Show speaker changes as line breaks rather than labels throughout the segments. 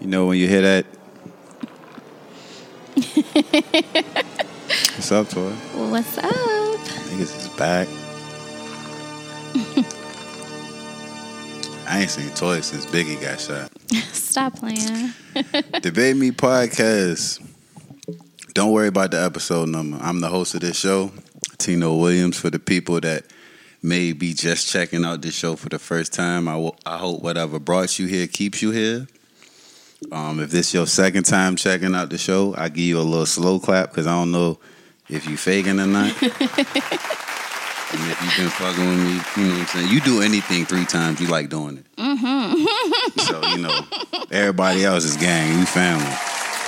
You know when you hear that. What's up, Toy?
What's up?
Niggas is back. I ain't seen Toy since Biggie got shot.
Stop playing.
Debate Me Podcast. Don't worry about the episode number. I'm the host of this show, Tino Williams. For the people that may be just checking out this show for the first time, I wo- I hope whatever brought you here keeps you here. Um, if this your second time checking out the show, I give you a little slow clap because I don't know if you faking or not. and if you've been fucking with me, you know what I'm saying. You do anything three times, you like doing it. so you know, everybody else is gang. We family.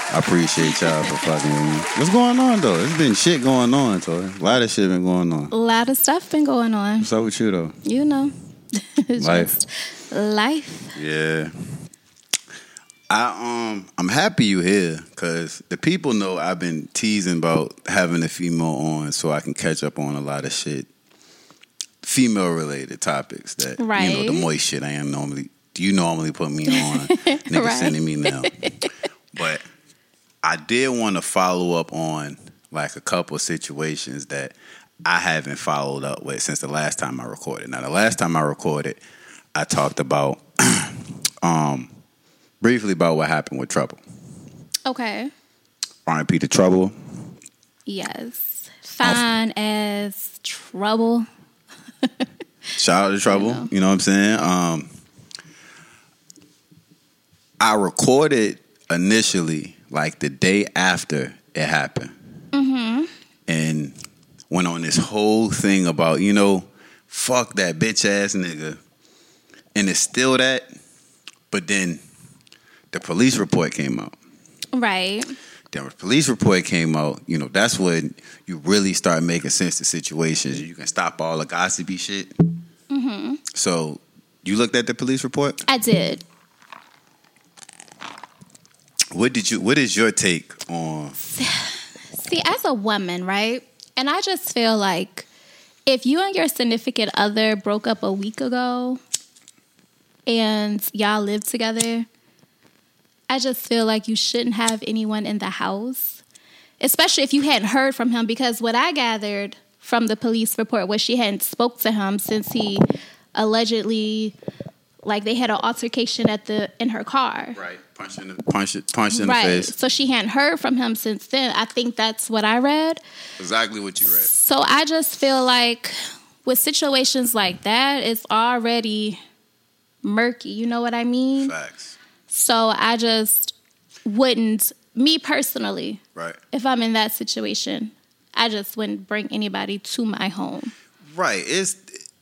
I appreciate y'all for fucking with me. What's going on though? There's been shit going on, so a lot of shit been going on.
A lot of stuff been going on.
What's up with you though?
You know. It's
Life.
just Life.
Yeah. I um I'm happy you here because the people know I've been teasing about having a female on so I can catch up on a lot of shit, female related topics that you know
Right.
the moist shit I am normally you normally put me on nigga
Right.
sending me now, but I did want to follow up on like a couple situations that I haven't followed up with since the last time I recorded. Now the last time I recorded, I talked about um briefly about what happened with Trouble.
Okay.
R.I.P. to Trouble.
Yes. Fine as trouble.
Shout out to Trouble.
know.
You know what I'm saying? Um, I recorded initially like the day after it happened, and went on this whole thing about you know, fuck that bitch ass nigga, and it's still that. But then the police report came out.
Right.
Then when the police report came out, you know, that's when you really start making sense to situations. You can stop all the gossipy shit.
Mm-hmm.
So you looked at the police report.
I did.
What did you? What is your take on?
See, as a woman, right? And I just feel like if you and your significant other broke up a week ago and y'all live together, I just feel like you shouldn't have anyone in the house, especially if you hadn't heard from him. Because what I gathered from the police report was she hadn't spoke to him since he allegedly, like, they had an altercation at the in her car.
Right, punch in the punch, punch in
Right.
the face.
So she hadn't heard from him since then. I think that's what I read.
Exactly what you read.
So I just feel like with situations like that, it's already murky. You know what I mean?
Facts.
So I just wouldn't, me personally,
Right.
if I'm in that situation, I just wouldn't bring anybody to my home.
Right. It's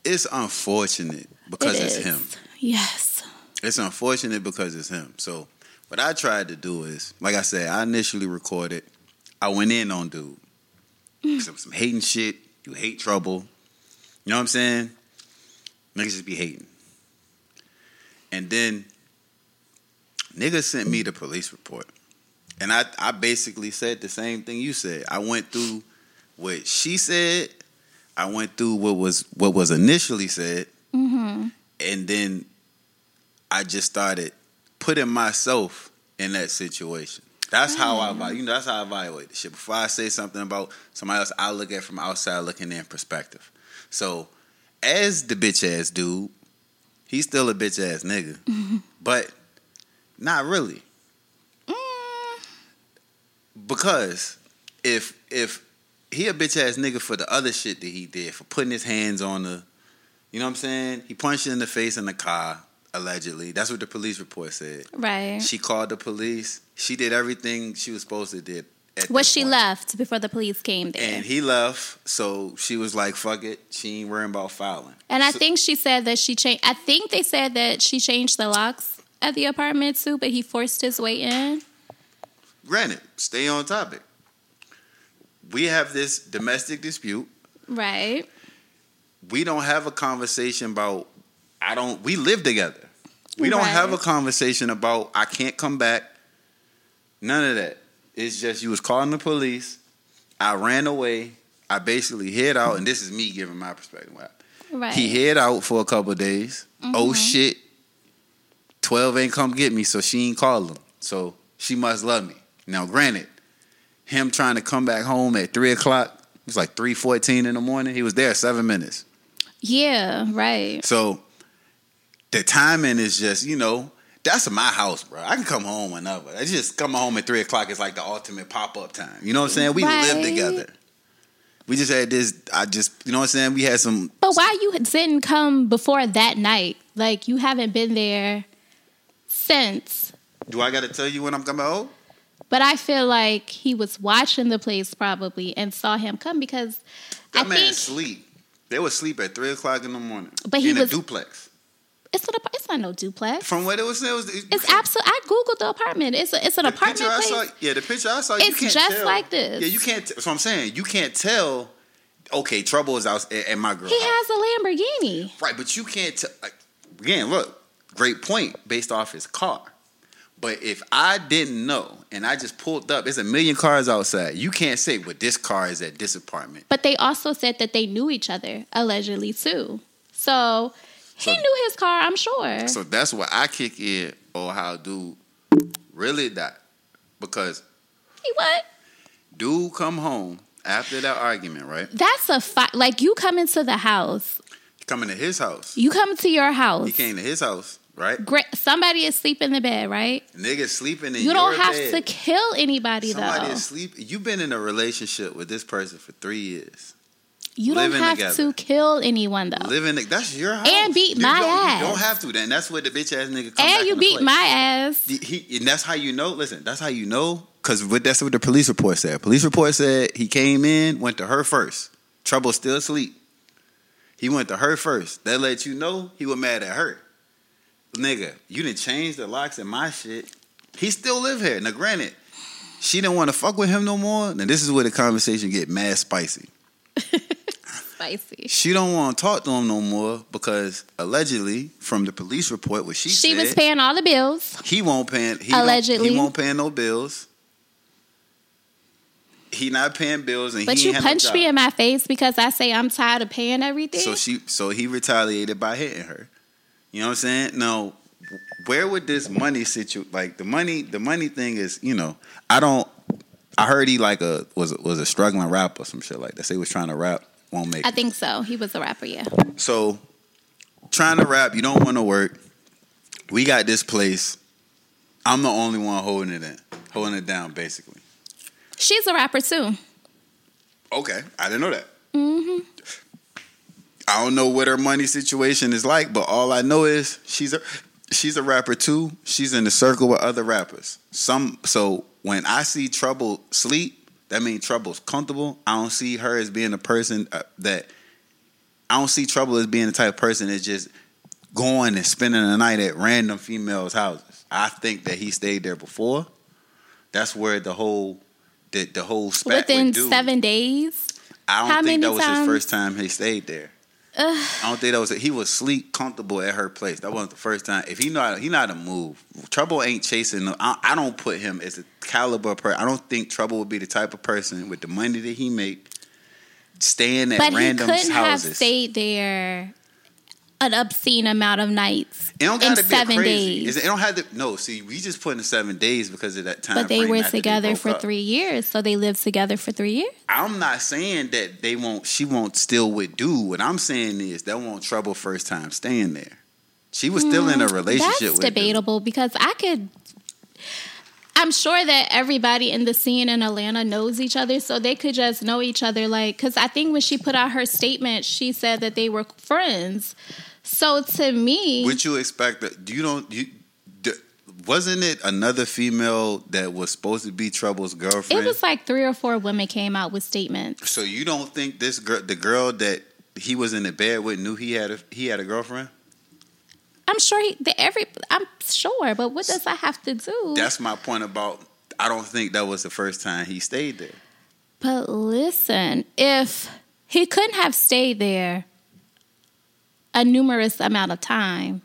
it's unfortunate because
It
it's
is-
him.
Yes.
It's unfortunate because it's him. So what I tried to do is, like I said, I initially recorded. I went in on dude. Some, some hating shit. You hate trouble. You know what I'm saying? Niggas just be hating. And then niggas sent me the police report. And I, I basically said the same thing you said. I went through what she said. I went through what was what was initially said. And then I just started putting myself in that situation. That's how I evaluate. You know, that's how I evaluate the shit. Before I say something about somebody else, I look at it from outside looking in perspective. So, as the bitch ass dude, he's still a bitch ass nigga, but not really. Because if if he a bitch ass nigga for the other shit that he did, for putting his hands on the, you know what I'm saying? He punched her in the face in the car allegedly. That's what the police report said.
Right.
She called the police. She did everything she was supposed to did. at
Well,
that
she
point.
left before the police came there.
And he left, so she was like, "Fuck it." She ain't worrying about filing.
And I
So-
think she said that she changed. I think they said that she changed the locks at the apartment too, but he forced his way in.
Granted, stay on topic. We have this domestic dispute.
Right.
we don't have a conversation about I don't we live together. We don't
Right.
have a conversation about I can't come back. None of that. It's just you was calling the police. I ran away. I basically hid out, and this is me giving my perspective. Wow.
Right. Mm-hmm.
He hid out for a couple of days. Oh shit. Twelve ain't come get me, so she ain't call him. So she must love me. Now, granted, him trying to come back home at three o'clock, it was like three fourteen in the morning. He was there seven minutes.
Yeah, right.
So the timing is just, you know, that's my house, bro. I can come home whenever. I just come home at three o'clock. It's like the ultimate pop up time. You know what I'm saying? We live
Right.
together. We just had this. I just, you know what I'm saying? We had some.
But why you didn't come before that night? Like you haven't been there since.
Do I got to tell you when I'm coming home?
But I feel like he was watching the place probably and saw him come because
That
I
man
think
sleep. They would sleep at three o'clock in the morning.
But he
in
was-
a duplex.
it's not a, it's not no duplex.
From what it was, it was
It's absolute. I googled the apartment. It's a, it's an
the
apartment
picture
place.
I saw, yeah, the picture I saw. you
It's
can't
just
tell.
like this.
Yeah, you can't. T- so I'm saying you can't tell. Okay, trouble is out at, at my girl.
he
house.
has a Lamborghini.
Right, but you can't. T- like, again, look, great point based off his car. But if I didn't know and I just pulled up, there's a million cars outside. You can't say, "Well, this car is at this apartment."
But they also said that they knew each other allegedly too. So he
So-
knew his car. I'm sure.
So that's why I kick in on how dude really died because
he what?
dude come home after that argument, right?
That's a fight. Like you come into the house.
Coming to his house,
You come to your house.
he came to his house, right?
Great. Somebody is sleeping in the bed, right?
Niggas sleeping in
You don't
your
have
bed.
to kill anybody
Somebody
though.
is sleeping. You've been in a relationship with this person for three years.
you don't
living
have
together.
to kill anyone though.
Living that's your house.
And beat
You
my
don't-
ass.
You don't have to. Then that's what the bitch ass nigga. Come
and
back
you
in the
beat
place.
my ass.
He, and that's how you know. Listen, that's how you know. Cause what, that's what the police report said. Police report said he came in, went to her first. Trouble still asleep. He went to her first. That let you know he was mad at her. Nigga, you didn't change the locks in my shit. He still live here. Now, granted, she didn't want to fuck with him no more. Now, this is where the conversation get mad spicy.
Spicy.
She don't want to talk to him no more because allegedly, from the police report, what she,
She
said,
was paying all the bills.
he won't pay. He
Allegedly.
don't, he won't pay no bills. He not paying bills, and
But
he
you
ain't had no
punched
job.
me in my face because I say I'm tired of paying everything.
So she, so he retaliated by hitting her. You know what I'm saying? Now, where would this money situ? Like the money, the money thing is, you know, I don't. I heard he like a was was a struggling rapper, or some shit like that. Say he was trying to rap, won't make.
I
it.
think so. He was a rapper, yeah.
So, trying to rap, you don't want to work. We got this place. I'm the only one holding it in, holding it down, basically.
She's a rapper too.
Okay, I didn't know that. Mm-hmm. I don't know what her money situation is like, but all I know is she's a she's a rapper too. She's in the circle with other rappers. Some so when I see trouble sleep, that means trouble's comfortable. I don't see her as being a person uh, that I don't see trouble as being the type of person that's just going and spending the night at random females' houses. I think that he stayed there before. That's where the whole the, the whole spat with
Within
dude-
seven days.
I don't
How
think
many
that was his
times-
first time he stayed there. I don't think that was it. He was sleep comfortable at her place. That wasn't the first time. If he not he not a move. Trouble ain't chasing. No, I, I don't put him as a caliber person. I don't think Trouble would be the type of person with the money that he make staying at
But he
random
couldn't have
houses.
stayed there an obscene amount of nights
it don't
in
gotta be
seven
crazy.
days.
It's- It don't have to. No, see, we just put in the seven days because of that time.
But they
frame
were
after
together
broke
for
up.
three years, so they lived together for three years.
I'm not saying that they won't. She won't still with dude. What I'm saying is that won't trouble first time staying there. She was still in a relationship.
Mm, That's
with dude.
debatable because I could. I'm sure that everybody in the scene in Atlanta knows each other, so they could just know each other. Like, because I think when she put out her statement, she said that they were friends. So to me,
Would you expect that? You don't. You d- wasn't it another female that was supposed to be trouble's
it
girlfriend?
was like three or four women came out with statements.
so you don't think this girl, the girl that he was in the bed with, knew he had a he had a girlfriend?
I'm sure he, the every. I'm sure, but what does that have to do?
That's my point about. I don't think that was the first time he stayed there.
But listen, if he couldn't have stayed there a numerous amount of time,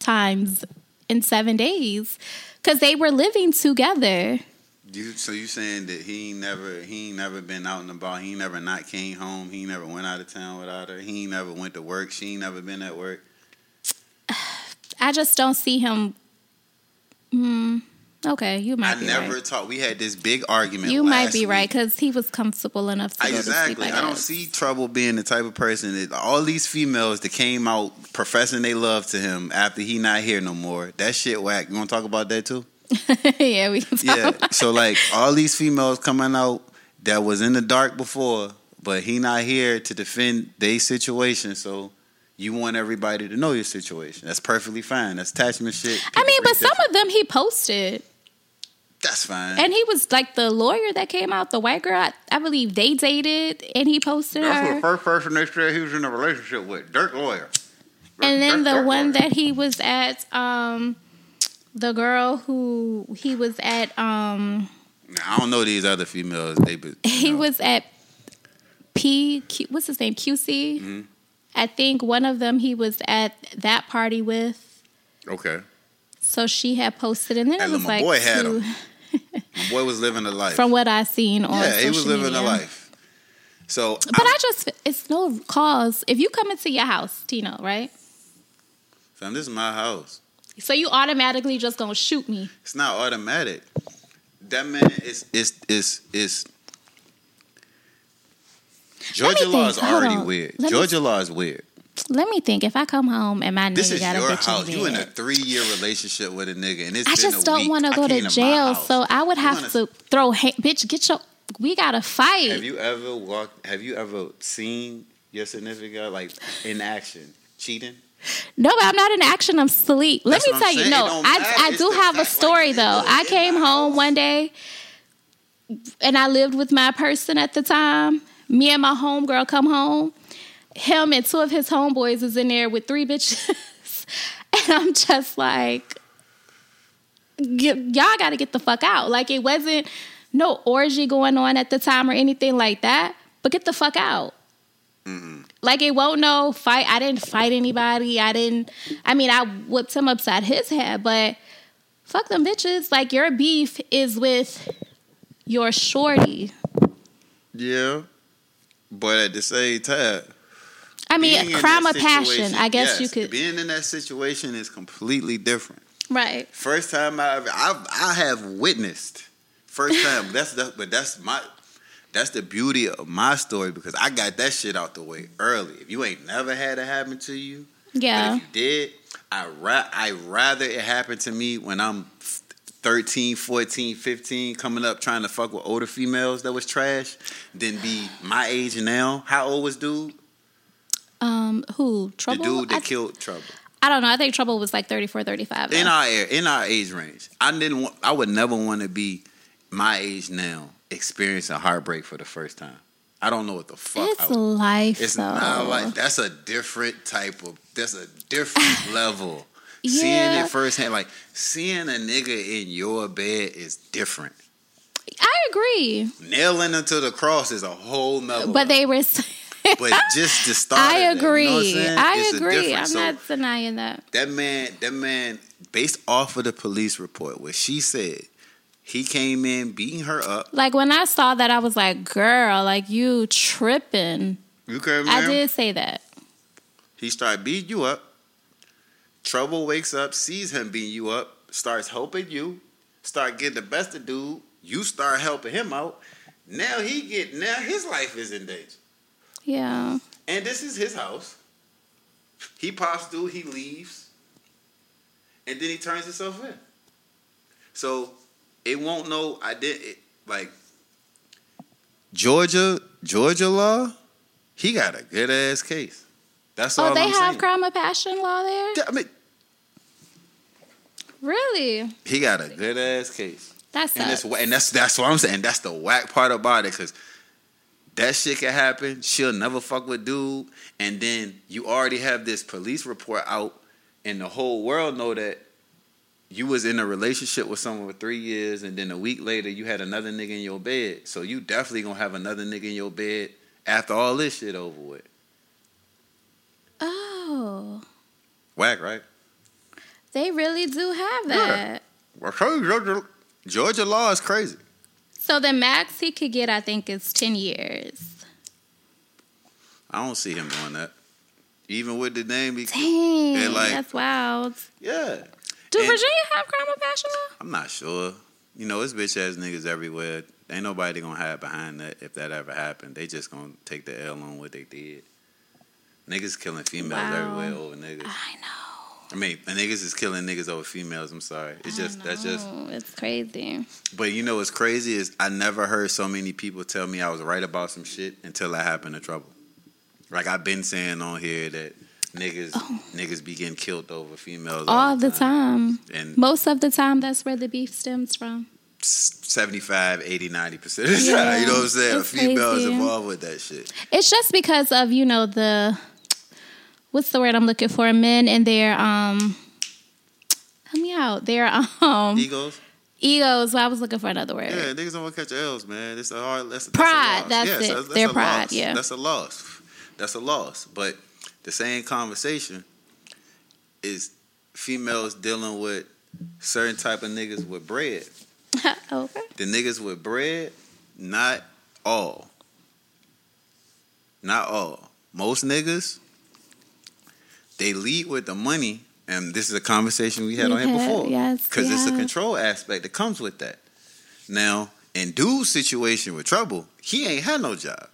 times in seven days, because they were living together.
You so you saying that he ain't never he ain't never been out and about. He ain't never not came home. He ain't never went out of town without her. He ain't never went to work. She ain't never been at work.
I just don't see him. Hmm, Okay, you might
I
be
never
right.
talked. We had this big argument.
You might
last
be
week.
right because he was comfortable enough to
I-
go
exactly.
to sleep.
I, don't
guess.
see trouble being the type of person that all these females that came out professing they love to him after he not here no more. That shit whack. You want to talk about that too?
yeah, we can talk.
Yeah.
about-
so like all these females coming out that was in the dark before, but he not here to defend their situation. So you want everybody to know your situation. That's perfectly fine. That's attachment shit.
I mean,
People
but some
different.
of them he posted,
that's fine.
and he was like the lawyer that came out, the white girl. I, I believe they dated, and he posted
That's
her.
the first person they said he was in a relationship with. Dirk Lawyer.
And then
Dirk
the
Lawyer.
one that he was at, um, the girl who he was at, um,
Now, I don't know these other females. They but
he
you know.
was at P. Q, what's his name? QC.
Mm-hmm.
I think one of them he was at that party with.
okay.
So she had posted, and then
And
it was
my
like
boy had
two-
My boy was living a life.
from what I seen on
yeah, he was
social
living a
media.
life. So,
But
I'm,
I just, it's no cause. If you come into your house, Tino, right?
fam, this is my house.
So you automatically just gonna shoot me.
It's not automatic. That man is is is is. Georgia
me
law
think.
is
Hold
already
on.
weird.
Let me-
Georgia law is weird.
Let me think. If I come home and my
This
nigga
is
got a
your
bitch
house.
in
You in a
bed,
three year relationship with a nigga, and it's
I
been a
just don't
week.
want
I
to go
came
to
my
jail.
house.
So I would
You
have
wanna-
to throw, ha- bitch, get your. We gotta fight.
Have you ever walked? Have you ever seen your significant other, like in action cheating?
No, but I'm not in action. I'm sleep. Let
That's
me
what I'm
tell you.
saying. It
No,
don't matter.
I, I
It's
do
the
have
fact,
a
like,
story
it
though.
was
I
in
came
my
home
house.
one day and I lived with my person at the time. Me and my homegirl come home. Him and two of his homeboys is in there with three bitches. and I'm just like, y- y'all got to get the fuck out. Like, it wasn't no orgy going on at the time or anything like that, but get the fuck out. Like it won't no fight. I didn't fight anybody. I didn't. I mean, I whipped him upside his head, but fuck them bitches. Like your beef is with your shorty.
Yeah, but at the same time,
I
being
mean,
in
crime
that
of passion.
situation-
I
yes,
guess you could.
Being in that situation is completely different.
right.
First time I ever, I, I have witnessed. First time. that's the, but that's my, that's the beauty of my story because I got that shit out the way early. If you ain't never had it happen to you,
Yeah.
But if you did, I ra- I rather it happened to me when I'm 13, 14, 15, coming up trying to fuck with older females that was trash than be my age now. How old was dude?
um. Who trouble?
The dude that
I,
killed Trouble.
I don't know. I think trouble was like 34, 35.
In
though.
our air, in our age range. I didn't want, I would never want to be my age now experiencing heartbreak for the first time. I don't know what the fuck I
it's
would
life.
It's
though.
not like that's a different type of that's a different level. Seeing
Yeah.
it firsthand, like seeing a nigga in your bed is different.
I agree,
Nailing him to the cross is a whole nother.
but they were.
Oh. but just to start,
I
of it, you know what I'm
agree.
saying?
I
It's a
agree.
difference.
I'm
So
not denying that.
That man, that man, based off of the police report, where she said he came in beating her up.
Like when I saw that, I was like, "Girl, like you tripping."
You can
I did say that.
He started beating you up. Trouble wakes up, sees him beating you up, starts helping you, start getting the best of dude. You start helping him out. Now he get now his life is in danger.
Yeah,
And this is his house. He pops through, he leaves, and then he turns himself in. So it won't know I did it like Georgia, Georgia law, he got a good ass case. That's all
oh, they
I'm
have
saying.
crime of passion law there.
Yeah, I mean,
Really?
he got a good ass case,
That's
and
sucks.
that's and that's that's what I'm saying. That's the whack part about it, because that shit can happen. She'll never fuck with dude, and then you already have this police report out, and the whole world know that you was in a relationship with someone for three years, and then a week later you had another nigga in your bed. So you definitely gonna have another nigga in your bed after all this shit over with.
oh,
Whack, right?
they really do have that.
Well, Georgia, Georgia law is crazy.
So the max he could get, I think, is ten years.
I don't see him doing that. Even with the name, he,
Dang,
And, like-
that's wild.
yeah.
Do
And-
Virginia have crime of passion law?
I'm not sure. You know, it's bitch ass niggas everywhere. Ain't nobody gonna hide behind that if that ever happened. They just gonna take the L on what they did. Niggas killing females
Wow.
everywhere over niggas.
I know.
I mean, niggas is killing niggas over females. I'm sorry. It's
I
just that's just.
know. it's crazy.
But you know what's crazy is I never heard so many people tell me I was right about some shit until I happened to trouble. Like I've been saying on here that niggas niggas be getting killed over females
Oh. All the time.
And
Most of the time, that's where the beef stems from.
75, 80, 90 percent of the
Yeah,
time. You know what I'm saying? A
it's
female is
crazy.
involved with that shit.
It's just because of you know the what's the word I'm looking for? Men and their um, help me out. Their um
Egos?
egos. I was looking for another word.
Yeah, niggas don't want to catch L's, man. It's a hard that's,
Pride,
That's, a loss.
that's
yes,
it.
That's, that's
Their
a
pride,
loss.
yeah.
That's a loss. That's a loss. But the same conversation is females dealing with certain type of niggas with bread.
Over.
The niggas with bread, not all. Not all. Most niggas, they lead with the money, and this is a conversation we had
We
on here
had,
before.
yes,
Because it's a
yeah.
control aspect that comes with that. Now, in dude's situation with trouble, he ain't had no job.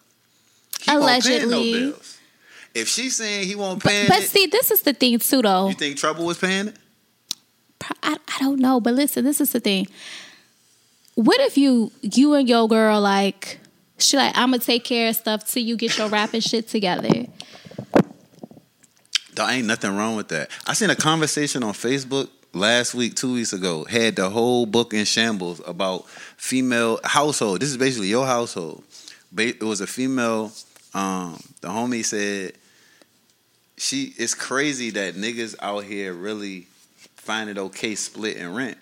He won't pay no
Allegedly.
bills. If she's saying he won't pay
But,
it,
but see, this is the thing too, though.
you think trouble was paying it?
Pro- I, I don't know, but listen, this is the thing. What if you you and your girl like she like I'm gonna take care of stuff till you get your rap and shit together.
There ain't nothing wrong with that. I seen a conversation on Facebook last week, two weeks ago, had the whole book in shambles about female household. This is basically your household. Ba- It was a female. Um, the homie said she. It's crazy that niggas out here really find it okay splitting rent,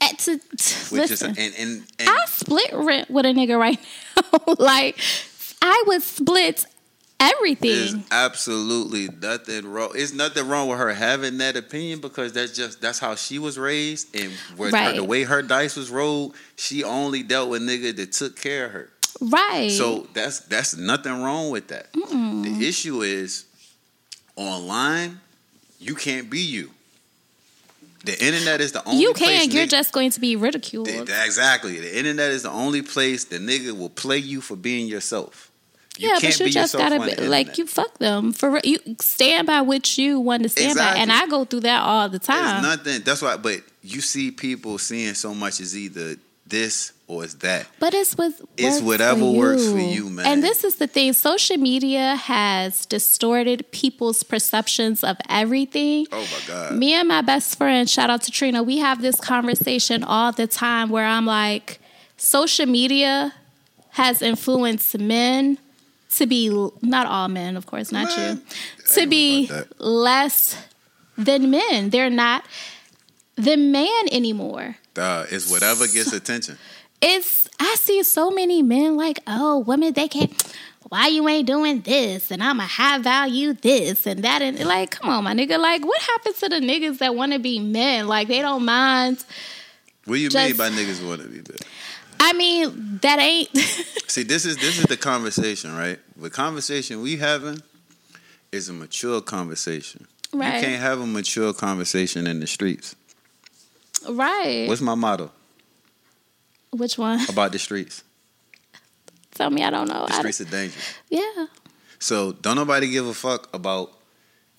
At to, Eh, t-
which
listen,
is and and, and
I split rent with a nigga right now. like I would split
there's
everything.
absolutely nothing wrong. It's nothing wrong with her having that opinion because that's just that's how she was raised and with her,
Right.
the way her dice was rolled. She only dealt with niggas that took care of her.
right.
So that's that's nothing wrong with that. The issue is online, you can't be you. The internet is the only
you
place
can, you're
nigg-
just going to be ridiculed.
the- the- exactly. The internet is the only place the nigga will play you for being yourself. You
yeah,
can't
but you
be
just
yourself
gotta
on the
be like
internet.
you fuck them for real. You stand by what you want to stand by, and I
Exactly.
go through that all the time.
It's nothing. That's why. But you see people seeing so much is either this or it's that.
But it's with
It's whatever works for you, man.
And this is the thing: social media has distorted people's perceptions of everything.
Oh my god.
Me and my best friend, shout out to Trina, we have this conversation all the time where I'm like, social media has influenced men to be not all men, of course, not
Man,
you, to be
about that.
less than men. They're not the man anymore
Duh, it's whatever gets attention.
it's I see so many men like, oh, women, they can't. Why you ain't doing this? And I'm a high value this and that and like, come on, my nigga. Like, what happened to the niggas that want to be men? Like, they don't mind.
What do you mean
Just-
by niggas want to be big?
I mean, that ain't.
See, this is this is the conversation, right? The conversation we having is a mature conversation. You
Right.
can't have a mature conversation in the streets.
right.
What's my motto
Which one?
about the streets?
Tell me, I don't know.
The
I-
streets are dangerous.
yeah.
So don't nobody give a fuck about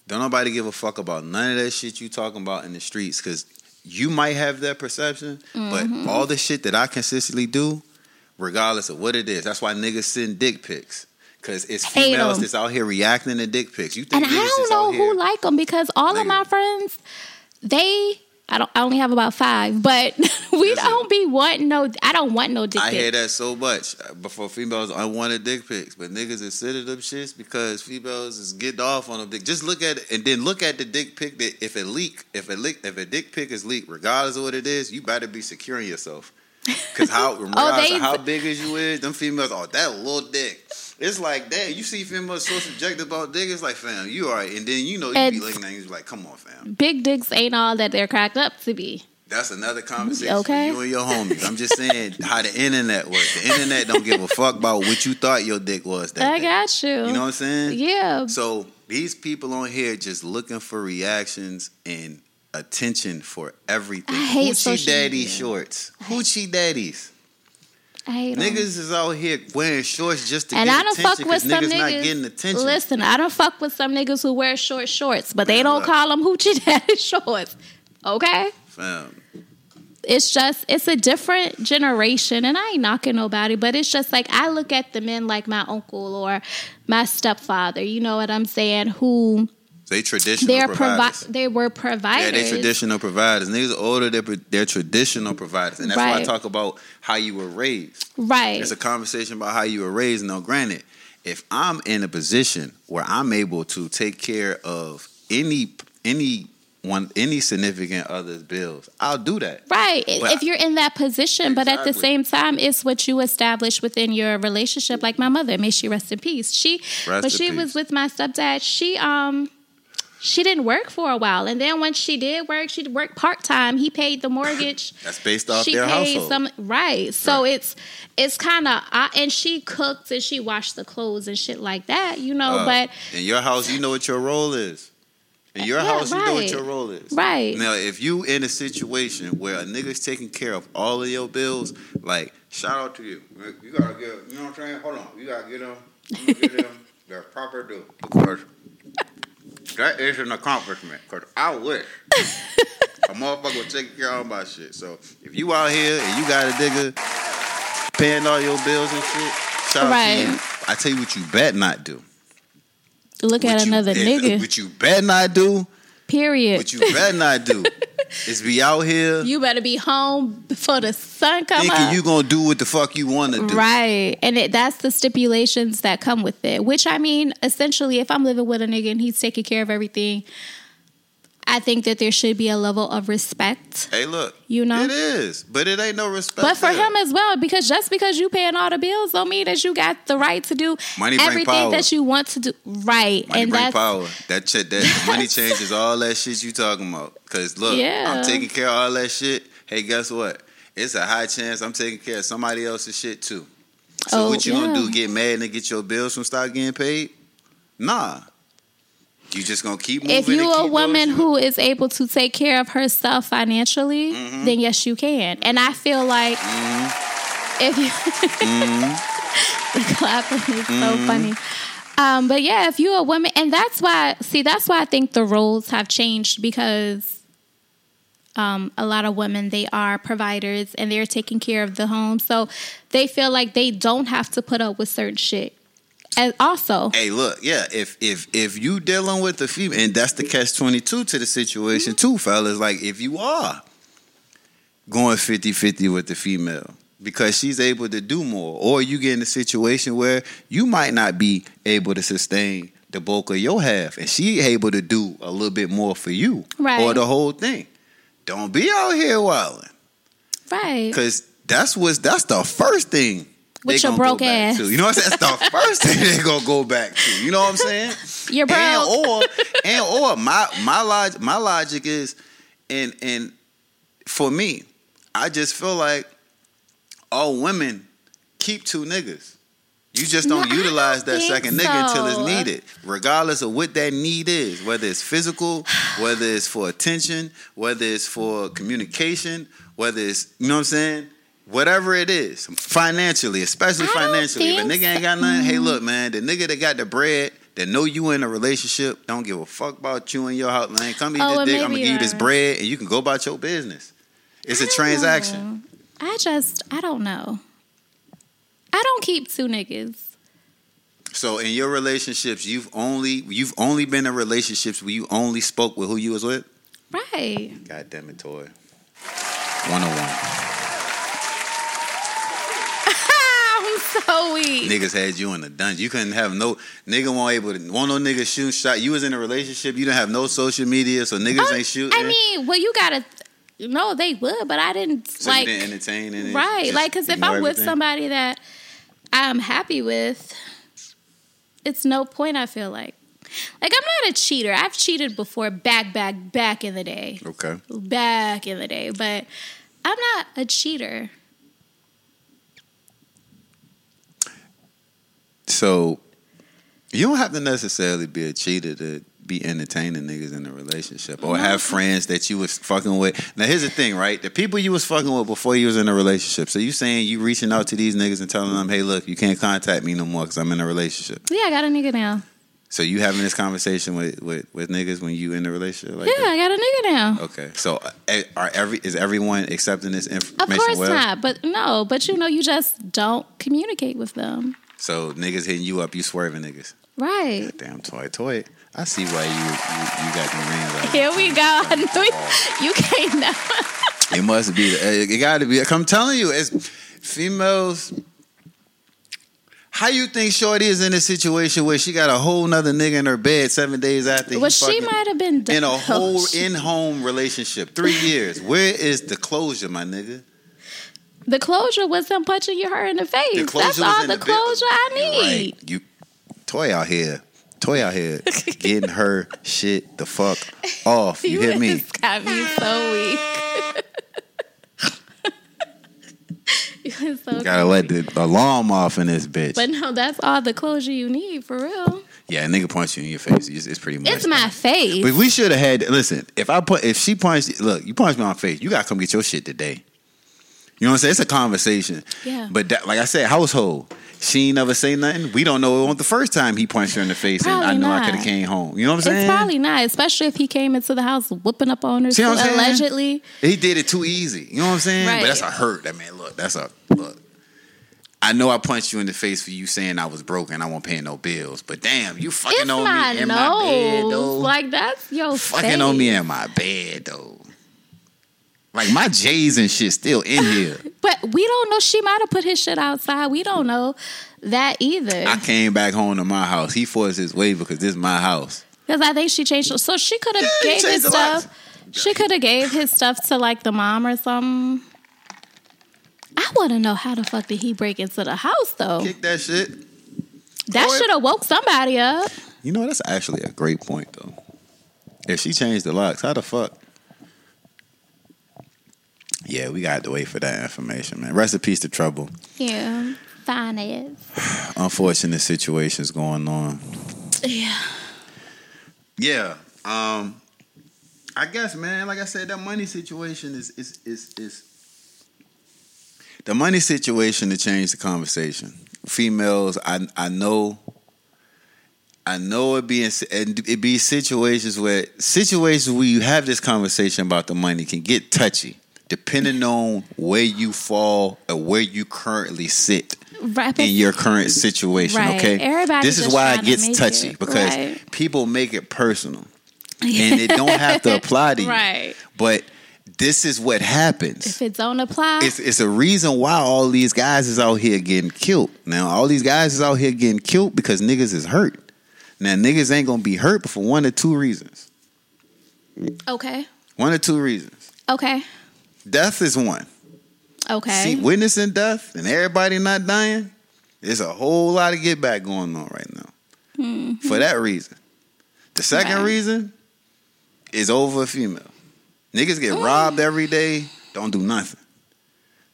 don't nobody give a fuck about none of that shit you talking about in the streets because you might have that perception,
Mm-hmm.
but all the shit that I consistently do, regardless of what it is, that's why niggas send dick pics. Cause it's
Hate
females
'em.
that's out here reacting to dick pics. You think
And I
niggas
don't
that's out
know
here-
who like them because all
Nigga.
of my friends, they. I don't. I only have about five, but we
Listen.
don't be wanting no. I don't want no dick.
I
pic.
hear that so much. Before females unwanted dick pics, but niggas is sending them shits because females is getting off on them dick. Just look at it and then look at the dick pic that if it leak, if it leak, if a dick pic is leaked, regardless of what it is, you better be securing yourself. Cause how regardless
Oh, they-
of how big as you is, them females are that little dick. It's like that. You see females so subjective about dick, it's like fam, you alright. And then you know you be
And-
looking at it, you be like, come on, fam.
big dicks ain't all that they're cracked up to be.
That's another conversation.
Okay.
You and your homies. I'm just saying how the internet works. The internet don't give a fuck about what you thought your dick was. That
I
day.
got you.
You know what I'm saying?
yeah.
So these people on here just looking for reactions and attention for everything.
I hate
Hoochie
social
daddy
media.
shorts. Hoochie daddies.
I hate 'em.
Niggas is out here wearing shorts just to
And
get
I don't
attention
fuck
'cause
with some
niggas,
niggas.
not getting attention.
Listen, I don't fuck with some niggas who wear short shorts, but they
Man,
don't
look.
call them hoochie daddy shorts. Okay,
Fam.
it's just it's a different generation, and I ain't knocking nobody, but it's just like I look at the men like my uncle or my stepfather. You know what I'm saying? Who
They traditional
they're provi-
providers.
they were
yeah,
providers.
they traditional providers. Niggas order their their traditional providers, and that's why I
Right.
talk about how you were raised.
right?
It's a conversation about how you were raised. Now, granted, if I'm in a position where I'm able to take care of any any one any significant other's bills, I'll do that.
Right.
But
if you're in that position, but at the
Exactly.
same time, it's what you establish within your relationship. Like my mother, may she rest in peace. She,
Rest
when
in
she
peace.
was with my stepdad, she um, she didn't work for a while, and then once she did work, she worked part time. He paid the mortgage.
That's based off
she
their
paid
household.
some right. So it's it's kind of uh, and she cooked and she washed the clothes and shit like that, you know.
Uh,
but
in your house, you know what your role is. In your
Yeah,
house, you know what
right.
your role is.
Right.
Now, if you in a situation where a nigga's taking care of all of your bills, like shout out to you. You gotta get, you know what I'm saying? Hold on, you gotta get them, you gotta get them their proper due because that is an accomplishment. Cause I wish a motherfucker would take care of all my shit. So if you out here and you got a nigga paying all your bills and shit, shout out to you.
Right.
I tell you what, you bet not do.
look
What
at
you-
another
yeah,
nigga.
What you better not do,
period.
what you better not do, is be out here
You better be home before the sun come
thinking
up.
you gonna do what the fuck you wanna do.
Right. And it, that's the stipulations that come with it, which I mean, essentially, if I'm living with a nigga and he's taking care of everything, I think that there should be a level of respect.
Hey, look,
You know?
it is, but it ain't no respect.
But
there.
for him as well, because just because you paying all the bills don't mean that you got the right to do
Money bring
everything
power.
that you want to do. Right.
money
and
bring
that's
power. That shit, that money changes all that shit you talking about. Cause look,
Yeah.
I'm taking care of all that shit. Hey, guess what? It's a high chance I'm taking care of somebody else's shit too. So
Oh,
what you gonna
yeah.
do? Get mad and get your bills from start getting paid? Nah. You just gonna keep moving.
if you
and
a
keep
woman
doing-
who is able to take care of herself financially, then yes, you can. And I feel like if you the clapping is so funny. Um, but yeah, if you a woman, and that's why, see, that's why I think the roles have changed because um, a lot of women they are providers and they're taking care of the home, so they feel like they don't have to put up with certain shit. And also,
Hey, look, yeah. If if if you dealing with a female, and that's the catch twenty two to the situation too, fellas. Like if you are going 50-50 with the female because she's able to do more, or you get in a situation where you might not be able to sustain the bulk of your half, and she able to do a little bit more for you,
Right.
or the whole thing. Don't be out here wilding,
right?
because that's what's that's the first thing
With
they
your
gonna go
broke
back
ass.
to. You know what I'm saying? That's the first thing they're gonna go back to. You know what I'm saying?
You're broke.
And or and or my my log, my logic is and and for me, I just feel like all women keep two niggas. You just don't
No, I
utilize
don't
that
think
second nigga until
so.
it's needed, regardless of what that need is, whether it's physical, whether it's for attention, whether it's for communication, whether it's you know what I'm saying. Whatever it is, financially, especially
I don't
financially, if a
think
nigga ain't got nothing, hey,
Mm-hmm.
look, man, the nigga that got the bread, that know you in a relationship, don't give a fuck about you and your house, man. Come eat
Oh, well,
this dick, I'm
maybe
gonna give you this
you're-
bread, and you can go about your business. It's a
I don't
transaction.
know. I just, I don't know. I don't keep two niggas.
So in your relationships, you've only you've only been in relationships where you only spoke with who you was with.
Right.
God damn it, toy. One on one.
I'm so weak.
Niggas had you in the dungeon. You couldn't have no nigga won't able to won't no nigga shoot shot. You was in a relationship. You didn't have no social media, so niggas
Oh,
ain't shooting.
I mean, well, you gotta, no, they would, but I didn't,
so
like,
you didn't entertain any.
right.
just
Like, because if I'm
ignore
with
everything?
somebody that I'm happy with, it's no point, I feel like. Like, I'm not a cheater. I've cheated before back, back, back in the day.
Okay.
back in the day, but I'm not a cheater.
So you don't have to necessarily be a cheater to be entertaining niggas in the relationship or have friends that you was fucking with. Now here's the thing, right? The people you was fucking with before you was in a relationship. So you saying you reaching out to these niggas and telling them, "Hey, look, you can't contact me no more because I'm in a relationship."
Yeah, I got a nigga now.
So you having this conversation with with, with niggas when you in a relationship? Like
Yeah,
that?
I got a nigga now.
Okay. So uh, eh, are every is everyone accepting this
Of
information?
course
well?
not, but no, but you know, you just don't communicate with them,
So niggas hitting you up, you swerving niggas.
right?
Damn toy toy. I see why you you, you got the rings. out.
Here we go. I knew you, you can't know.
It must be. It, got to be. I'm telling you, it's females. How you think Shorty is in a situation where she got a whole nother nigga in her bed seven days after? he
Well, she
fucking-
might have been Oh,
in a
dumb.
whole in-home relationship, three years. Where is the closure, my nigga?
The closure was him punching you her in the face.
The closure
That's
was
all
in
the
the bit-
closure I need.
Right, you toy out here, toy out here, getting her shit the fuck off. You hear me?
just got me so weak. you was so
Gotta let the alarm off in this bitch.
But no, that's all the closure you need for real.
yeah, a nigga punch you in your face. It's, it's pretty much.
It's my face.
But we should have had. Listen, if I put, if she punched, look, you punched me on face. You gotta come get your shit today. You know what I'm saying? It's a conversation.
Yeah.
But that, like I said, household. She ain't never say nothing. We don't know it was the first time he punched her in the face, and I
Probably
know I
not.
could have came home. You know what I'm
It's
saying?
probably not, especially if he came into the house whooping up on her
See
so
what I'm saying?
allegedly.
He did it too easy. You know what I'm saying?
Right.
But that's a hurt. I mean, look, that's a look. I know I punched you in the face for you saying I was broken. I won't pay no bills. But damn, you fucking
It's
on
my
me in my bed
nose.
though.
Like that's your
fucking
face.
on me in my bed though. Like my J's and shit still in here.
But we don't know. She might have put his shit outside. We don't know that either.
I came back home to my house. He forced his way because this is my house.
Because I think she changed. So she could have
Yeah, he
gave his
changed a lot.
stuff. She could have gave his stuff to like the mom or something. I want to know how the fuck did he break into the house though?
Kick that shit.
That
or-
should have woke somebody up.
You know that's actually a great point though. If she changed the locks, how the fuck? Yeah, we got to wait for that information, man. Rest in peace to trouble.
Yeah, finance.
Unfortunate situations going on.
Yeah,
Yeah. Um I guess, man, like I said, that money situation is is is is the money situation to change the conversation. Females, I I know I know it be in, it be situations where situations where you have this conversation about the money can get touchy, depending on where you fall or where you currently sit
right.
in your current situation.
Right.
Okay,
Everybody's
this is
just
why it
trying to
gets
make
touchy
it.
because
Right.
people make it personal, and it don't have to apply to you.
Right.
But this is what happens.
If it don't apply,
It's it's a reason why all these guys is out here getting killed. Now all these guys is out here getting killed because niggas is hurt. Now niggas ain't gonna be hurt but for one or two reasons.
okay,
One or two reasons.
okay,
Death is one.
okay.
See, witnessing death and everybody not dying, there's a whole lot of get back going on right now. For that reason. The second
Hmm. Right.
reason is over a female. Niggas get
Oh.
robbed every day, don't do nothing.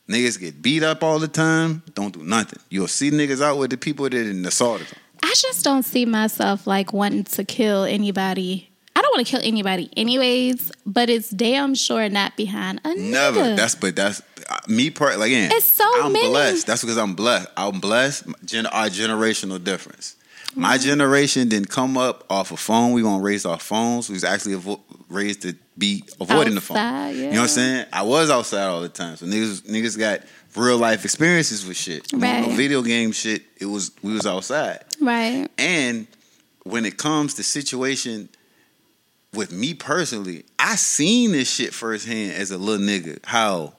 Niggas get beat up all the time, don't do nothing. You'll see niggas out with the people that done assaulted them.
I just don't see myself like wanting to kill anybody. I don't want to kill anybody, anyways. But it's damn sure not behind a
Never.
nigga.
That's but that's uh, me. Part like again.
It's so
I'm
many.
blessed. That's because I'm blessed. I'm blessed. Gen- our generational difference. My
Mm-hmm.
generation didn't come up off a phone. We weren't raised off phones. We was actually avo- raised to be avoiding
Outside,
the phone.
yeah.
You know what I'm saying? I was outside all the time. So niggas, niggas got real life experiences with shit. It wasn't no
Right.
video game shit. It was we was outside.
right.
And when it comes to situation with me personally, I seen this shit firsthand as a little nigga. How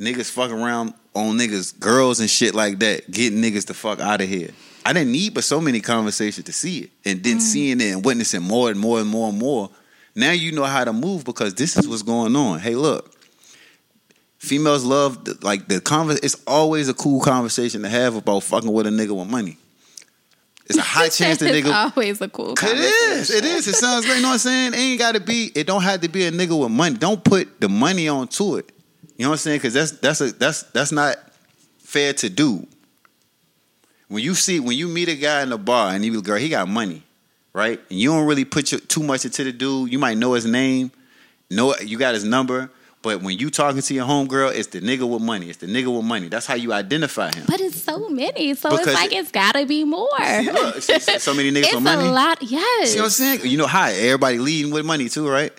niggas fuck around on niggas, girls and shit like that, getting niggas the fuck out of here. I didn't need but so many conversations to see it. And then seeing it and witnessing more and more and more and more. Now you know how to move because this is what's going on. Hey, look. Females love the, like the convers. It's always a cool conversation to have about fucking with a nigga with money. It's a high chance the
It's
nigga
always a cool.
it is. It is. It sounds great. You know what I'm saying? It ain't got to be. It don't have to be a nigga with money. Don't put the money onto it. You know what I'm saying? Because that's that's a, that's that's not fair to do. When you see when you meet a guy in the bar and he be girl, he got money, right? And you don't really put your, too much into the dude. You might know his name, know you got his number, but when you talking to your homegirl, it's the nigga with money. It's the nigga with money. That's how you identify him.
But it's so many, so
Because
it's like
it-
it's gotta be more.
See, look, see, see, so many niggas
it's
with money.
a lot. Yes.
See what I'm saying? You know, hi, everybody leading with money too, right?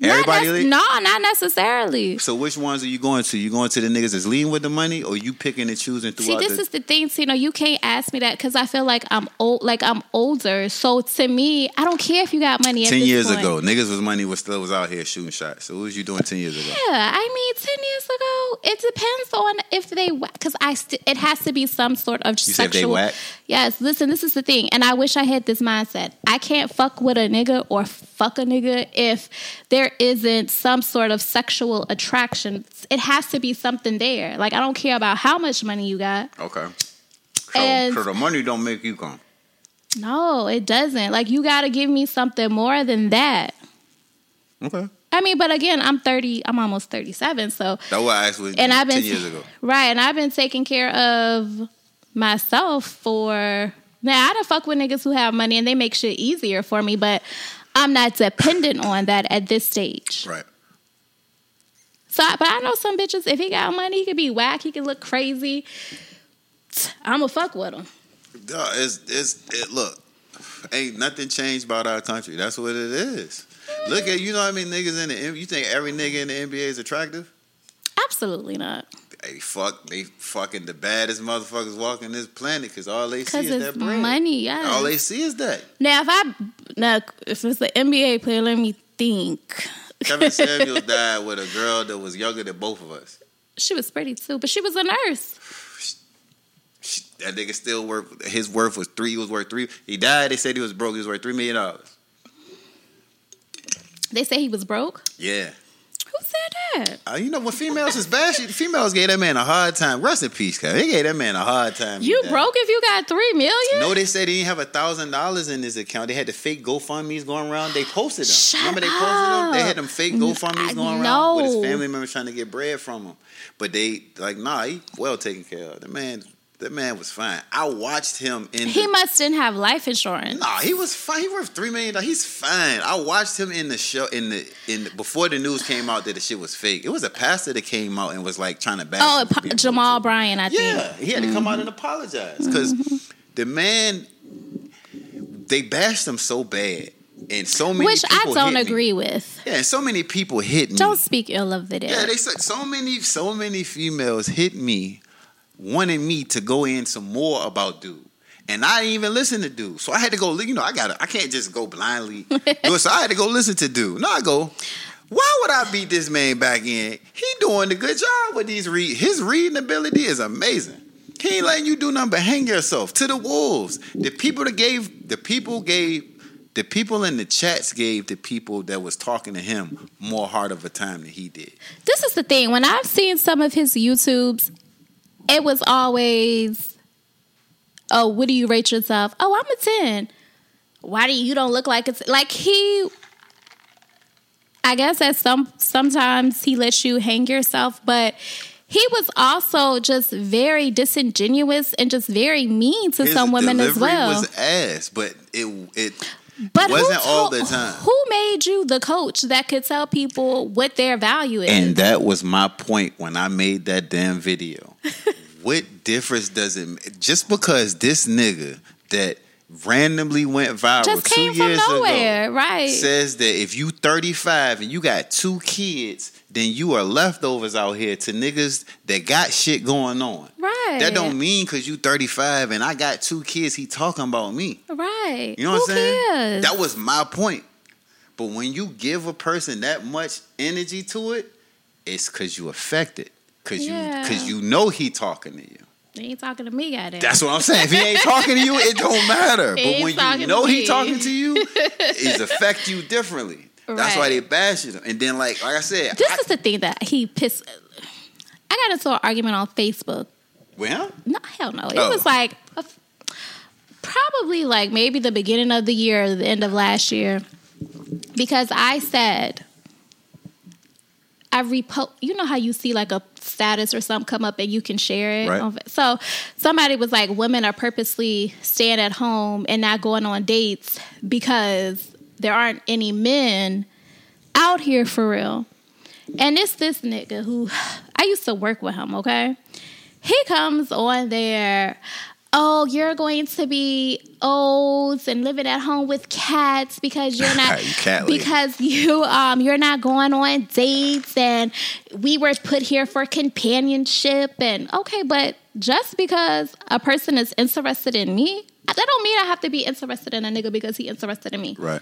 Not
everybody
nec-
lead-
no, not necessarily.
So which ones are you going to? You going to the niggas that's leading with the money, or you picking and choosing
See,
throughout
this
the?
is the thing, Tino. You can't ask me that because I feel like I'm old, like I'm older. So to me, I don't care if you got money. At
ten
this
years
point.
ago, niggas was money was still was out here shooting shots. So what was you doing ten years ago?
Yeah, I mean, ten years ago, it depends on if they because I st- it has to be some sort of
You said they
sexual.
whack?
Yes, listen, this is the thing, and I wish I had this mindset. I can't fuck with a nigga or fuck a nigga if there isn't some sort of sexual attraction. It has to be something there. Like I don't care about how much money you got.
Okay. So,
And-
so the money don't make you come.
No, it doesn't. Like you got to give me something more than that.
Okay.
I mean, but again, I'm 30, I'm almost 37, so
That's what I asked was
and I've been
ten years ago.
Right, and I've been taking care of myself for now. I don't fuck with niggas who have money and they make shit easier for me, but I'm not dependent on that at this stage.
Right.
So, I- but I know some bitches. If he got money, he could be whack. He could look crazy. I'ma fuck with him.
Duh, it's it's it, look. Ain't nothing changed about our country. That's what it is. Look at you know what I mean niggas in the N- you think every nigga in the NBA is attractive?
Absolutely not.
They fuck they fucking the baddest motherfuckers walking this planet because all they see
Because
is
it's
that bread.
money. Yeah.
All they see is that.
Now, if I now if it's an NBA player, let me think.
Kevin Samuels died with a girl that was younger than both of us.
She was pretty too, but she was a nurse.
She, that nigga still worth his worth was three. He was worth three. He died. They said he was broke. He was worth three million dollars.
They say he was broke.
Yeah.
Who said that?
Uh, you know when females is bad, she, females gave that man a hard time. Rest in peace, cuz. They gave that man a hard time.
You
He died.
broke if you got three million?
No, they said he didn't have a thousand dollars in his account. They had the fake GoFundmes going around. They posted them.
Shut
Remember they posted them? They had them fake GoFundmes
I-
going around with
no.
his family members trying to get bread from him. But they like, nah, he well taken care of. The man, that man was fine. I watched him in.
He
the,
must didn't have life insurance.
Nah, he was fine. He worth three million dollars. He's fine. I watched him in the show in the in the, before the news came out that the shit was fake. It was a pastor that came out and was like trying to back.
Oh,
him for
Pa-
being
Jamal Bryan, I
yeah, he had to come out and
Mm-hmm.
apologize because the man they bashed him so bad, and so many
think. Which I
people
don't
hit me.
agree with.
Yeah, and so many people hit me.
Don't speak ill of the dead.
yeah, they said so many, so many females hit me, wanting me to go in some more about dude. And I didn't even listen to dude, so I had to go. li- You know, I got. to I can't just go blindly. do it, so I had to go listen to dude. No, I go. Why would I beat this man back in? He doing a good job with these read. His reading ability is amazing. He ain't letting you do nothing but hang yourself to the wolves. The people that gave the people gave the people in the chats gave the people that was talking to him more hard of a time than he did.
this is the thing. When I've seen some of his YouTubes, it was always, "Oh, what do you rate yourself? Oh, I'm a ten. Why do you, you don't look like it's like he? I guess that some sometimes he lets you hang yourself, but." He was also just very disingenuous and just very mean to
His
some women as
delivery
well.
Was ass, but it it
but who
wasn't all
told-
the time.
Who made you the coach that could tell people what their value is?
and that was my point when I made that damn video. what difference does it make? just because this nigga that randomly went viral
just
two
came from
years
nowhere,
ago
right?
says that if you 35 and you got two kids, then you are leftovers out here to niggas that got shit going on.
Right.
That don't mean because you 35 and I got two kids, he talking about me.
Right.
You know what
Who
I'm saying?
Cares?
That was my point. But when you give a person that much energy to it, it's cause you affected. Cause
Yeah.
you cause you know he talking to you.
they ain't talking to me, goddamn.
That's what I'm saying. If he ain't talking to you, it don't matter.
He ain't
but when
talking
you
to
know he
me.
talking to you, it affect you differently. That's why
Right.
they bash him. And then like like I said,
this
I,
is the thing that he pissed. I got into an argument on Facebook.
well,
No, hell no. It
Oh.
was like a f- probably like maybe the beginning of the year, or the end of last year, because I said I repost. You know how you see like a status or something come up and you can share it.
Right.
on- so somebody was like, women are purposely staying at home and not going on dates because there aren't any men out here for real. And it's this nigga who I used to work with him. Okay, he comes on there. Oh, you're going to be old and living at home with cats because you're not
You cat lady.
because you um you're not going on dates and we were put here for companionship and okay, but just because a person is interested in me, that don't mean I have to be interested in a nigga because he interested in me.
Right.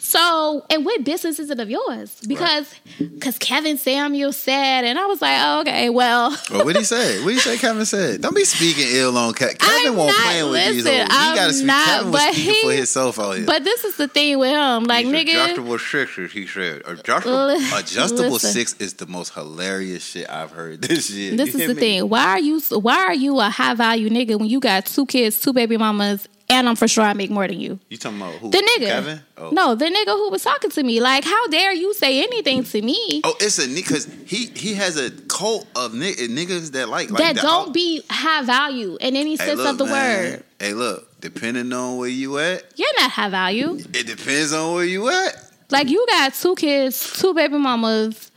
So, and what business is it of yours? Because because Kevin Samuel said, and I was like, oh, okay, well,
Well, what did he say? What did he say? Kevin said, "Don't be speaking ill on Kevin. Kevin
I'm
won't
not-
playing with these.
listen,
hoes. He
I'm
gotta speak.
not,
Kevin was
but
speaking for
he-
himself out here.
but this is the thing with him, like,
These
nigga.
Adjustable sixes, he said. Adjustable.
li-
Adjustable
listen.
six is the most hilarious shit I've heard this year.
This
You
is
hear
the
me?
thing. Why are you why are you a high value nigga when you got two kids, two baby mamas, and I'm for sure I make more than you?
You talking about who?
The nigga.
Kevin? Oh.
No, the nigga who was talking to me. Like, how dare you say anything to me
Oh, it's a because he he has a cult of ni- niggas that like, like
that
the-
don't be high value in any
Hey,
sense
look,
of the
man.
word.
Hey, look. Depending on where you at,
You're not high value.
it depends on where you at.
Like you got two kids, two baby mamas.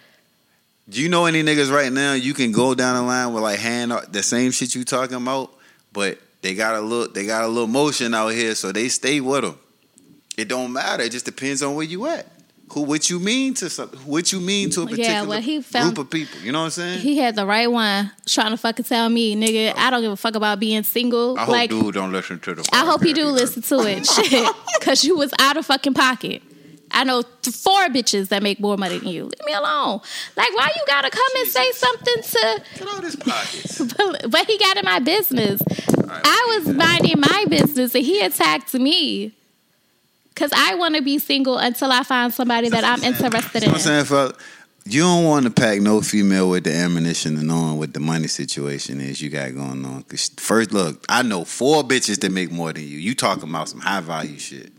Do you know any niggas right now? You can go down the line with like hand the same shit you talking about, but they got a little they got a little motion out here, so they stay with them. It don't matter. It just depends on where you at. Who what you mean to some, what you mean to a
Yeah,
particular
well, he found-
group of people. You know what I'm saying?
He had the right one trying to fucking tell me, nigga, I don't give a fuck about being single.
I hope
like
dude don't listen to the.
I hope you do
podcast.
listen to it. Shit. Cause you was out of fucking pocket. I know th- four bitches that make more money than you. Leave me alone. Like, why you gotta come and say something to
Get out his pockets.
but, but he got in my business. I was minding my business and he attacked me. Cause I wanna be single until I find somebody that I'm interested
You know what I'm saying,
in.
fella? You don't want to pack no female with the ammunition and knowing what the money situation is you got going on. 'Cause First, look, I know four bitches that make more than you. You talking about some high value shit.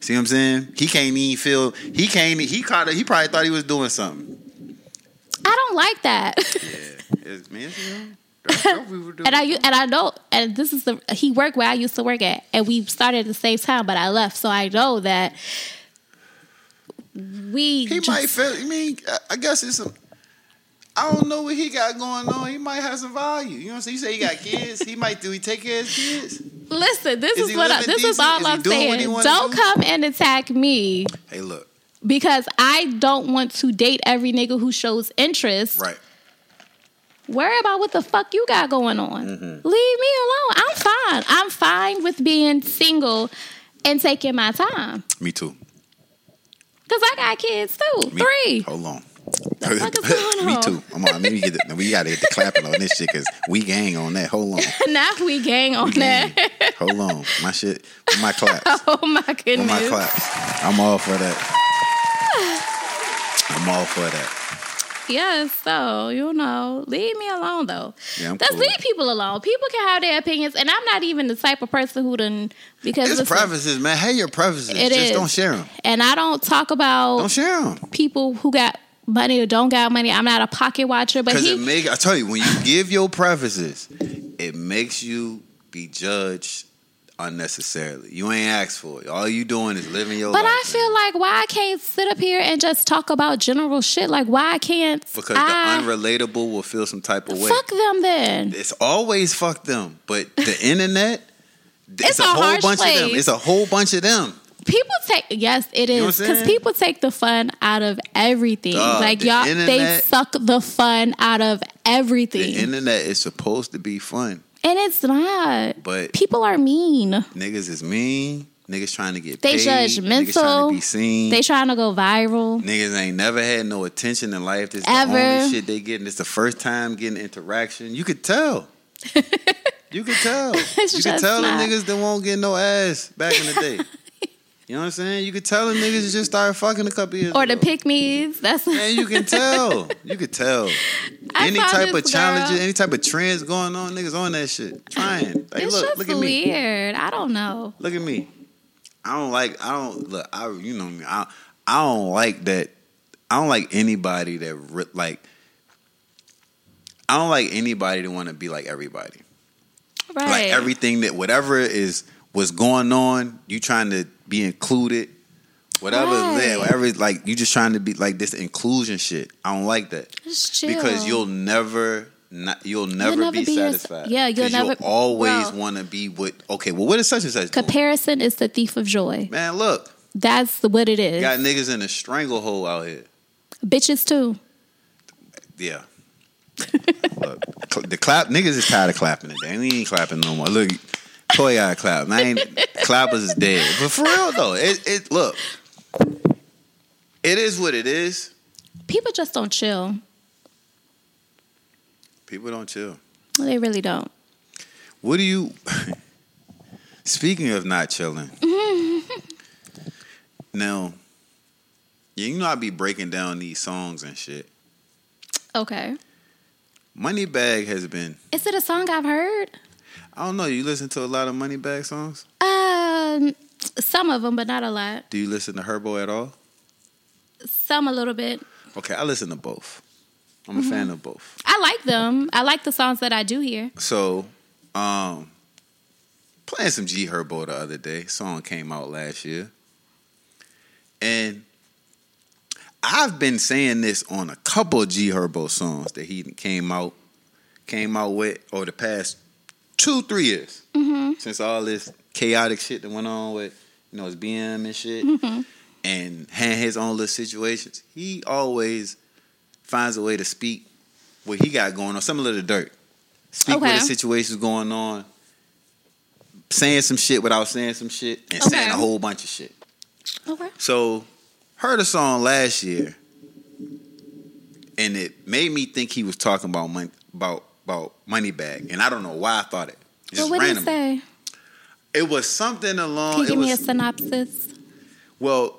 See what I'm saying? He can't even feel. He can't. e, He caught it. He probably thought he was doing something.
I don't like that.
Yeah, it's, man, it's, you know, that's what we were doing.
And I u- and I know and this is the he worked where I used to work at and we started at the same time but I left so I know that we
He
just-
might feel. I mean, I- I guess it's. A, I don't know what he got going on. He might have some value. You know what I'm saying? You say he got kids. He might do. He take care of his kids.
listen this
Is
is,
he
what I,
living
this is
decent?
all
Is he
I'm
doing what he
saying
wanna
don't
do?
come and attack me
Hey, look.
because I don't want to date every nigga who shows interest
Right.
worry about what the fuck you got going on
Mm-hmm.
leave me alone I'm fine I'm fine with being single and taking my time
Me too.
because I got kids too
Me-
three
Hold on.
fuck is going
Me
on?
too. Come on, maybe get the, we gotta get the clapping on this shit because we gang on that. Hold on,
now we gang on that
hold on. My shit, my claps,
Oh my
With
goodness.
my claps. I'm all for that. I'm all for that.
Yes, so you know, leave me alone though.
Yeah, I'm
Just
cool.
leave people alone. People can have their opinions, and I'm not even the type of person who done because
It's
listen,
prefaces, man. Hey, your prefaces.
It
Just
is.
don't share them.
and I don't talk about
Don't share them
people who got money or don't got money. I'm not a pocket watcher, but
because
he
it make. I tell you, when you give your prefaces, it makes you be judged unnecessarily. You ain't asked for it. All you doing is living your
But
life.
I feel like why I can't sit up here and just talk about general shit. Like why I can't
because
I,
the unrelatable will feel some type of way.
fuck them then.
It's always fuck them, but the internet.
It's a
whole
harsh
bunch of them.
place.
It's a whole bunch of them.
people take yes it
know
is
what I'm
because
saying?
people take the fun out of everything
Dog,
like
the
y'all they
internet-
suck the fun out of everything
The internet is supposed to be fun,
and it's not
but
people are mean
niggas is mean. Niggas trying to get
They
paid. Niggas trying
judgmental.
to be seen.
they trying to go viral
niggas ain't never had no attention in life. This is the
Ever.
only shit they getting. It's the first time getting interaction. You could tell. you could tell.
It's
you could
just
tell
not-
them niggas that won't get no ass back in the day. you know what I'm saying? You could tell them niggas that just started fucking a couple years
or
ago.
the pick me's that's
And you can tell. You can tell.
I
any
found
type
this
of challenges,
girl.
any type of trends going on, niggas on that shit. Trying. Like
it's
look,
just
look at me.
weird i don't know
Look at me. I don't like I don't look, I you know me. I I don't like that I don't like anybody that re- like. I don't like anybody to want to be like everybody.
Right.
Like everything that whatever is what's going on, you trying to be included. Whatever
Right.
there, whatever like you just trying to be like this inclusion shit. I don't like that
Just chill.
because you'll never not you'll never,
never
be,
be your-
satisfied.
yeah, you'll
'Cause
never-
always
Well-
want to be with. Okay, well, what is such and such? doing?
Comparison is the thief of joy.
Man, look,
That's what it is.
got niggas in a stranglehold out here.
Bitches too.
Yeah. Look, cl- the clap niggas is tired of clapping it. They ain't even clapping no more. Look, toy eye clap. I ain't clappers is dead. But for real though, it, it look. It is what it is.
People just don't chill.
People don't chill.
They really don't.
What do you speaking of not chilling? now, you know I be breaking down these songs and shit.
Okay.
Moneybag has been
Is it a song I've heard?
I don't know, you listen to a lot of Moneybag songs?
Um, some of them, but not a lot.
Do you listen to Herbo at all?
Some a little bit.
Okay, I listen to both. I'm a fan of both.
I like them. I like the songs that I do hear.
So, um, playing some G Herbo the other day. Song came out last year, and I've been saying this on a couple of G Herbo songs that he came out came out with over the past two three years since all this chaotic shit that went on with you know his BM and shit, and had his own little situations. He always finds a way to speak what he got going on, similar to Dirt. Speak what
Okay.
the situation's going on, saying some shit without saying some shit, and saying
Okay.
a whole bunch of shit.
Okay.
So, heard a song last year, and it made me think he was talking about money, about about Moneybag, and I don't know why I thought it. Just
Well, what do you
randomly.
say?
It was something
Can
along.
you give
Oh, it
me a
was-
synopsis?
well,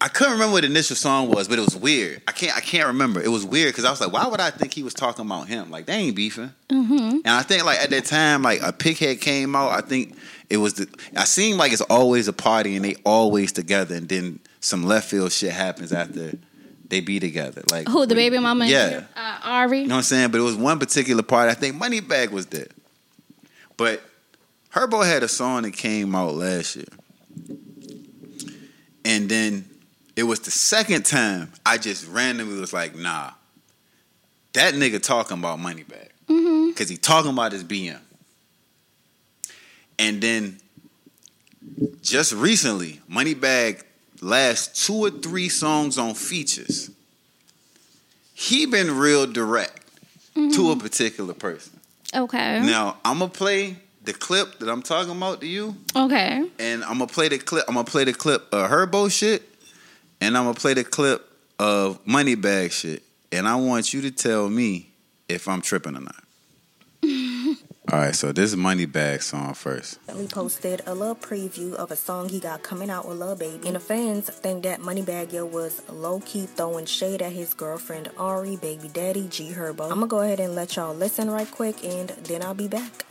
I couldn't remember what the initial song was, but it was weird. I can't I can't remember. It was weird because I was like, why would I think he was talking about him? Like they ain't beefing.
Mm-hmm.
And I think like at that time, like a pighead came out. I think it was the. I seem like it's always a party and they always together, and then some left field shit happens after they be together. Like
Who the baby mama? and
Yeah.
uh, Ari.
you know what I'm saying? But it was one particular part. I think Moneybag was there. But Herbo had a song that came out last year. And then it was the second time I just randomly was like, nah, that nigga talking about Moneybag. Because he talking about his BM. And then just recently, Moneybag last two or three songs on features he been real direct to a particular person.
Okay.
Now I'm gonna play the clip that I'm talking about to you,
Okay.
and I'm gonna play the clip. I'm gonna play the clip of Herbo shit, and I'm gonna play the clip of Moneybag shit, and I want you to tell me if I'm tripping or not. All right, so this is Moneybag song first.
recently posted a little preview of a song he got coming out with Lil Baby. And the fans think that Moneybag Yo was low key throwing shade at his girlfriend Ari, baby daddy, G Herbo. I'm gonna go ahead and let y'all listen right quick and then I'll be back.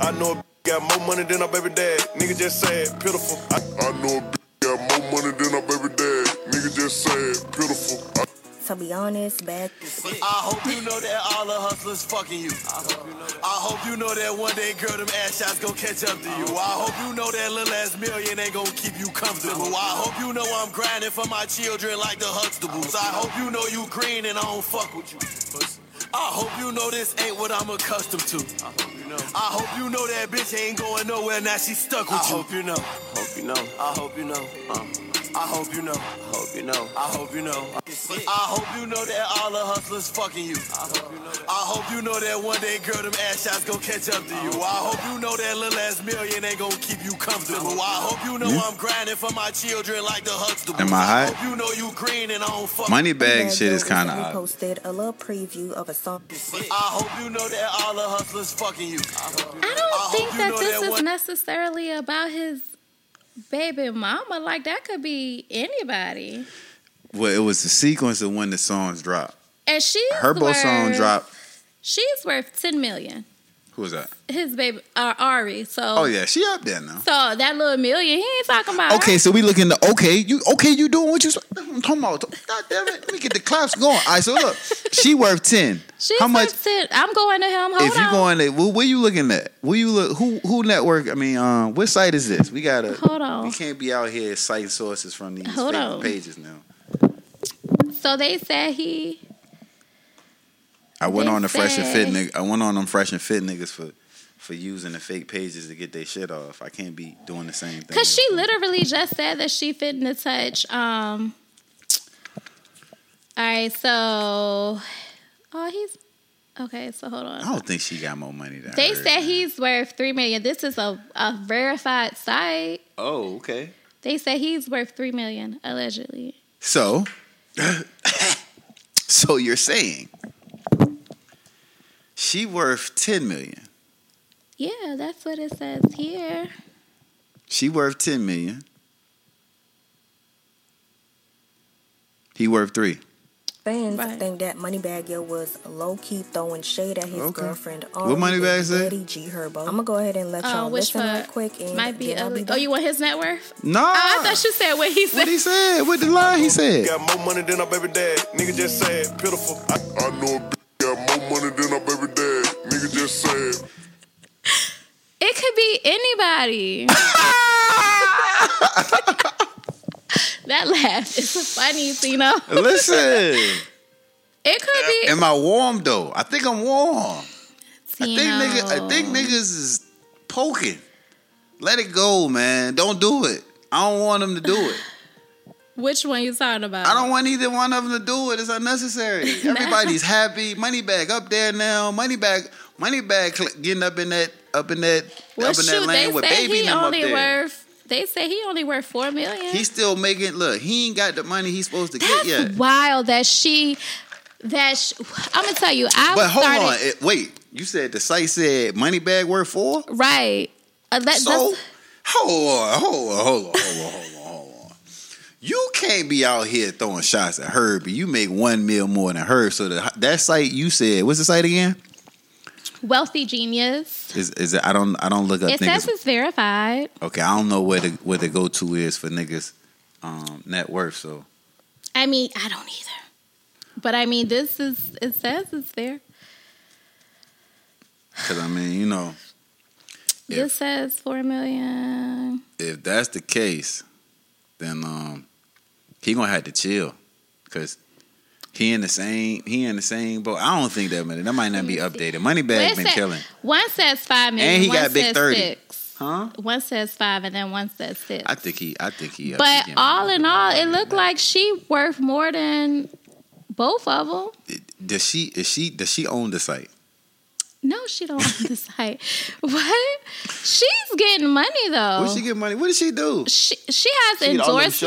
I know a b- got more money than her baby dad. Nigga just said pitiful. I, I know a b- got more money than her baby dad. Nigga just said pitiful. I,
To be honest, bag
I hope you know that all the hustlers fucking you. I hope you know that one day, girl, them ass shots gon' catch up to you. I hope you know that little ass million ain't gon' keep you comfortable. I hope you know I'm grinding for my children like the Huxtables. I hope you know you green and I don't fuck with you. I hope you know this ain't what I'm accustomed to. I hope you know that bitch ain't going nowhere now she stuck with you. I hope you know. Hope you know. I hope you know. I hope you know. I hope you know. I hope you know. I hope you know that all the hustlers fucking you. I hope you know that one day, girl, them ass shots gon' catch up to you. I hope you know that little ass million ain't gon' keep you comfortable. I hope you know I'm grinding for my children like the Huxtables.
Am I hot?
hope you know you green and I don't fuck
Oh, Moneybag shit
Yo
is kind
recently
of odd.
posted a little preview of a song.
I hope you know that all the hustlers fucking you.
I
Oh,
don't think
hope you
that
know
this
that
is
one-
necessarily about his baby mama. Like that could be anybody.
Well, it was the sequence of when the songs dropped.
And she's
Herbo
worth,
song dropped.
She's worth ten million.
Who was that?
His baby, uh, Ari. So,
Oh yeah, she up there now.
so that little million, he ain't talking about. her.
Okay, so we looking to okay, you okay, you doing what you s- I'm talking about. God damn it, let me get the claps going. All right, so look, she worth ten.
She
How much?
said, I'm going to him. Hold
if you
on.
going to, where, where you looking at? Where you look? Who who network? I mean, um, what site is this? We gotta
Hold on.
We can't be out here citing sources from these
Hold
fake
on.
pages now.
so they said he.
I went
They
on the Fresh and Fit
say-
nigga. I went on them Fresh and Fit niggas for for using the fake pages to get their shit off. I can't be doing the same thing.
Because she literally just said that she fit in the touch. Um, all right, so. Oh, he's. Okay, so hold on.
I don't think she got more money than
They
her,
said
man.
he's worth three million. This is a, a verified site.
Oh, okay.
They said he's worth three million allegedly.
So, so you're saying she worth ten million?
Yeah, that's what it says here.
She worth ten million. He worth three.
Fans
Right.
think that Moneybag Yo was low key throwing shade at his
Okay.
girlfriend.
What Moneybagg said?
Daddy G Herbo. I'm gonna go ahead and let
Uh,
y'all
which
listen right
part
quick and
might be
then I'll
ugly?
back.
Oh, you want his net worth?
No,
Oh, I thought you said what he
what
said.
he said. What the line he said?
Got more money than our baby dad. Nigga just said, pitiful. I, I know a bitch got more money than our baby dad. Nigga just said,
It could be anybody. that laugh is funny, Tina.
Listen,
It could be.
am I warm though? I think I'm warm. I think nigga, I
Tino.
think niggas is poking. Let it go, man. Don't do it. I don't want them to do it.
Which one you talking about?
I don't want either one of them to do it. It's unnecessary. Everybody's happy. Money bag up there now. Money bag. Money bag cl- getting up in that up in that
Well,
up in
shoot,
that
they
lane with
say
baby and
he
them up
only
there.
worth. They say he only worth four million.
He's still making. Look, he ain't got the money he's supposed to
That's
get yet.
wild that she that sh I'm gonna tell you I
But hold
started
on. It- wait, you said the site said money bag worth four.
right. Uh, that-
So
that's-
hold on, hold on, hold on, hold on, hold on, hold on. You can't be out here throwing shots at Herb. but You make one meal more than Herb. So the, that site you said, what's the site again?
wealthy genius.
Is is it, I don't I don't look up
It
niggas.
says it's verified.
okay, I don't know where the where the go to is for niggas um, net worth. So
I mean, I don't either. But I mean, this is it says it's there.
because I mean you know Yeah.
This says four million.
if that's the case, then um he gonna have to chill because. He in the same he in the same boat. I don't think that money that might not be updated. Moneybag
It
been
said-
killing,
One says five million.
And he
one
got big
says
30.
Six.
huh?
One says five, and then one says six.
I think he. I think he. up
but
again.
all in all, it looked like she worth more than both of them.
does she? Is she? Does she own the site?
No, she don't own the site. What? She's getting money though.
Where she get money? What does she do?
she, she has
She did all them
endorsements.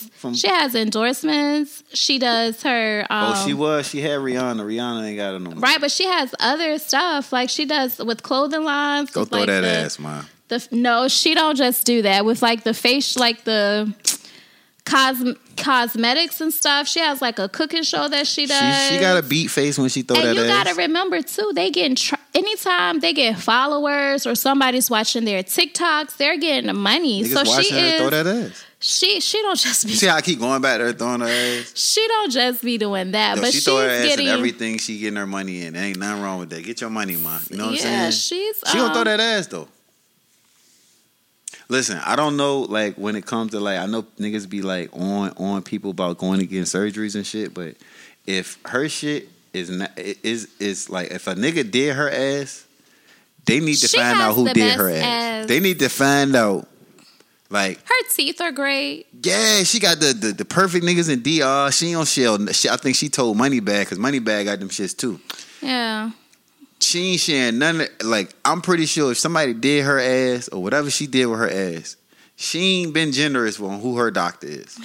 shows from-
she has endorsements. She does her um,
oh, she was. She had Rihanna. Rihanna ain't got her no more.
right, but she has other stuff like she does with clothing lines.
Go
with,
throw
like,
that
the,
ass, man.
the- no, she don't just do that with like the face, like the cosm, cosmetics and stuff. She has like a cooking show that she
She,
does.
she got a beat face when she throw that
and you
ass.
gotta remember too, they getting tr- anytime they get followers or somebody's watching their TikToks, they're getting the money.
Niggas
so
watching
she
her throw
is
that ass.
she she don't just be
See how I keep going back there throwing her ass.
she don't just be doing that,
Yo,
but
she
she's
throw her ass
getting
and everything she getting her money in. There ain't nothing wrong with that. Get your money, man. You know what
yeah,
I'm saying?
she's
She gonna
um,
throw that ass though. Listen, I don't know. Like when it comes to like, I know niggas be like on on people about going to get surgeries and shit. But if her shit is not is is like if a nigga did her ass, they need to
She
find
has
out who
the
did her
best
ass.
ass.
They need to find out. Like
Her teeth are great.
yeah, she got the the, the perfect niggas in DR. She don't shell. She, I think she told Moneybag because Moneybag got them shits too
Yeah.
she ain't sharing none of like I'm pretty sure if somebody did her ass or whatever she did with her ass, she ain't been generous on who her doctor is.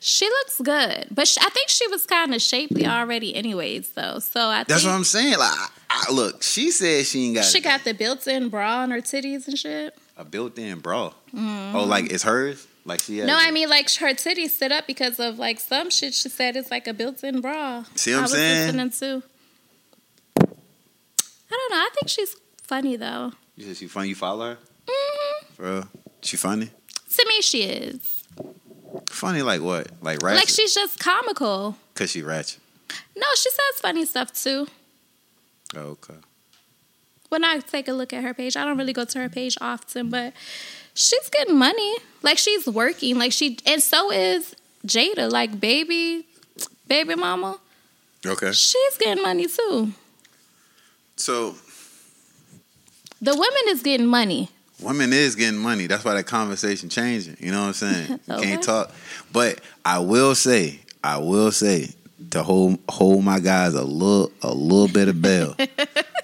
She looks good, but she, I think she was kind of shapely already, anyways. Though, so I
That's what
think
I'm saying. Like I, I, look, she said she ain't got,
she got the built-in bra on her titties and shit.
a built in bra. Oh, like it's hers? Like she has
Mm-hmm. No,
it.
I mean like her titties sit up because of like some shit she said it's like a built-in bra.
See what I'm
I was
saying?
listening to. I don't know. I think she's funny though.
You said she funny. You follow her?
hmm
For real? She funny?
To me, she is.
Funny like what? Like ratchet?
Like she's just comical.
Cause she ratchet.
No, she says funny stuff too.
Oh, okay.
When I take a look at her page, I don't really go to her page often, but she's getting money. Like she's working. Like she and so is Jada. Like baby, baby mama.
Okay.
She's getting money too.
So
The women is getting money.
women is getting money. That's why that conversation changing. You know what I'm saying? You
Okay.
can't talk. But I will say, I will say to hold hold my guys a little a little bit of bail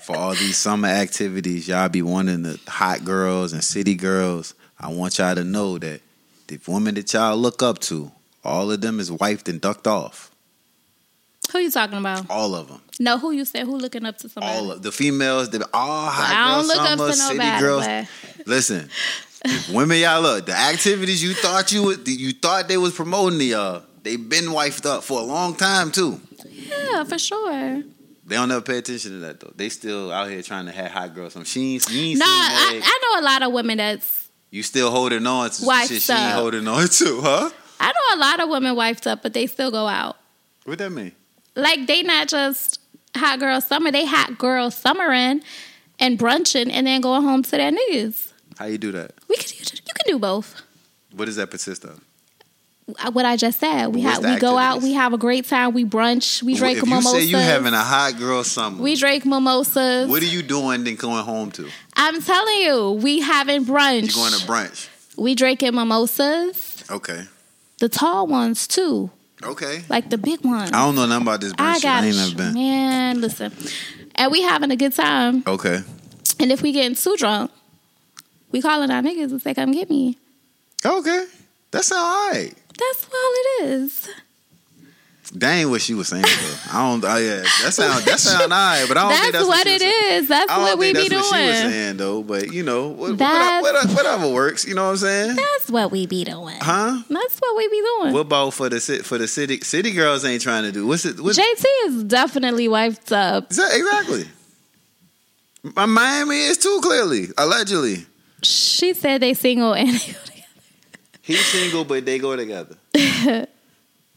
for all these summer activities. Y'all be wanting the hot girls and city girls. I want y'all to know that the women that y'all look up to, all of them is wifed and ducked off.
Who you talking about?
All of them.
No, who you said? Who looking up to somebody?
All of the females, the all hot
I
girls,
don't look up
summer,
to
city
nobody,
girls.
but-
Listen, women, y'all look. The activities you thought you would, you thought they was promoting to y'all, they been wifed up for a long time too.
Yeah, for sure.
They don't ever pay attention to that though. They still out here trying to have hot girls. Some she ain't, you ain't
No,
seen
I,
that.
I know a lot of women that's.
You still holding on to some
Wifed
shit she ain't
up.
holding on to, huh?
I know a lot of women wifed up, but they still go out.
What that mean?
Like they not just hot girl summer, they hot girl summering and brunching, and then going home to their niggas.
How you do that?
We could you can do both. Uh,
What does that consist of?
What I just said. We
What's
have we
the
go out,
activities?
we have a great time, we brunch, we drink
if you
mimosas.
say you having a hot girl summer,
we drink mimosas.
what are you doing then going home to?
I'm telling you, we having brunch.
You going to brunch?
we drinking mimosas.
Okay,
The tall ones too,
okay.
like the big ones.
I don't know nothing about this brunch.
I
shit. I
got
ain't
it.
never been.
Man, listen. And we having a good time.
Okay.
And if we getting too drunk, we calling our niggas and say, come get me.
Okay. That's all right.
That's all it is.
Dang, what she was saying. though. I don't. Oh yeah, that sound that sound all right, but I don't
That's,
think that's
what,
she
it
was saying.
is. That's
I don't
what we
think
be
that's what she was
doing.
saying though, but you know, what,
That's-
whatever, whatever, whatever works. You know what I'm saying?
That's what we be doing.
Huh?
That's what we be doing.
What about for the ci- for the city city girls ain't trying to do? What's it? What's,
JT is definitely wiped up.
Exa- exactly. My Miami is too clearly allegedly.
She said they single and
He's single, but they go together.
Yeah.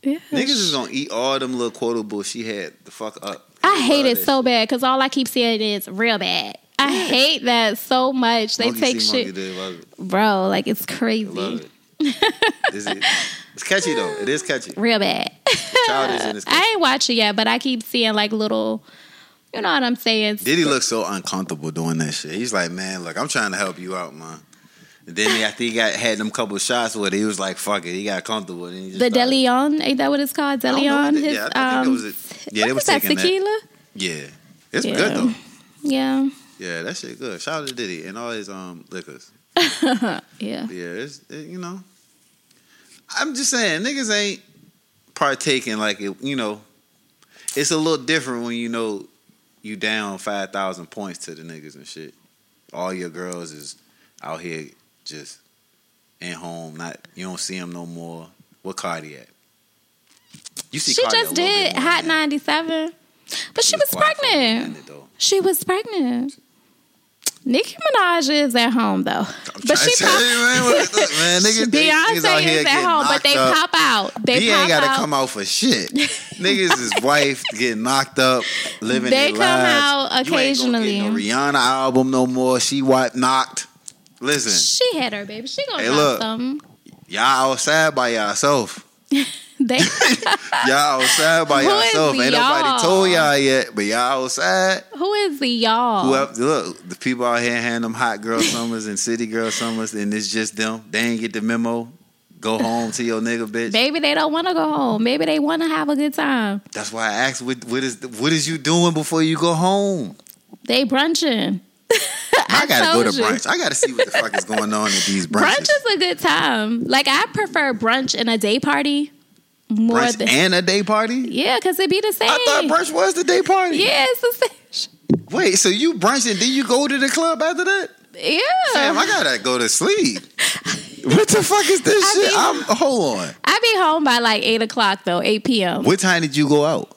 Niggas is gonna eat all them little quotables she had the fuck up.
I hate
Love
it
that
so bad because all I keep seeing is real bad. I hate that so much. They
Monkey
take
see,
shit,
Monkey do, love it.
bro. Like it's crazy,
Love it. Is it- It's catchy though. It is catchy.
real bad.
Childish in this case.
I ain't watch it yet, but I keep seeing like little, you know what I'm saying?
Diddy looks so uncomfortable doing that shit. He's like, man, look, I'm trying to help you out, man. And then he- after he got had them couple shots with it, he was like, fuck it. He got comfortable. And he just
The
started-
DeLeon, ain't that what it's called?
I don't know
DeLeon.
what they-
His,
yeah, I think
um,
it was. A, yeah, they
what
was
is that
taking that.
tequila?
Yeah, it's
Yeah.
good though.
Yeah,
Yeah, that shit good. Shout out to Diddy and all his um liquors.
yeah.
Yeah, it's it, you know. I'm just saying, niggas ain't partaking like it. You know, it's a little different when you know you down five thousand points to the niggas and shit. All your girls is out here just at home. Not you don't see them no more. What Cardi at? You
She
see, Cardi a
just
little bit
did
more
Hot
now.
97, but she was
quiet for a
pregnant.
minute, though.
She was pregnant. Nicki Minaj is at home though, but she
Tell
pop-
you, man, what- look, man, niggas, they- niggas out
Beyonce
here
is at
getting
home, but
knocked
they
up.
pop out. They
he
pop
ain't gotta
out.
come out for shit. Niggas is wife getting knocked up, living. their
They come
lives.
out
You ain't gonna get
occasionally.
no Rihanna album no more. She what knocked. Listen,
She had her baby. She gonna
Hey,
drop
look.
something.
y'all outside by yourself.
They
Y'all outside by
Who is
yourself. Ain't
y'all?
nobody told y'all yet, but y'all outside.
who is the y'all?
Well, look, the people out here hand them hot girl summers and city girl summers, and it's just them. They ain't get the memo. Go home to your nigga, bitch.
Maybe they don't want to go home. Maybe they want to have a good time.
That's why I asked, what, what is what is you doing before you go home?
They brunching.
I, gotta go
told
to
you.
brunch. I gotta see what the fuck is going on at these
Brunch
brunches.
is a good time. Like I prefer brunch and a day party more
brunch
than
and a day party.
yeah, because it be the same.
I thought brunch was the day party.
Yeah, it's the same.
Wait, so you brunch and then you go to the club after that?
Yeah.
Damn, I gotta go to sleep. what the fuck is this
I
shit?
mean-
I'm hold on.
I be home by like eight o'clock though, eight p.m.
What time did you go out?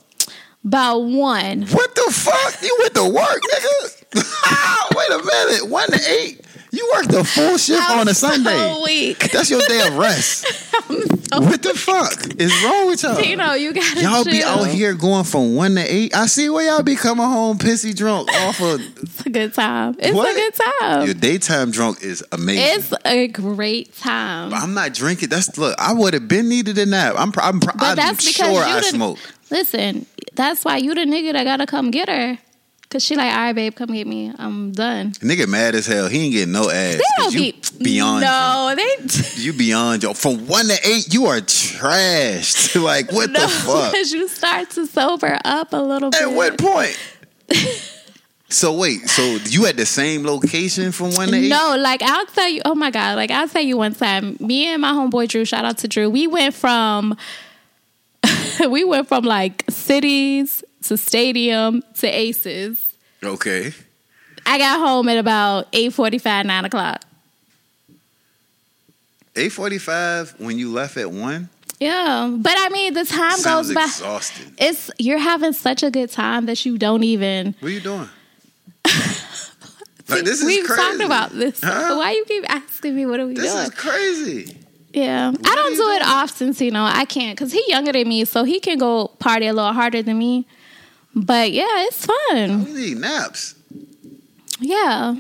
By one.
What the fuck? You went to work, nigga. Ah, wait a minute. One to eight. You work the full shift
I'm
on a Sunday.
So weak.
That's your day of rest. what the fuck is wrong with y'all?
Tino, you gotta
Y'all be
chill.
out here going from one to eight. I see where y'all be coming home pissy drunk off of
It's a good time. It's
What?
a good time.
your daytime drunk is amazing.
Um, it's a great time.
I'm not drinking. That's look. I would have been needed a nap. I'm. pr- I'm. pr-
But
I'm
that's because
sure
you
I
didn't-
smoked.
Listen, that's why you the nigga that gotta come get her. Cause she like, all right, babe, come get me. I'm done.
Nigga mad as hell. He ain't getting no ass.
They
'cause
don't
you
be
beyond. drunk.
No, they
You beyond your from one to eight. You are trashed. like what
no,
the fuck?
because you start to sober up a little bit.
At what point? so wait. So you at the same location from one to eight?
No, like I'll tell you. Oh my god, like I'll tell you one time. Me and my homeboy Drew. Shout out to Drew. We went from we went from like cities to stadium to aces.
Okay.
I got home at about eight forty five, nine o'clock.
Eight forty-five. When you left at one,
Yeah, but I mean the time
sounds
goes by.
exhausting.
It's you're having such a good time that you don't even.
What are you doing? like this is
We've
crazy.
talked about this.
Huh?
Why you keep asking me? What are we
This
doing?
is crazy.
Yeah, I
you
don't do it
doing?
often, so you know I can't because he younger than me, so he can go party a little harder than me. But yeah, it's fun.
We need naps.
Yeah,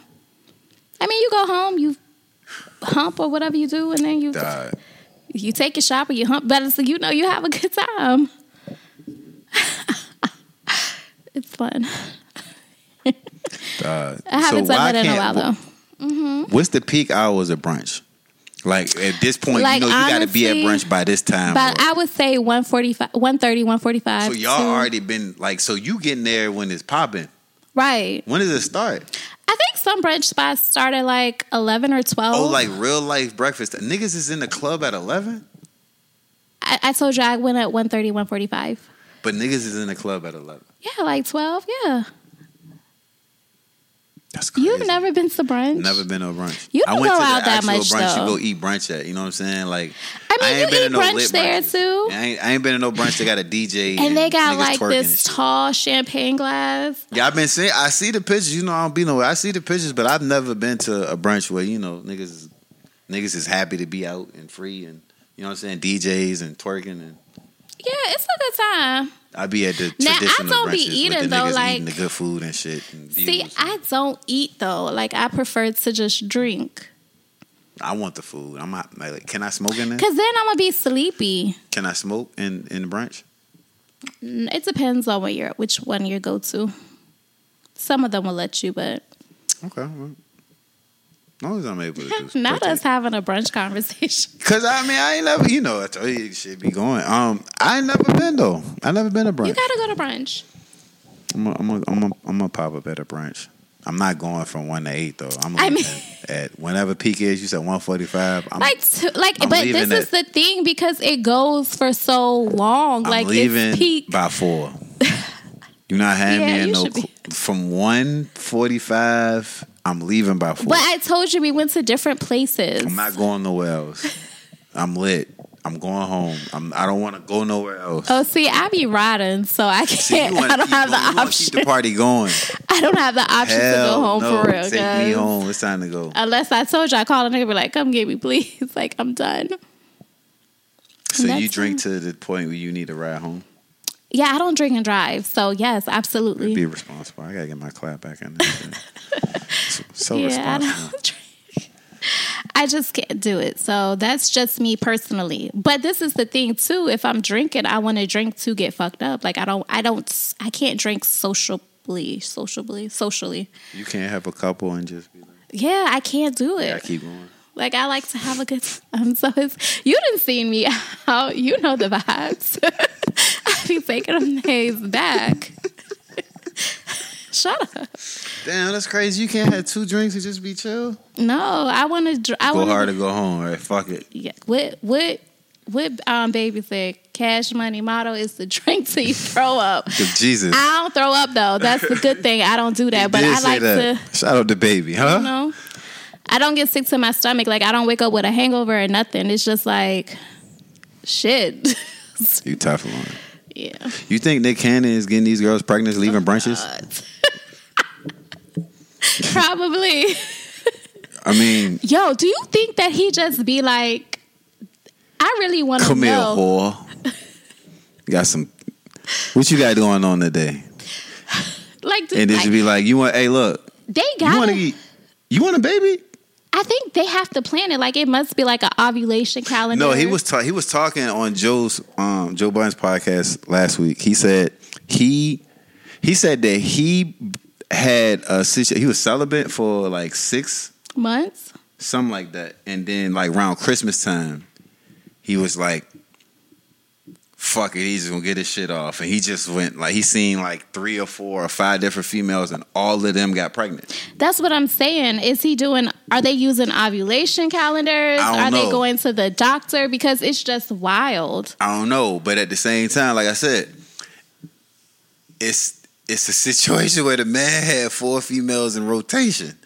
I mean, you go home, you hump or whatever you do, and then you
Dog.
you take your shop or you hump. But it's, you know you have a good time. it's fun. I haven't
why
done that in a
can't-
while though.
What's the peak hours of brunch? Like at this point,
Like,
you know you got to be at
honestly,
brunch by this time.
But
or-
I would say 145, 130, 145.
so y'all
to-
already been like, so you getting there when it's popping.
right.
When does it start?
I think some brunch spots start at like eleven or twelve.
Oh, like real life breakfast. Niggas is in the club at eleven,
I, I told you, I went at 1.30, 1.45.
but niggas is in the club at eleven.
Yeah, like twelve. Yeah,
That's crazy.
you've never been to brunch.
Never been to brunch.
You don't
I went
go
to the
out that
actual
much,
brunch
though.
you go eat brunch at. You know what I'm saying? Like,
I mean,
ain't
you
been
eat
to no
brunch
lit
there
brunches.
too,
I ain't, I ain't been to no brunch that got a DJ
and they got
niggas
like
twerking and
this
shit.
tall champagne glass.
Yeah, I've been seeing. I see the pictures. You know, I don't be nowhere. I see the pictures, but I've never been to a brunch where you know niggas is- niggas is happy to be out and free and you know what I'm saying DJs and twerking and
Yeah, it's a good time.
I be at the
Now, I
traditional
don't be
brunches
eating,
with the
though,
niggas
like-
eating the good food and shit. And
See,
views.
I don't eat though. Like I prefer to just drink,
I want the food. I'm not like, can I smoke in there?
cause then I'm gonna be sleepy.
Can I smoke in in the brunch?
Mm, It depends on what you're, which one you go to. Some of them will let you, but
Okay. well, As long as I'm able to do
not us having a brunch conversation.
Cause I mean I ain't never you know I told you it should be going um I ain't never been though I never been to brunch
You gotta go to brunch.
I'm a, I'm a, I'm a, I'm gonna pop up at a brunch. I'm not going from one to eight though. I'm
I
leaving
mean-
at whenever peak is. You said one forty five. I'm,
like to, like
I'm
but
leaving
this is the thing because it goes for so long
I'm
like
leaving
it's peak
by four. You're not having
Yeah,
me in
you
no
should be.
cl- from one forty five. I'm leaving by four.
but i told you we went to different places
I'm not going nowhere else. I'm lit. I'm going home. I'm. I don't want to go nowhere else.
oh see i be riding so i
See, you
can't
wanna
i don't
keep
have
going- you wanna
the
keep
option
the party going.
i don't have the option to
Hell
go home
no.
for real
Take me
guys. Uh,
home. It's time to go.
unless i told you i called a nigga be like come get me please like i'm done
So you
That's-
drink to the point where you need a ride home.
yeah i don't drink and drive so yes
Be
absolutely
responsible. I gotta get my clap back in. There. so so
yeah i
responsible.
don't drink I just can't do it. So that's just me personally. But this is the thing too. If I'm drinking, I want to drink to get fucked up. Like I don't, I don't, I can't drink sociably, sociably, socially.
You can't have a couple and just be like,
Yeah, I can't do
I
it.
keep going.
Like I like to have a good time. So it's you didn't see me out. You know the vibes. I be taking them days back. Shut up.
Damn, that's crazy. You can't have two drinks and just be chill.
No, I want to. Dr- I
Go
want
hard or go home. Right? Fuck it.
Yeah. What what what um baby said, cash money motto is the drink till you throw up.
If Jesus.
I don't throw up though. That's the good thing. I don't do
He
that. But
did
I
say
like
that.
to
Shout out to baby, huh?
you know. I don't get sick to my stomach. Like I don't wake up with a hangover or nothing. It's just like shit.
You tough one.
yeah. Oh,
You think Nick Cannon is getting these girls pregnant, leaving brunches?
Probably.
I mean,
Yo, do you think that he just be like, I really want to
come here,
know.
whore. Got some. What you got going on today?
Like, do-
And it
like,
should be like, you want? Hey, look,
they
you want
got
to eat? You want a baby?
I think they have to plan it. Like, it must be like an ovulation calendar.
No, he was ta- he was talking on Joe's um, Joe Biden's podcast last week. He said he he said that he had a situ- he was celibate for like six
months.
something like that, and then like around Christmas time, he was like, "Fuck it, he's gonna get his shit off," and he just went like he seen like three or four or five different females, and all of them got pregnant.
That's what I'm saying. Is he doing? Are they using ovulation calendars?
I don't
are
know.
they going to the doctor? Because it's just wild.
I don't know, but at the same time, like I said, it's it's a situation where the man had four females in rotation,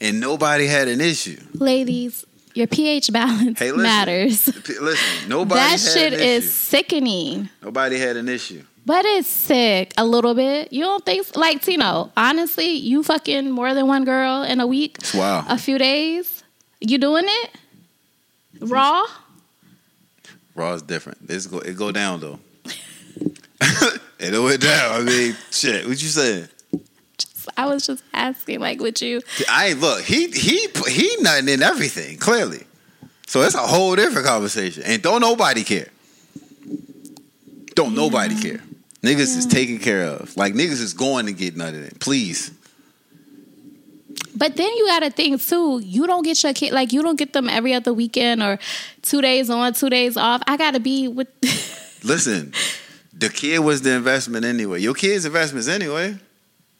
and nobody had an issue.
Ladies, your pH balance
Hey, listen,
matters.
P- Listen, nobody
That
had
shit
an issue.
is sickening.
nobody had an issue.
But it's sick a little bit. You don't think so? like Tino? Honestly, you fucking more than one girl in a week,
It's wild.
a few days. You doing it raw?
Raw is different. It's go it go down though. it went down. I mean, shit. What you saying?
I was just asking, like, would you?
I ain't look. He he he nothing in everything clearly. So it's a whole different conversation. And don't nobody care. Don't nobody care.
Mm-hmm.
Niggas is taken care of. Like niggas is going to get none of it. Please.
But then you got to think too. You don't get your kid like you don't get them every other weekend or two days on, two days off. I got to be with.
Listen, the kid was the investment anyway. Your kid's investments anyway.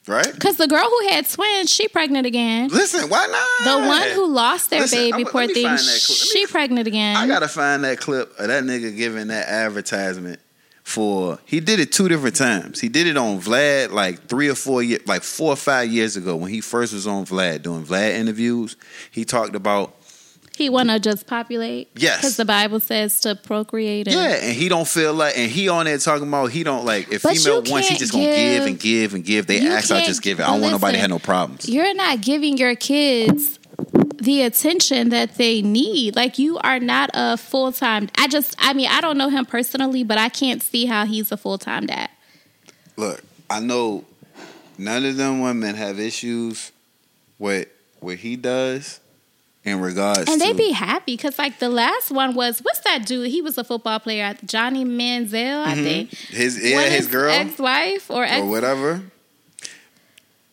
Right?
Cause the girl who had twins, she pregnant again.
Listen, why
The
not?
one who lost their
Listen,
baby,
I'm-
poor
let me
thing,
find that clip. Let me-
she pregnant again.
I gotta find that clip of that nigga giving that advertisement for he did it two different times. He did it on Vlad like three or four years like four or five years ago when he first was on Vlad doing Vlad interviews. He talked about
He want to just populate.
Yes.
Because the Bible says to procreate. And,
yeah, and he don't feel like and he on there talking about he don't like if
But
female
you
wants he
can't
just gonna give
give-
and give and give. They
You
ask I
can't-
just give it. I don't want nobody to have
listen.
no problems.
You're not giving your kids the attention that they need. Like you are not a full time. I just, I mean, I don't know him personally, but I can't see how he's a full time dad.
Look, I know none of them women have issues with what he does in regards
And
to
they be happy because, like, the last one was what's that dude? He was a football player, Johnny Manziel, I think.
his Mm-hmm. yeah,
When
his, girl
ex-wife or ex.
or whatever.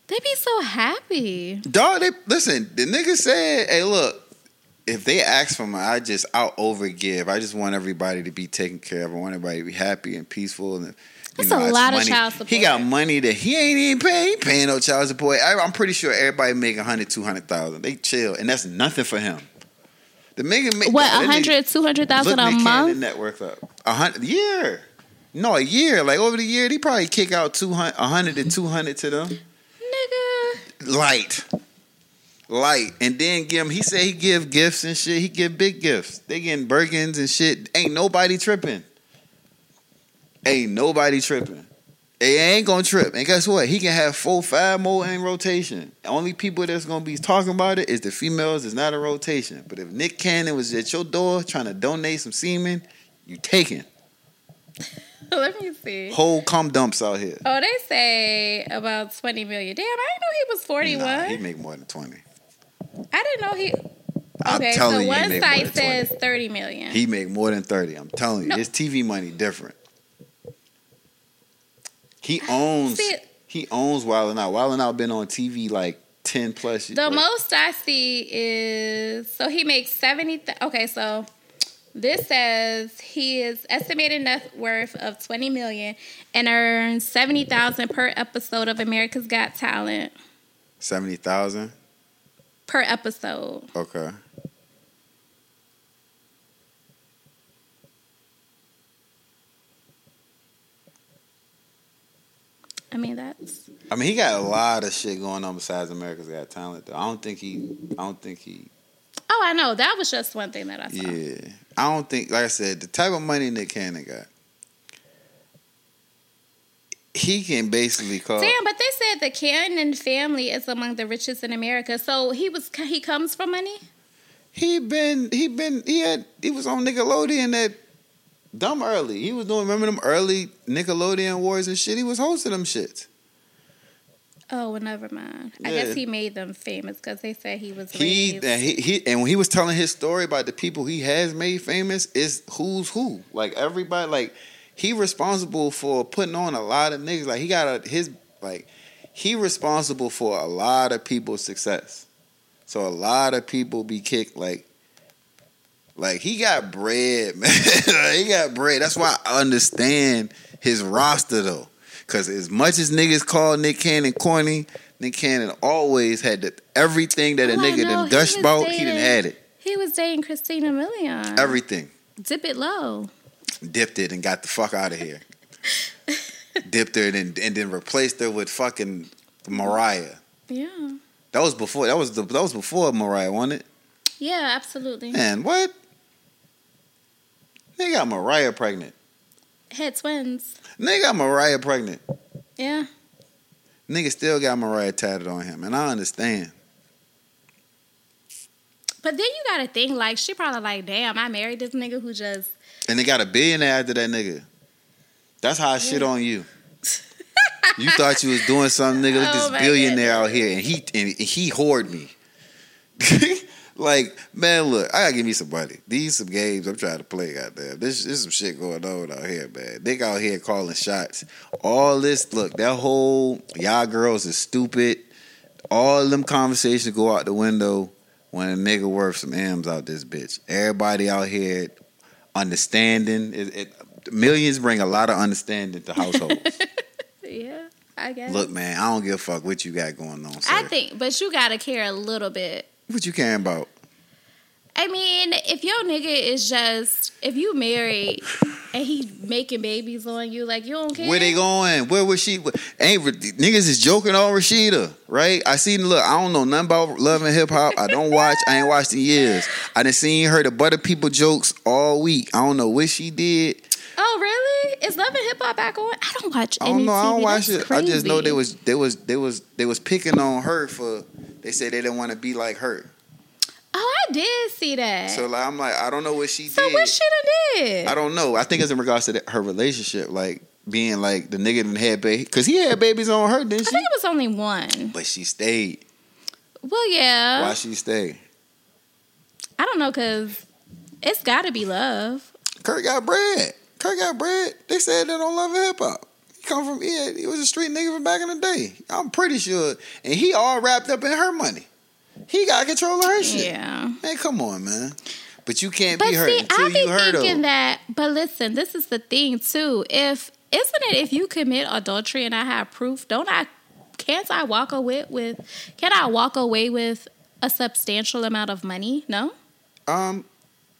They be so happy.
Dog, they listen. The nigga said, "Hey, look, if they ask for my, I just I'll overgive. I just want everybody to be taken care of. I want everybody to be happy and peaceful." And you
That's
know,
a
it's
lot of
money.
child
He
support.
got money that he ain't even paying. He ain't paying no child support. I, I'm pretty sure everybody making hundred, two hundred thousand. They chill, and that's nothing for him. The nigga make
What,
that nigga-
100, 200,000 a
Nick
month?
Cannon network up. A hundred year. No, a year. Like over the year, they probably kick out 200, 100 to 200 to them.
Nigga.
Light. Light. And then give him, he said he give gifts and shit. He give big gifts. They getting Birkins and shit. Ain't nobody tripping. Ain't nobody tripping. They ain't gonna trip. And guess what? He can have four, five more in rotation. The only people that's gonna be talking about it is the females. It's not a rotation. But if Nick Cannon was at your door trying to donate some semen, you taking
Let me see.
whole cum dumps out here.
Oh, they say about 20 million. Damn, I didn't know he was 41.
Nah, he make more than twenty.
I didn't know he.
I'm
Okay,
telling
so
you, he
one
make more
site
than 20.
says 30 million.
He make more than thirty. I'm telling you,
No.
his TV money different. He owns.
See-
he owns Wild and Out. Wild and Out been on TV like ten plus years.
the most I see is so he makes 70. Th- okay, so this says he is estimated net worth of 20 million and earns 70,000 per episode of America's Got Talent
seventy thousand.
per episode.
Okay.
I mean, that's
I mean, he got a lot of shit going on besides America's Got Talent. Though I don't think he. I don't think he.
Oh, I know. That was just one thing that I saw.
Yeah. I don't think. Like I said, the type of money Nick Cannon got. he can basically call.
Damn, but they said the Cannon family is among the richest in America. So he was he comes from money.
He been he been he had he was on Nickelodeon that dumb early. He was doing remember them early Nickelodeon wars and shit. He was hosting them shits.
Oh, well, never mind. I
Yeah.
guess he made them famous because they said he was.
He
raised-
and he, he and when he was telling his story about the people he has made famous, is who's who. Like everybody, like he responsible for putting on a lot of niggas. Like he got a, his like he responsible for a lot of people's success. So a lot of people be kicked like like he got bread, man. Like, he got bread. That's why I understand his roster though. Cause as much as niggas call Nick Cannon corny, Nick Cannon always had the, everything that a
Oh, I
nigga
know.
done
He
gushed
was Uh-huh.
about, he done
dating-
had it.
He was dating Christina Milian.
Everything.
Dip it low.
Dipped it and got the fuck out of here. Dipped her and then and then replaced her with fucking Mariah.
Yeah.
That was before that was the that was before Mariah, wasn't it?
Yeah, absolutely.
Man, what? They got Mariah pregnant.
Had twins.
They got Mariah pregnant.
Yeah.
Nigga still got Mariah tatted on him, and I understand.
But then you got to think like she probably like, damn, I married this nigga who just
And they got a billionaire after that nigga. That's how I shit on you. you thought you was doing something, nigga. Look at
Oh,
this
my
billionaire out here, and he and he hoard me. like man, look, I gotta give me some money. These some games I'm trying to play. Goddamn, this there's some shit going on out here, man. They out here calling shots. All this, look, that whole y'all girls is stupid. All them conversations go out the window when a nigga worth some M's out this bitch. Everybody out here understanding. It, it, millions bring a lot of understanding to households.
yeah, I guess.
Look, man, I don't give a fuck what you got going on. Sir.
I think, but you got to care a little bit.
what you caring about?
I mean, if your nigga is just if you married and he making babies on you, like you don't care.
Where they going? Where was she? Ain't Ra- niggas is joking on Rashida, right? I seen look. I don't know nothing about love and hip hop. I don't watch. I ain't watched in years. I done seen her the butter people jokes all week. I don't know what she did.
Oh, really? Is Love and Hip Hop back on? I don't watch.
I don't
any
know. I E don't
TV.
watch
That's
it. I just know
crazy.
they was they was they was they was picking on her for. They said they didn't want to be like her.
Oh, I did see that.
So
So,
like I'm like I don't know Eh. what she did.
what she done did?
I don't know. I think it's in regards to that, her relationship, like being like the nigga that had baby, because he had babies on her, didn't
I
she?
think it was only one.
But she stayed.
Well, yeah.
Why she stay?
I don't know because it's got to be love.
Kurt got bread. Kurt got bread. They said they don't love hip hop. He come from yeah, he was a street nigga from back in the day. I'm pretty sure, and he all wrapped up in her money. He got control of her shit.
Yeah.
Man, come on, man. But you can't
But
be hurt
see,
until
I be
you hurt
thinking
her.
that. But listen, this is the thing too. If isn't it if you commit adultery and I have proof, don't I? Can't I walk away with? Can I walk away with a substantial amount of money? No.
Um,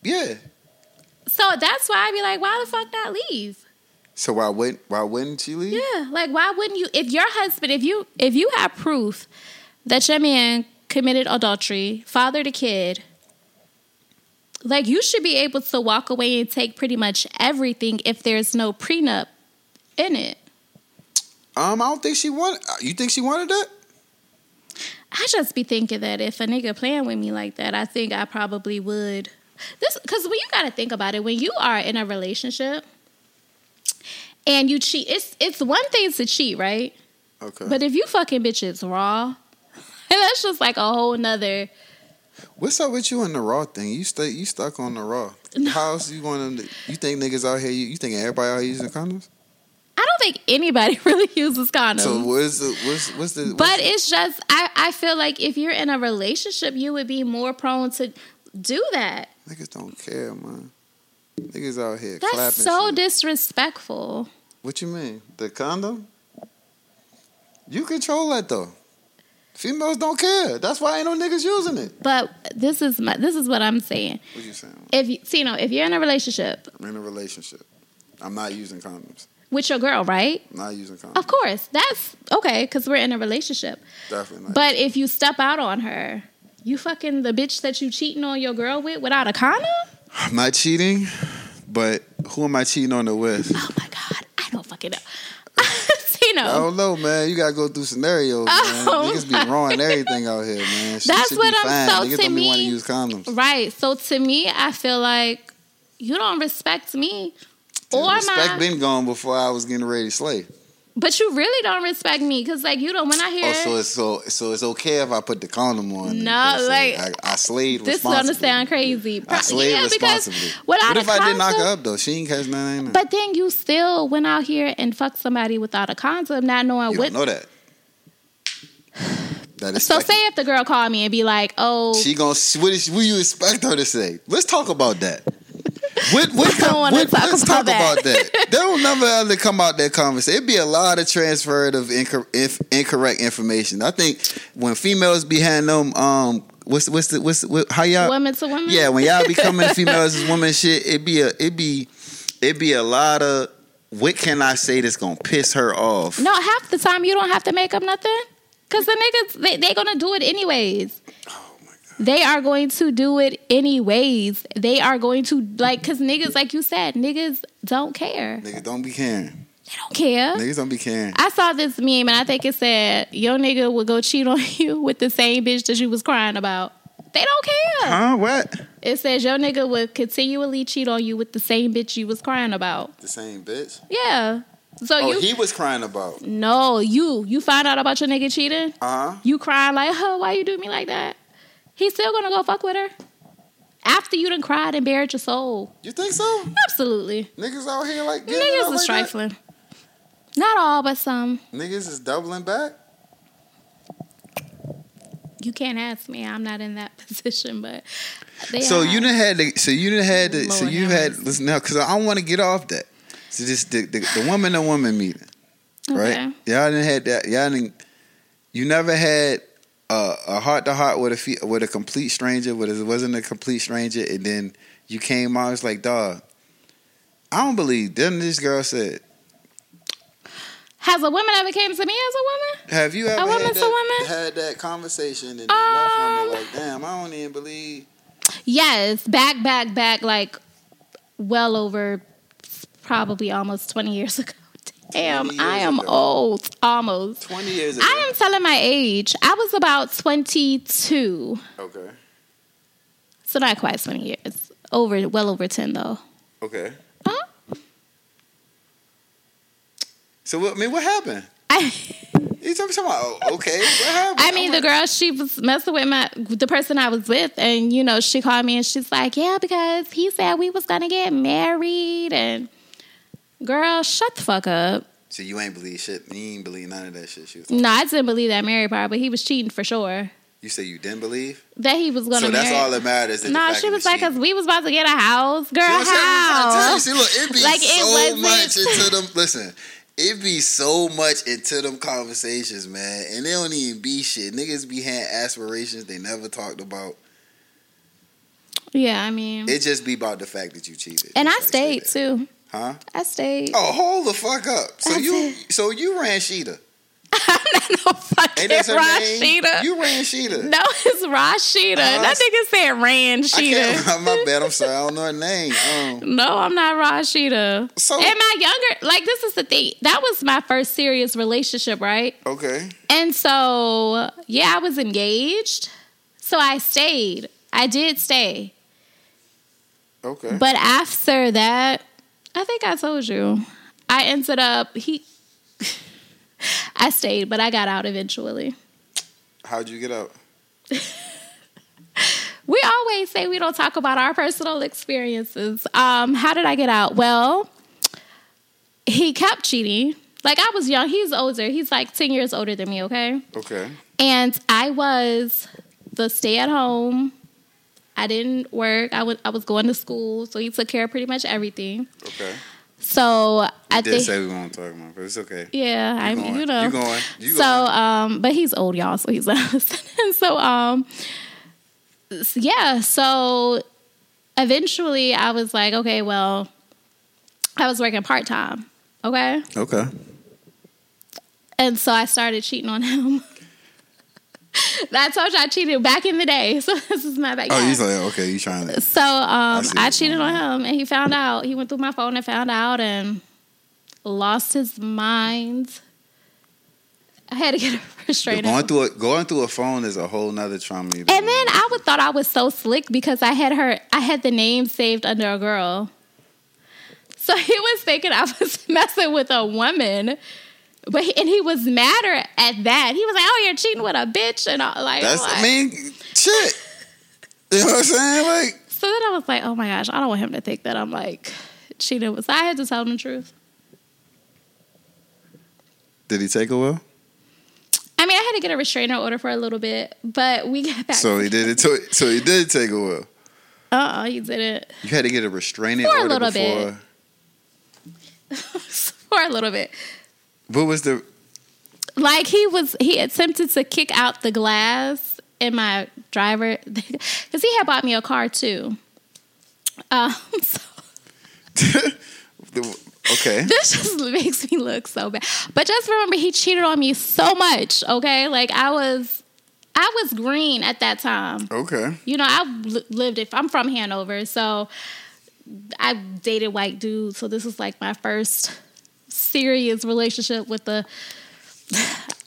yeah.
So that's why I be like, why the fuck not leave?
So why wouldn't why wouldn't she leave?
Yeah, like why wouldn't you? If your husband, if you if you have proof that your man committed adultery, fathered a kid, like you should be able to walk away and take pretty much everything if there's no prenup in it.
Um, I don't think she wanted. You think she wanted that?
I just be thinking that if a nigga playing with me like that, I think I probably would. This because when you gotta think about it, when you are in a relationship and you cheat, it's it's one thing to cheat, right?
Okay.
But if you fucking bitches raw, that's just like a whole nother.
What's up with you and the raw thing? You stay you stuck on the raw. How else you going to you think niggas out here you, you think everybody out here using condoms?
I don't think anybody really uses condoms.
So what's the what's what's the what's
but it's just I, I feel like if you're in a relationship, you would be more prone to do that.
niggas don't care, man. Niggas out here
That's
clapping.
so
shit.
disrespectful.
what you mean? The condom? You control that though. Females don't care. That's why ain't no niggas using it.
But this is my this is what I'm saying.
What you saying?
If you so, you know, if you're in a relationship
I'm in a relationship. I'm not using condoms.
with your girl, right?
I'm not using condoms.
Of course, that's okay because we're in a relationship.
Definitely not.
But if you step out on her, you fucking the bitch that you cheating on your girl with without a condom.
I'm not cheating, but who am I cheating on the with?
Oh my god, I don't fucking know. See,
I
know.
don't know, man. You gotta go through scenarios, man.
Oh,
Niggas be wrong everything out here, man. Shit
That's
should
what
be
I'm-
fine.
so
Niggas
to
don't be
me-
want to use condoms.
Right. So to me, I feel like you don't respect me or
Respect
my.
been gone before I was getting ready to slay.
but you really don't respect me because, like, you don't. When I hear
Oh, so it's so so it's okay if I put the condom on. and
No,
go slay.
like,
I, I slayed.
this is
responsibly.
gonna sound crazy.
I slayed
yeah, because
responsibly.
without
What
a
if I did knock her
condom-
up though? She ain't catch none. ain't I?
But then you still went out here and fucked somebody without a condom, not knowing
you
what.
don't know that. That is
so
like-
say if the girl called me and be like, "Oh,
She gonna what, is, what you expect her to say? Let's talk about that. What, what,
I don't wanna
what-
talk
let's talk
about that.
about that. They don't never ever come out that conversation. It'd be a lot of transfer of incor- inf- incorrect information. I think when females be having them, um, what's what's the what's the, what, how y'all?
woman to woman."
Yeah, when y'all be coming to females as women shit, it be a it be it be a lot of what can I say that's gonna piss her off?
No, half the time you don't have to make up nothing. Cause the niggas they they gonna do it anyways. They are going to do it anyways. They are going to like cause niggas, like you said, niggas don't care.
Niggas don't be caring.
They don't care.
Niggas don't be caring.
I saw this meme and I think it said your nigga would go cheat on you with the same bitch that you was crying about. They don't care.
Huh? What?
It says your nigga would continually cheat on you with the same bitch you was crying about.
The same bitch.
Yeah. So
Oh,
you
he was crying about.
no you you find out about your nigga cheating.
Uh huh.
You crying like, oh, why you do me like that? He's still gonna go fuck with her. After you done cried and buried your soul.
You think so?
Absolutely.
Niggas out here like giving it
Niggas
up
is
like that?
trifling. Not all, but some.
Niggas is doubling back.
You can't ask me. I'm not in that position, but they
So
are.
you didn't had to. So you didn't had to. So
Lord
you
have
had
mercy.
listen now because I don't want to get off that. So just the the, the woman to woman meeting, right?
Okay.
Y'all didn't had that. Y'all didn't. You never had a, a heart to heart with a fe- with a complete stranger. With it wasn't a complete stranger, and then you came out. It's like, dog, I don't believe. Then this girl said,
Has a woman ever came to me as a woman?
Have you ever
woman
had,
to
that,
woman?
had that conversation and then left on
Um,
it like, damn, I don't even believe.
Yes, back, back, back, like well over probably almost 20 years ago. Damn,
20 years
I am
ago.
old. Almost.
20 years ago.
I am telling my age. I was about 22.
okay.
So not quite 20 years. Over, well over 10 though.
Okay.
Huh?
So, what, I mean, what happened?
I,
You talking about, oh, okay, what happened?
I mean, the girl, she was messing with my, the person I was with. And, you know, she called me and she's like, yeah, because he said we was going to get married. And girl, shut the fuck up.
So, you ain't believe shit. You ain't believe none of that shit. She was
No, I didn't believe that married part, but he was cheating for sure.
you say you didn't believe?
That he was going to
So, that's
marry.
all that matters. that the
no,
fact
she
that
was
you
like,
cheated.
because we was about to get a house. Girl,
You know what I'm saying?
how?
I'm trying to tell you. See, look, it be
Like, it
so
wasn't-
much into them. Listen, it be so much into them conversations, man, and they don't even be shit. Niggas be had aspirations they never talked about.
Yeah, I mean.
It just be about the fact that you cheated,
Mm-hmm. and I
Just like,
stayed
say
too.
that. huh?
I stayed.
Oh, hold the fuck up. So
That's
you,
it.
so you ran Sheeta.
no fucking
Ain't that her name?
Rashida.
You ran Sheeta.
no, it's Rashida.
Uh,
that nigga said Ran
I can't.
Sheeta.
My bad. I'm sorry. I don't know her name. Um,
No, I'm not Rashida.
So-
and my younger, like this is the thing. That was my first serious relationship, right?
okay.
And so, yeah, I was engaged. So I stayed. I did stay.
Okay.
But after that, I think I told you. I ended up he I stayed, but I got out eventually.
How'd you get out?
We always say we don't talk about our personal experiences. Um, how did I get out? Well, he kept cheating. Like I was young, he's older. He's like 10 years older than me, okay?
Okay.
And I was the stay at home. I didn't work. I wa- I was going to school, so he took care of pretty much everything.
Okay.
So I
did
think
say we won't talk about, it, but it's okay.
Yeah, I mean,
going.
you know.
You going. You
so,
going.
um, but he's old, y'all, so he's not listening. So, um, s- yeah, so eventually I was like, okay, well, I was working part time, okay?
Okay.
And so I started cheating on him. I told you I cheated back in the day, so this is my back.
Oh,
yeah.
you like okay. You trying to?
So um,
see
I
what's
cheated on him, and he found out. He went through my phone and found out, and lost his mind. I had to get a
But
refrigerator.
Going through a, going through a phone is a whole nother trauma. you
And then I would thought I was so slick because I had her I had the name saved under a girl. So he was thinking I was messing with a woman. But he, and he was madder at that. He was like, "Oh, you're cheating with a bitch," and all like.
That's
like-
I mean, shit. You know what I'm saying? Like,
So then I was like, "Oh my gosh, I don't want him to think that I'm like cheating." with-" So I had to tell him the truth.
did he take a will?
I mean, I had to get a restraining order for a little bit, but we got back.
So he did it. To, so he did take a will.
Uh, uh he did it
You had to get a restraining
For a
order
little
before.
bit. for a little bit.
What was the?
like he was he attempted to kick out the glass in my driver because he had bought me a car too um so
the- okay.
this just makes me look so bad but just remember he cheated on me so much okay like i was i was green at that time
Okay.
you know i li- lived if i'm from hanover so i dated white dudes so this was like my first serious relationship with a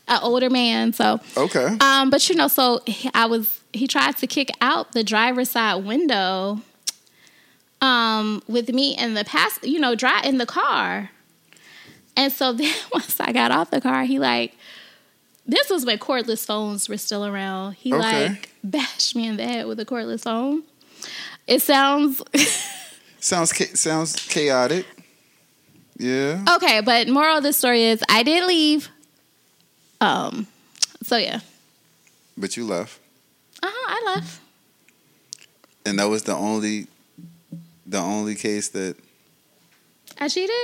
an older man so
Okay.
Um, but you know, so he- I was. He tried to kick out the driver's side window, um, with me in the past. You know, dry in the car. And so then once I got off the car, he like, this was when cordless phones were still around. He
Okay.
like bashed me in the head with a cordless phone. It sounds
Sounds cha- sounds chaotic. Yeah.
okay, but moral of the story is I did leave. Um, so yeah,
But you left,
uh huh, I left.
and that was the only, the only case that.
I cheated.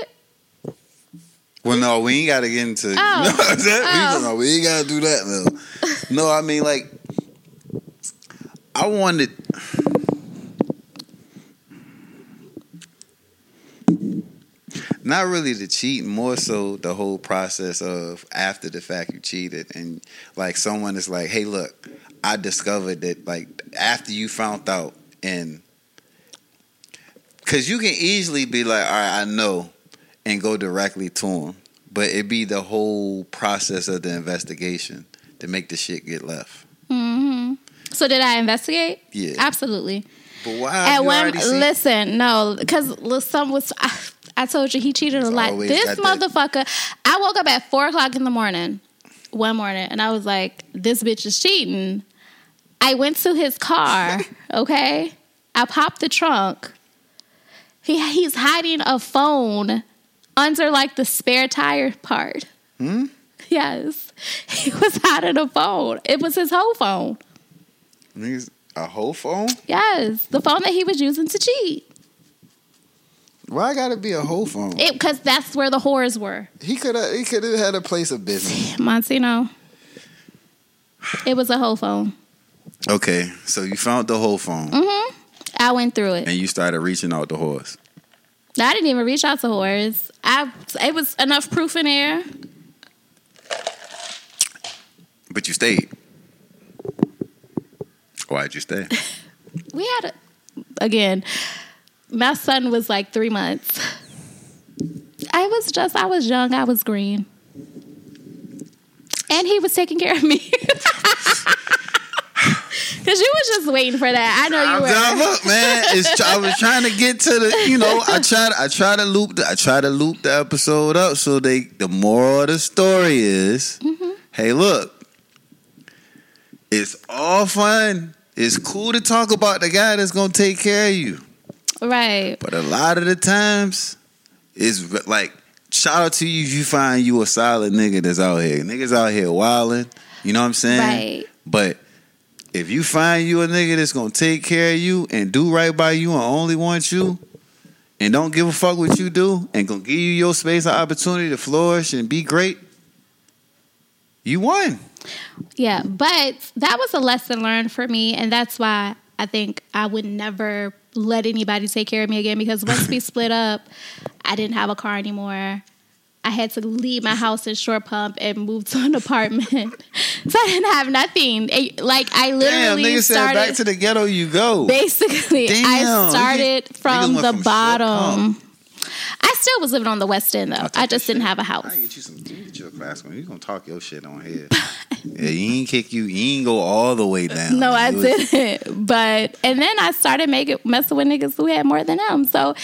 Well, no, we ain't got to get into. No, that,
Oh.
we, no, we ain't got to do that though. no, I mean like, I wanted. Not really the cheat, more so the whole process of after the fact you cheated, and like someone is like, "Hey, look, I discovered that like after you found out, and because you can easily be like, "All right, I know," and go directly to him. But it be the whole process of the investigation to make the shit get left.
hmm So did I investigate?
Yeah.
absolutely.
But why have
At
you
one,
already seen?
listen, no, because some was. I, I told you he cheated a lot.
always
This
got that-
motherfucker. I woke up at four o'clock in the morning, one morning, and I was like, "This bitch is cheating." I went to his car. okay, I popped the trunk. He he's hiding a phone under like the spare tire part.
Hmm?
Yes, he was hiding a phone. It was his whole phone.
Niggas, a whole phone?
Yes, the phone that he was using to cheat.
Why gotta be a whole phone?
It because that's where the whores were,
he could have. He could have had a place of business.
Montino. It was a whole phone.
Okay, so you found the whole phone
Mm. I went through it.
and you started reaching out to horse.
I didn't even reach out to whores. I it was enough proof in there.
But you stayed. Why'd you stay?
We had a, again. My son was like three months. I was just I was young. I was green, and he was taking care of me. Cause you was just waiting for that. I know you
I'm
were.
done. Look, man, it's, I was trying to get to the, you know, I tried, I try to loop, the, I try to loop the episode up so they, the moral of the story is, hey, look, it's all fun. It's cool to talk about the guy that's gonna take care of you,
Right.
but a lot of the times, it's re- like, shout out to you if you find you a solid nigga that's out here. Niggas out here wilding. You know what I'm saying?
Right.
But if you find you a nigga that's gonna take care of you and do right by you and only want you and don't give a fuck what you do and gonna give you your space and opportunity to flourish and be great, you won.
Yeah. But that was a lesson learned for me. And that's why I think I would never let anybody take care of me again because once we split up, I didn't have a car anymore. I had to leave my house in Short Pump and move to an apartment. so I didn't have nothing. It- like, I
Damn,
literally
nigga said
started.
back to the ghetto you go.
basically,
Damn,
I started
niggas- niggas went
from the
from Short
bottom.
Pump.
I still was living on the West End though.
I'll take
I just
that
didn't
shit.
have a house.
I get you some. You get you a class one. You gonna talk your shit on here? yeah, you ain't kick you. You ain't go all the way down.
No, I
It was-
didn't. But and then I started making messing with niggas who had more than them. So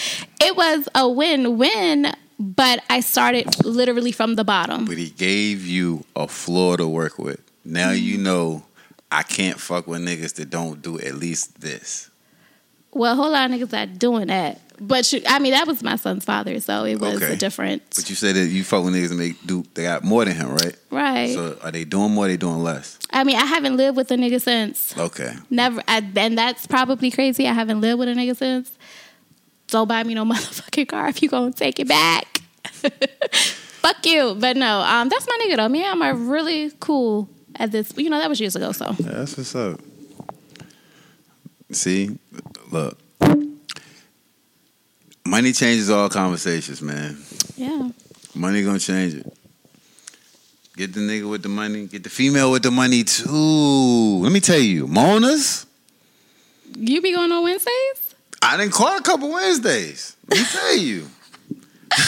it was a win win. But I started literally from the bottom.
But he gave you a floor to work with. Now you know I can't fuck with niggas that don't do at least this.
Well, a whole lot of niggas not doing that. But you, I mean, that was my son's father, so it was
Okay.
a different
But you said that you fuck with niggas and they do they got more than him, right?
right.
So are they doing more? They doing less?
I mean, I haven't lived with a nigga since
Okay.
never, I, and that's probably crazy. I haven't lived with a nigga since. Don't buy me no motherfucking car if you gonna take it back. Fuck you. But no, um, that's my nigga though. Me and him are really cool at this. You know, that was years ago, so
Yeah, that's what's up. See, look, money changes all conversations, man.
yeah.
Money gonna change it. Get the nigga with the money. Get the female with the money too. Let me tell you, Mona's.
You be going on Wednesdays?
I didn't call a couple Wednesdays. Let me tell you.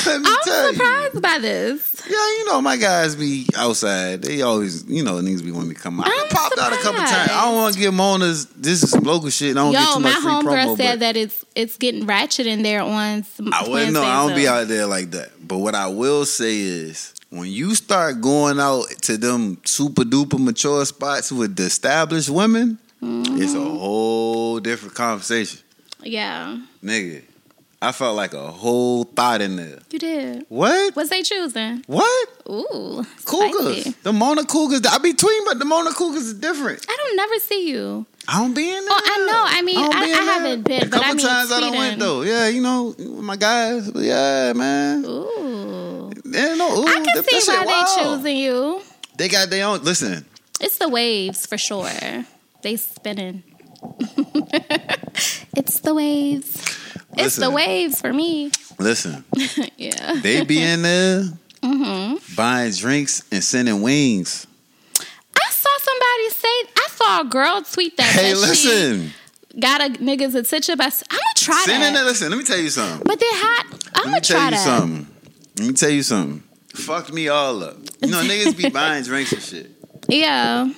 Let me tell
I'm
you.
surprised by this.
Yeah, you know my guys be outside. They always, you know, niggas be wanting me to come out. I
I'm
popped out a couple times.
surprised.
I don't want to give Mona's. This is some local shit. and I don't get
Yo,
too
my
much free promo.
homegirl
but-
said that it's it's getting ratchet in there on. Some
I wouldn't know. I don't
Wednesdays,
be
though.
out there like that. But what I will say is, when you start going out to them super duper mature spots with the established women,
Mm-hmm.
it's a whole different conversation,
Yeah,
nigga. I felt like a whole thought in there.
you did.
What?
What's they choosing?
What?
Ooh,
Cougars.
spicy.
The Mona Cougars. I be tweeting, but the Mona Cougars is different.
I don't never see you.
I don't be in there.
Oh, I know. I mean,
don't
I-
be in
I
there.
haven't been,
A
but I
couple
mean,
times I done
Sweden.
went though. Yeah, you know, my guys. but Yeah, man.
Ooh,
Yeah, no, ooh,
I can
that- that
see
shit
why
wild.
they choosing you.
They got their own. Listen,
It's the waves for sure. They spinning. it's the waves. It's the
Listen.
waves for me.
listen.
yeah.
They be in there
Mm-hmm.
buying drinks and sending wings.
I saw somebody say. I saw a girl tweet that.
Hey,
that
listen.
She got a niggas attention by. s- I'ma try
Sending
that.
that. Listen, let me tell you something.
But they hot. I'ma
Let me
try
tell you
that.
something. Let me tell you something. Fucked me all up. You know, niggas be buying drinks and shit.
Yeah.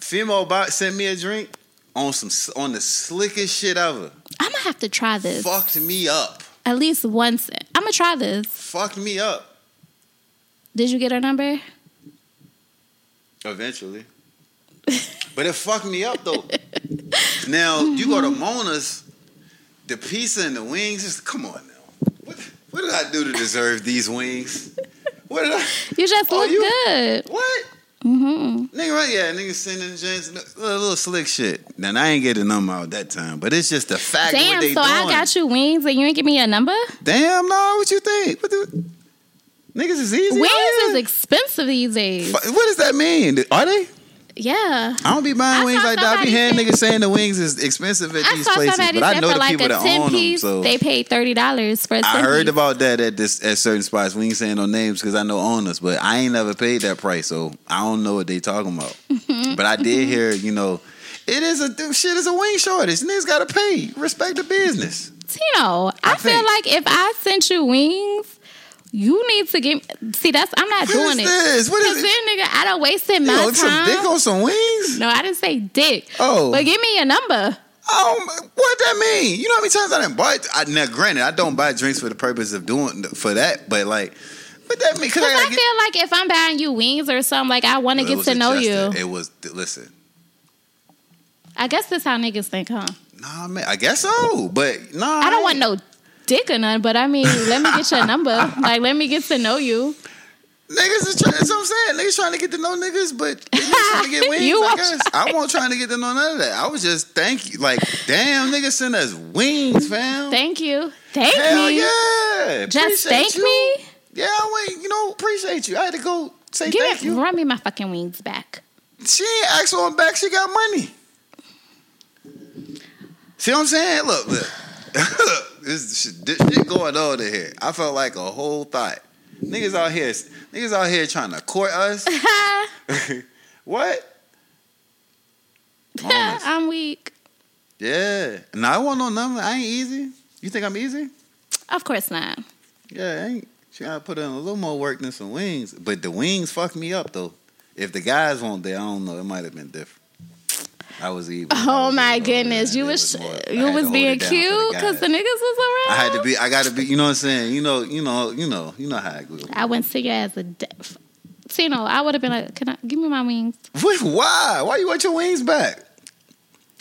Female bot sent me a drink on some on the slickest shit ever.
I'm gonna have to try this
Fucked me up.
at least once. I'm gonna try this.
Fucked me up.
Did you get her number?
Eventually. but it fucked me up though. now you go to Mona's, the pizza and the wings. Just come on now. What, what did I do to deserve these wings? What did I?
You just
Oh,
look
you-
good.
What?
hmm
Nigga, right? Yeah, nigga sending James a little, little slick shit. Now I ain't getting number out that time, but it's just the fact. of
Damn.
what
So
they
I
doing.
got you wings and you ain't give me a number.
Damn, no, what you think? What the, niggas is easy. out
Wings is
here?
expensive these days.
Fu- What does that mean? Are they?
Yeah.
I don't be buying
I
wings
saw
like that. I be
somebody
hearing
say-
niggas saying the wings is expensive at
I
these
saw
places,
somebody
but I
said
know
for
the
like
people
a
that
ten
own
piece,
them. So
they paid thirty dollars for. A 10
I heard
piece.
about that at this at certain spots. We ain't saying no names because I know owners, but I ain't never paid that price, so I don't know what they talking about.
Mm-hmm.
but I did hear, you know, it is a th- shit is a wing shortage. Niggas gotta pay. Respect the business.
Tino, I,
I
feel
think-
like if I sent you wings, you need to give. See, that's I'm not
What is
doing it.
this? What
Cause
is it?
then, nigga, I done wasted my
You want some
time.
dick on some wings?
no, I didn't say dick.
Oh.
but give me your number.
Um, what that mean? You know how many times I didn't buy. I, now, granted, I don't buy drinks for the purpose of doing for that, but like, what that mean? Because
Cause I
gotta get-
feel like if I'm buying you wings or something, like I want to
It
get
was
to know
adjusted.
you.
It was listen.
I guess that's how niggas think, huh?
Nah, man, I guess so, but nah.
I don't want no dick or none, but I mean, let me get your number. Like, let me get to know you.
Niggas is trying. That's what I'm saying. Niggas trying to get to know niggas, but niggas trying to get wings. I
You won't
guess I won't trying to get to know none of that. I was just thank you. Like, damn, niggas send us wings, fam.
Thank you. Thank
Hell
me.
yeah.
Just
Appreciate
thank
you.
me.
Yeah, I went. You know, appreciate you. I had to go say
Give
thank
me,
you.
run me my fucking wings back.
She ain't asked for them back. She got money. See what I'm saying? Look, look. this shit, this shit going on in here. I felt like a whole thought. Niggas out here, niggas out here trying to court us. what? Moments.
I'm weak.
Yeah. No, I want no number. I ain't easy. You think I'm easy?
Of course not.
Yeah, I ain't. She gotta put in a little more work than some wings. But the wings fucked me up though. If the guys weren't there, I don't know. It might have been different. I was evil. I
Oh
was
my
evil,
goodness,
man.
you
It
was
more- I had
you
to
was
hold
being
it down for the
cute because
guys.
the niggas was
I
around.
had to be. I gotta be. You know what I'm saying? You know. You know. You know. You know how I go.
I went to your ass a death. So, you know, I would have been like, "Can I give me my wings?"
Wait, why? Why you want your wings back?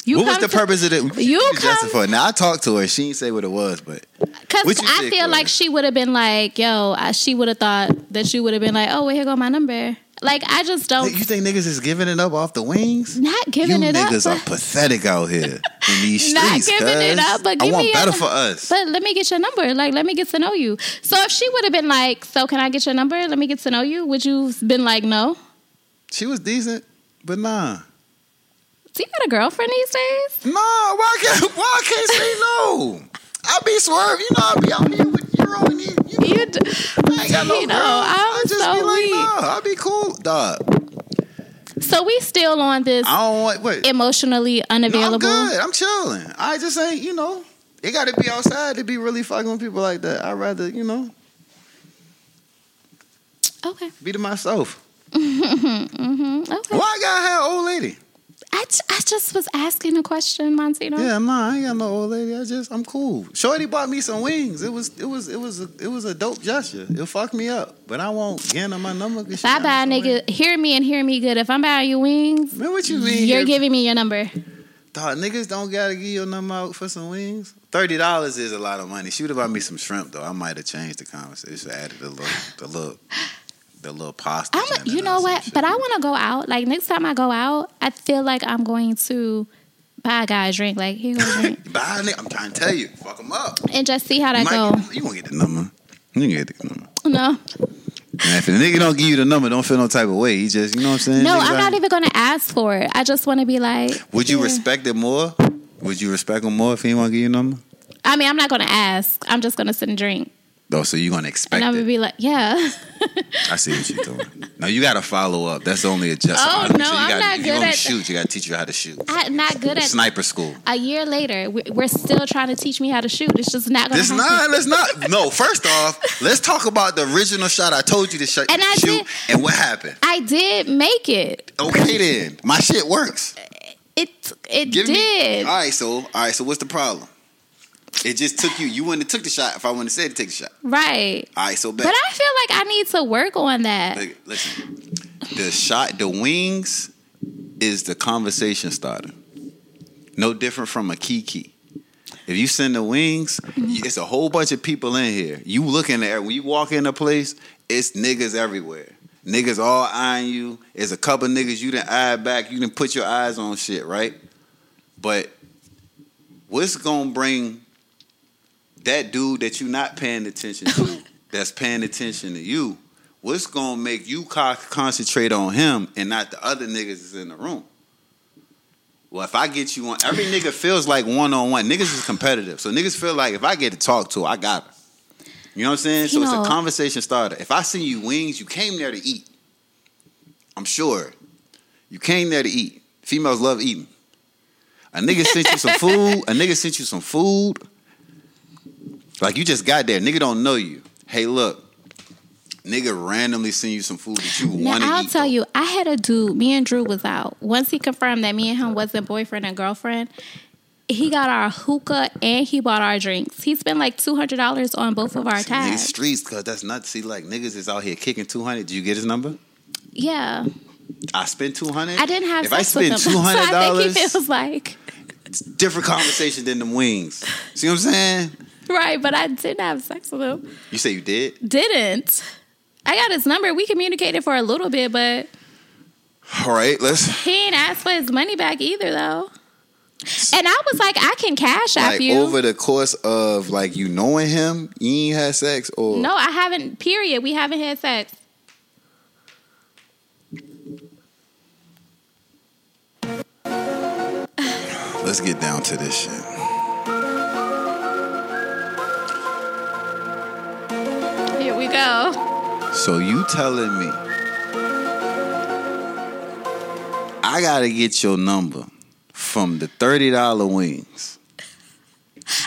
You
what was
come
the
to-
purpose of it?
You
Just
come-
for- Now I talked to her. She didn't say what it was, but
Cause
What you
I
think,
feel
Lori?
like she would have been like, "Yo," I, she would have thought that you would have been like, "Oh, well, here go my number." Like I just don't
you think niggas is giving it up off the wings?
Oh. not giving
you
it up.
niggas
but-
are pathetic out here in these
Not
streets.
giving it
cuz.
up, but
I
give
want
me
better
a-
for us.
But let me get your number. Like, let me get to know you. So if she would have been like, "So can I get your number? Let me get to know you," would you been like, "No"?
She was decent, but nah.
Do you got a girlfriend these days?
Nah, why can't why I can't say no? I be swerving, you know. I be out here with you know, and you, you
You, d-
I ain't got no
you know,
girls.
I'm
I just
so
be like,
weak.
nah, I be cool, dog.
So we still on this
I don't want wait.
emotionally
No, I'm
unavailable.
good. I'm chilling. I just ain't, you know. It got to be outside to be really fucking with people like that. I'd rather, you know,
Okay.
be to myself.
hmm Okay.
Why I gotta have old lady?
I, ju- I just was asking a question, Montino.
Yeah, I'm not. I ain't got no old lady. I just, I'm cool. Shorty bought me some wings. It was, it was, it was, a, it was a dope gesture. It fucked me up, but I won't get on my number. 'cause she
Bye
got me
bye,
some wings.
nigga. Hear me and hear me good. If I'm buying you wings,
Man, what you mean?
you're
here?
giving me your number.
Dog, niggas don't gotta give your number out for some wings. Thirty dollars is a lot of money. She would have bought me some shrimp though. I might have changed the conversation. Added a little, the little, the little pasta.
I'm,
in
a,
it
you
or
know
some
what?
shit.
But I want to go out. Like next time I go out, I feel like I'm going to buy a guy a drink. Like here, go a drink,
Bye, nigga. I'm trying to tell you. Fuck them up.
and just see how that
Mike,
go.
You won't get the number. You won't get the number.
No,
And if the nigga don't give you the number, don't feel no type of way. He just, you know what I'm saying?
no,
Niggas
I'm
out
not
here-
even going to ask for it. I just want to be like.
Would you
yeah.
respect it more? Would you respect him more if he won't give you a number?
I mean, I'm not going to ask. I'm just going to sit and drink,
No, so you gonna
and
expect
I'm
it.
going to be like, yeah.
I see what you're doing. No, you gotta follow up. That's the only adjustment.
Oh,
honestly.
no,
you
I'm
gotta,
not
if
good
you gonna
at-
shoot. You gotta teach you how to shoot.
I'm not good at.
Sniper school.
A year later, we- we're still trying to teach me how to shoot. It's just not going
Let's
to
not.
happen.
Let's not. No. First off, let's talk about the original shot I told you to sh-
And I
shoot,
did-
and what happened.
I did make it.
Okay, then my shit works.
It it
Give
did.
me. All right, so all right, so what's the problem? It just took you. You wouldn't have took the shot if I wouldn't have said to take the shot.
right.
All right, so bet.
But I feel like I need to work on that.
Look, listen, the shot, the wings, is the conversation starter. No different from a kiki. If you send the wings, you- it's a whole bunch of people in here. You look in there when you walk in a place, it's niggas everywhere. Niggas all eyeing you. It's a couple niggas you didn't eye back. You didn't put your eyes on shit, right? But what's gonna bring that dude that you're not paying attention to, that's paying attention to you? What's gonna make you co- concentrate on him and not the other niggas that's in the room? Well, if I get you on, every nigga feels like one on one. Niggas is competitive, so niggas feel like if I get to talk to, her, I got her. You know what I'm saying? so
You
it's
know-
a conversation starter. If I send you wings, you came there to eat. I'm sure you came there to eat. Females love eating. A nigga sent you some food. A nigga sent you some food. Like you just got there. Nigga don't know you. Hey, look. Nigga randomly send you some food that you
Now
want to eat.
I'll tell
though.
you, I had a dude. Me and Drew was out. Once he confirmed that me and him wasn't boyfriend and girlfriend, he got our hookah and he bought our drinks. He spent like two hundred dollars on both of our
See, niggas
tabs.
streets, cause that's not see like niggas is out here kicking two hundred. Do you get his number?
Yeah,
I spend two hundred.
I didn't have.
If I
sex with
spend
him.
two hundred
so I think he
dollars,
feels like
different conversation than them wings. See what I'm saying?
right, but I didn't have sex with him.
You say you did.
Didn't. I got his number. We communicated for a little bit, but
All right, let's
he ain't asked for his money back either, though. And I was like, I can cash app
like
you.
over the course of like you knowing him, you ain't had sex or
No, I haven't. Period. We haven't had sex.
Let's get down to this shit.
Here we go.
So you telling me I gotta get your number from the thirty dollar wings?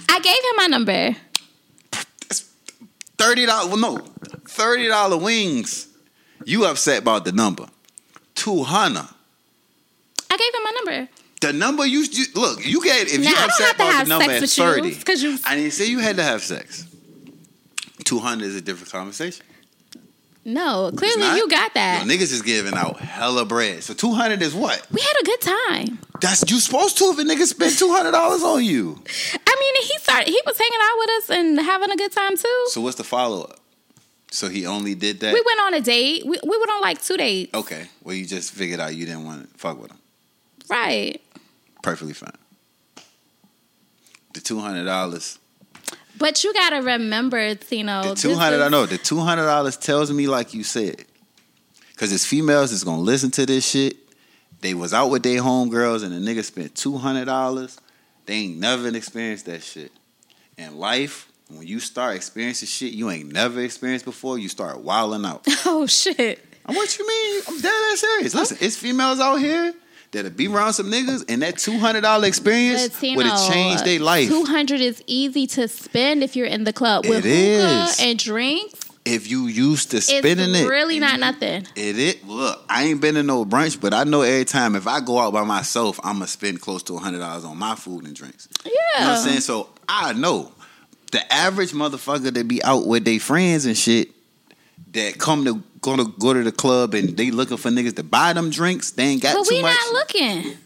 I gave him my number.
That's thirty dollar no thirty dollar wings. You upset about the number two hundred.
I gave him my number.
The number you, you look you gave if
Now,
you
I don't
upset
have to
about
have
the number
sex
at
with you,
thirty
'cause you-
I didn't say you had to have sex. Two hundred is a different conversation.
No,
It's
clearly
not.
you got that.
Yo, niggas is giving out hella bread. So two hundred is what?
we had a good time.
That's you supposed to if a nigga spent two hundred dollars on you.
I mean, he started. He was hanging out with us and having a good time too.
So what's the follow up? So he only did that.
we went on a date. We, we went on like two dates.
okay. Well, you just figured out you didn't want to fuck with him.
Right.
Perfectly fine. The two hundred dollars.
But you gotta remember, Tino.
The
Oh, this
two hundred. I
is-
know. The two hundred dollars tells me like you said, because it's females that's gonna listen to this shit. They was out with their homegirls and the nigga spent two hundred dollars. They ain't never experienced that shit. In life, when you start experiencing shit you ain't never experienced before, you start wilding out.
Oh shit.
And What you mean? I'm dead ass serious. Listen, it's females out here that'll be around some niggas, and that two hundred dollar experience would have changed their life.
uh, Two hundred is easy to spend if you're in the club with
It
hookah
is.
and drinks.
If you used to
It's
spending it,
really not
nothing.
nothing.
It is. Look, I ain't been to no brunch, but I know every time if I go out by myself, I'm gonna spend close to hundred dollars on my food and drinks.
Yeah.
You know what I'm saying? So I know the average motherfucker that be out with their friends and shit that come to go to go to the club and they looking for niggas to buy them drinks. They ain't got
But
too
we
much.
not looking.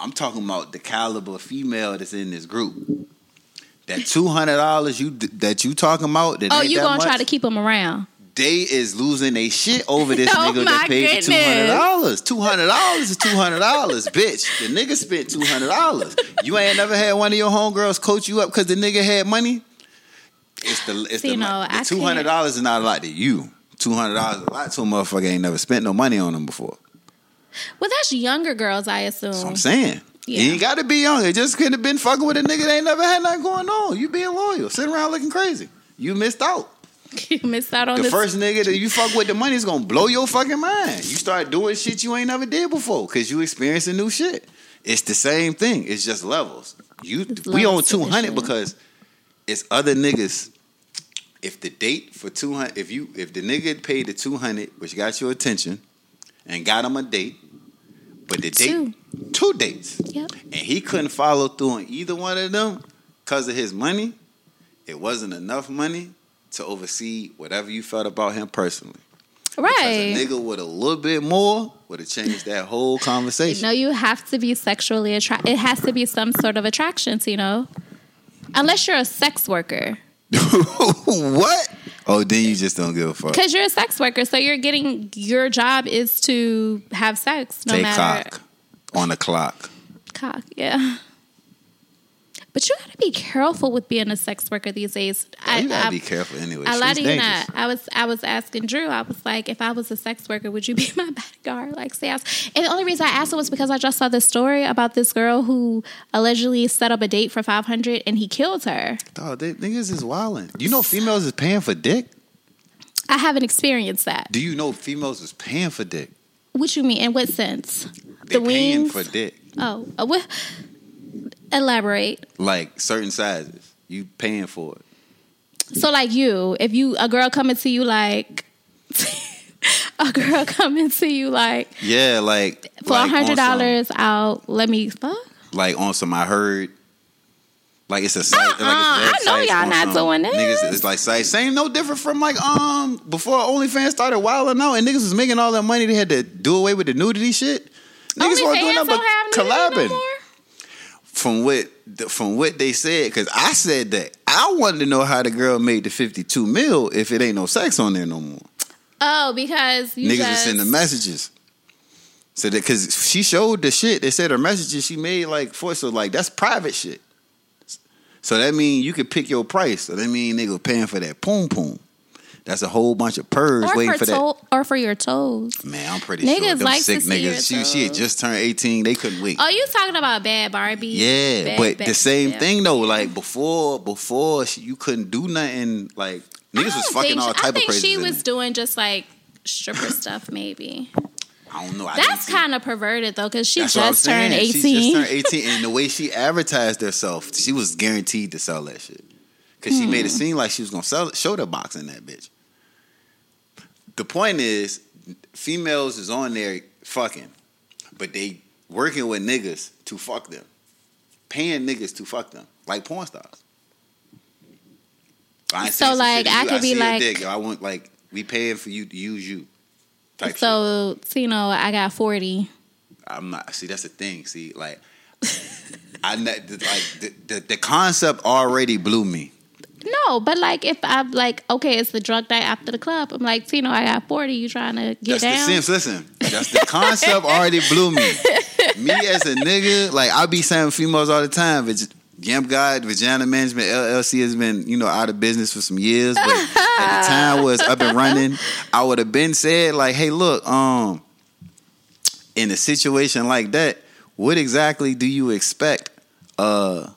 I'm talking about the caliber of female that's in this group. That two hundred dollars you that you talking about? That
Oh,
ain't
you
that
gonna
much,
try to keep them around?
They is losing their shit over this
Oh,
nigga that
my
paid two hundred dollars.
goodness.
Two hundred dollars is two hundred dollars, bitch. The nigga spent two hundred dollars. You ain't never had one of your homegirls coach you up because the nigga had money. It's the it's
See,
the,
no, I can't.
two hundred dollars is not a lot to you. Two hundred dollars is a lot to a motherfucker ain't never spent no money on them before.
Well, that's younger girls, I assume.
That's what I'm saying.
Yeah.
You ain't got to be young. It just could have been fucking with a nigga that ain't never had nothing going on. You being loyal, sitting around looking crazy. You missed out.
you missed out on
The
this.
first nigga that you fuck with, the money is gonna blow your fucking mind. You start doing shit you ain't never did before because you experiencing new shit. It's the same thing. It's just levels. You
It's
we
levels to
on
this
two hundred
shit.
because it's other niggas. If the date for two hundred, if you if the nigga paid the two hundred, which got your attention, and got him a date, but the date
Two.
two dates
Yep.
and he couldn't follow through on either one of them because of his money. It wasn't enough money to oversee whatever you felt about him personally.
Right.
Because a nigga with a little bit more would have changed that whole conversation.
No, you have to be sexually attracted. It has to be some sort of attraction, you know. Unless you're a sex worker,
what? Oh, then you just don't give a fuck.
because you're a sex worker, so you're getting your job is to have sex, no
Take
matter
cock on the clock.
cock. Yeah. But you got to be careful with being a sex worker these days. I,
Oh, you gotta
I-
be careful anyway.
I
Shit's
lied to you
dangerous.
not. I was I was asking Drew. I was like, if I was a sex worker, would you be my bodyguard? Like, say, I was, and the only reason I asked him was because I just saw this story about this girl who allegedly set up a date for five hundred and he killed her.
Dog, they, niggas is wilding. You know females is paying for dick?
I haven't experienced that.
Do you know females is paying for dick?
What you mean? In what sense?
They
the
paying
wings.
for dick.
oh, uh, what? Elaborate.
Like certain sizes. You paying for it.
So, like you, if you a girl coming to you like. A girl coming to you like
Yeah, like
for a
like on some-
hundred dollars, I'll let me fuck.
Like on some, I heard. Like it's a site. like it's
Uh-uh, I
websites
know y'all
on
not
some
doing this.
Niggas, it's like sites. Same, no different from like um before OnlyFans started wilding out and niggas was making all that money. They had to do away with the nudity shit. Niggas
Only
wasn't doing
fans
nothing but
don't have nudity no
collabing.
more?
from what from what they said, because I said that I wanted to know how the girl made the fifty two mil if it ain't no sex on there no more.
Oh, because you
Niggas
just,
was sending messages. So that because she showed the shit, they said her messages she made like for so like that's private shit. So that mean you could pick your price. So that mean nigga paying for that poom poom. That's a whole bunch of purrs
or
waiting
for,
for that.
toe- or for your toes.
Man, I'm pretty
Niggas
sure them
likes to
sick
see your
niggas. She, she had
toes.
just turned 18. They couldn't wait.
Oh, you talking about bad Barbie?
yeah,
Bad-
but
bad-
the same
yeah.
thing though. Like before, before she, you couldn't do nothing. Like
I
niggas was
don't
fucking
think
all
she-
type
I think
of crazy.
she was doing just like stripper stuff, maybe.
I don't know. I didn't
That's
see-
kind of perverted though, because she
That's what I'm
just turned
saying.
eighteen.
She just turned 18, and the way she advertised herself, she was guaranteed to sell that shit. because she
Hmm.
made it seem like she was gonna sell, shoulder box in that bitch. The point is, females is on there fucking, but they working with niggas to fuck them, paying niggas to fuck them, like porn stars. I ain't
So,
seen some shit
like,
to
I
you,
could be
see your
like-
dick, yo, I want like we paying for you to use you. Type shit.
So, so, you know, I got 40.
I'm not. See, that's the thing. See, like, I ne- th- like the, the the concept already blew me.
No, but like if I'm like, okay, it's the drug night after the club. I'm like, Tino, I got 40. You trying to get
that's
down?
the sense. Listen, that's the concept already blew me. Me as a nigga, like I be saying females all the time. It's Yamp God, Vagina Management LLC has been, you know, out of business for some years. But at the time was up and running, I would have been said like, "Hey, look, um, in a situation like that, what exactly do you expect uh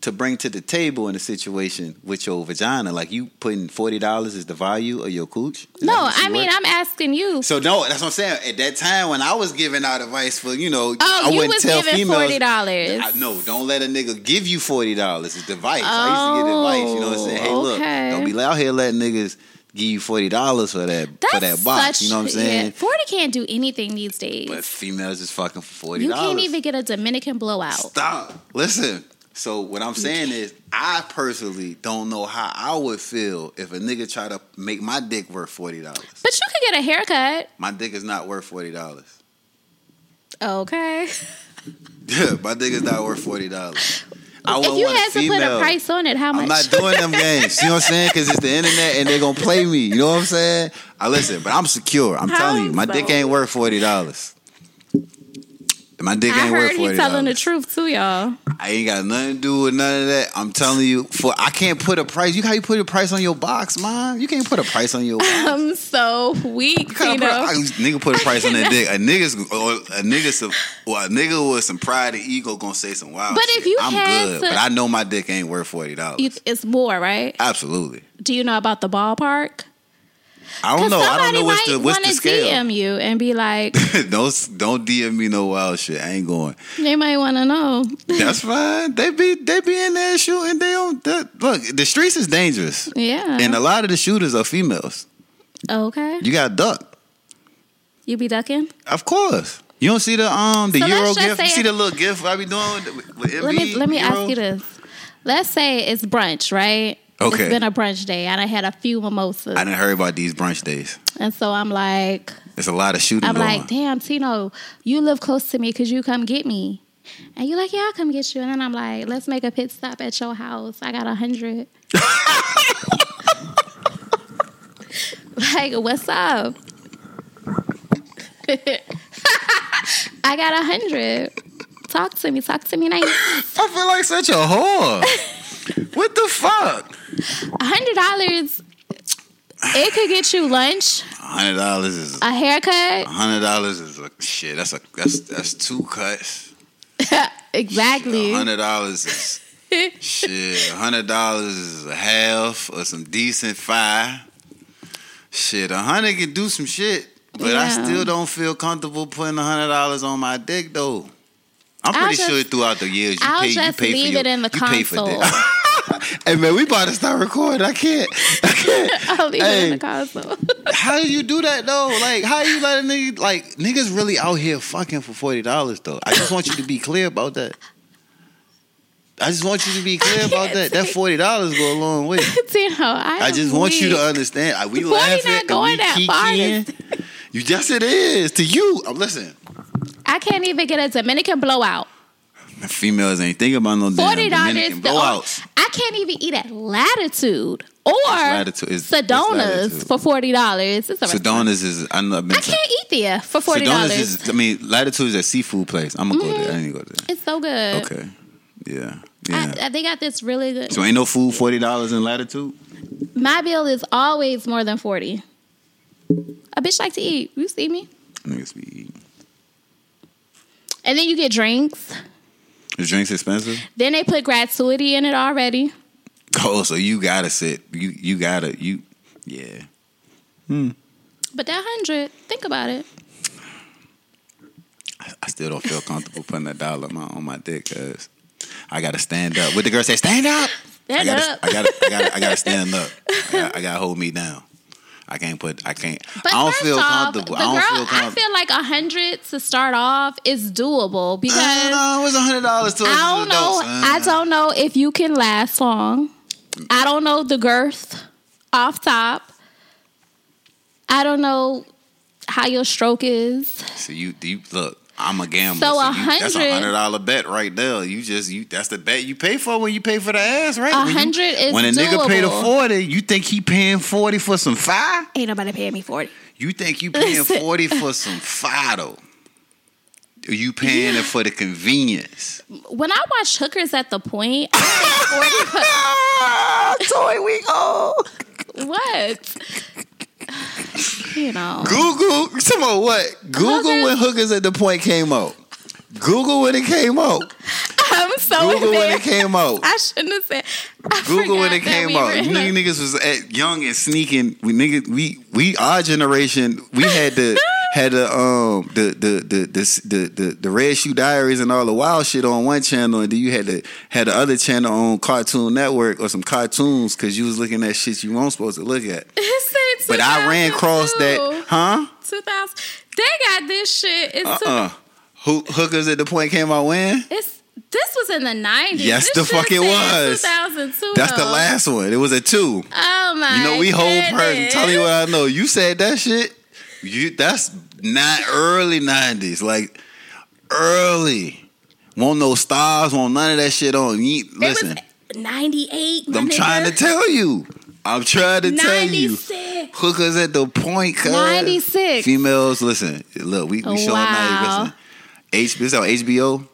to bring to the table in a situation with your vagina? Like you putting forty dollars is the value of your cooch? Is that
no,
how she
I mean,
works?
I'm asking you.
So no, that's what I'm saying. At that time when I was giving out advice for, you know,
Oh,
I
you
wouldn't
was
tell
giving
females.
forty dollars.
I- no, don't let a nigga give you forty dollars. It's advice. I used to get advice. You know what I'm saying? Hey,
Oh, okay.
look, don't be out here letting niggas give you forty dollars for that for that box. you know what I'm saying?
Forty can't do anything these days.
But females is fucking for forty
you
dollars.
can't even get a Dominican blowout.
Stop. Listen. So what I'm saying is, I personally don't know how I would feel if a nigga try to make my dick worth forty dollars.
But you could get a haircut.
My dick is not worth forty dollars.
Okay.
my dick is not worth forty dollars. I
if
wouldn't
you
want
had to put a
female.
price on it, how much?
I'm not doing them games. You know what I'm saying? Because it's the internet and they're gonna play me. You know what I'm saying? I listen, but I'm secure. I'm telling you, my dick ain't worth forty dollars. My dick
I
ain't
heard
worth
he
forty
telling the
dollars.
truth too, y'all.
I ain't got nothing to do with none of that. I'm telling you, for I can't put a price. You how you put a price on your box, mom? You can't put a price on your. box.
I'm so weak,
You gotta put a-
Tino.
I- nigga put a price on that dick. A nigga's or a nigga some well, a nigga with some pride and ego gonna say some wild.
But if
shit.
you
I'm
had
good,
to-
but I know my dick ain't worth forty dollars.
You- It's more, right?
Absolutely.
Do you know about the ballpark?
I don't
Because
know. Oh, I don't
somebody
know what's
might
the what's
want
the
to
scale.
DM you and be like,
don't don't DM me no wild shit. I ain't going.
they might want to know.
That's fine. They be they be in there shooting. They don't that, look. The streets is dangerous,
Yeah.
and a lot of the shooters are females.
okay.
You got duck,
You be ducking?
of course. You don't see the um the
So let's
Euro
just
gift. You
say-
see the little gift I be doing. With, with
let me
MB,
let me
Euro?
ask you this. Let's say it's brunch, right?
Okay.
It's been a brunch day and I had a few mimosas.
I didn't heard about these brunch days.
And so I'm like
There's a lot of shooting
I'm
going.
like, damn, Tino, you live close to me. Could you come get me? And you're like, yeah, I'll come get you. And then I'm like, let's make a pit stop at your house. I got a hundred. like, what's up? I got a hundred. Talk to me. Talk to me nice.
I feel like such a whore. what the fuck?
A hundred dollars. It could get you lunch,
Hundred dollars is
a haircut.
hundred dollars is a shit. That's a that's that's two cuts.
exactly.
hundred dollars is shit. hundred dollars is a half or some decent fire. Shit, a hundred can do some shit, but I
Yeah.
still don't feel comfortable putting a hundred dollars on my dick though. I'm
I'll
pretty
just-
sure throughout the years you
I'll
pay.
just
you pay
leave
for your,
it in the
you pay for dick.
console.
hey man, we about to start recording. I can't. I can't.
I'll leave it in
Hey.
the console.
How do you do that though? Like, how you let a nigga like niggas really out here fucking for forty dollars though? I just want you to be clear about that. I just want you to be clear about that. That forty dollars go a long way.
Tino, I,
I
am
just want you to
weak.
understand. Are we
Why you
laughing?
not
Are
going
we
that far?
kikiing? You yes, it is to you. I'm listen.
I can't even get a Dominican blowout.
Females ain't thinking about no
Forty
damn
dollars. Oh,
Dominican blowouts.
I can't even eat at Latitude or
Latitude. It's- it's
Sedona's
Latitude.
for forty dollars. It's a restaurant.
Sedona's is I know I've been
I can't eat there for forty
Sedona's
dollars.
is I mean Latitude is a seafood place. I'm gonna go there. I ain't go there.
It's so good.
Okay. Yeah. Yeah.
I, I, they got this really good.
So ain't no food forty dollars in latitude.
My bill is always more than forty. A bitch like to eat. You see me?
Niggas be eating.
And then you get drinks.
Is drinks expensive?
Then they put gratuity in it already.
Oh, so you gotta sit. You you gotta you. Yeah.
But that hundred, think about it.
I, I still don't feel comfortable putting a dollar on my, on my dick because I gotta stand up. What the girl say? Stand up. I
Stand
gotta,
up.
I gotta, I gotta, I gotta stand up. I gotta, I gotta hold me down. I can't put. I can't.
But
I don't
first
feel
off,
comfortable.
The
I don't
girl,
feel
I
comfortable.
feel like a hundred to start off is doable because I
no, it was hundred dollars to us as
don't know.
adults,
I
uh,
don't know if you can last long. I don't know the girth off top. I don't know how your stroke is.
So you, you look. I'm a gambler.
So
So,
a
you, that's a
hundred-
hundred dollar bet right there. You just you. That's the bet you pay for when you pay for the ass, right?
A
When you-
hundred is
When a
doable.
nigga pay the forty, you think he paying forty for some fire?
Ain't nobody paying me forty.
You think you paying
Listen.
forty for some fado? Are you paying it for the convenience?
When I watch hookers at the point, I
Toy we go.
pay 40 what? you know,
Google. Come on, what? Google when hookers at the point came out. Google when it came out.
I'm so
Google when it
embarrassed.
came out.
Oh, I shouldn't have said. I
Google when
forgot
it
that
came
we were
out. You
in a-
nigga- niggas was at young and sneaking. We nigga, we we our generation. We had the had the um the the the the the, the, the Red Shoe Diaries and all the wild shit on one channel, and then you had the had the other channel on Cartoon Network or some cartoons because you was looking at shit you weren't supposed to look at.
It said
But I ran across that,
2002.
huh?
2000. They got this shit. It's,
Uh uh Who Hookers at the point came out when?
it's this was in the 90s.
Yes,
This
the
shit
fuck it
said
was.
2002.
That's the
though.
last one. It was a two.
Oh my.
You know, we hold person.
goodness.
Tell me what I know. You said that shit. You that's not early nineties, like early. Won't no stars, won't none of that shit on. You,
It
listen,
was 98. my
I'm
nigga.
trying to tell you. I'm trying to tell you.
96.
Hookers at the point, cuz.
96.
Females, listen. Look, we, we showing
Oh, Wow.
now. Listen, HBO, so HBO,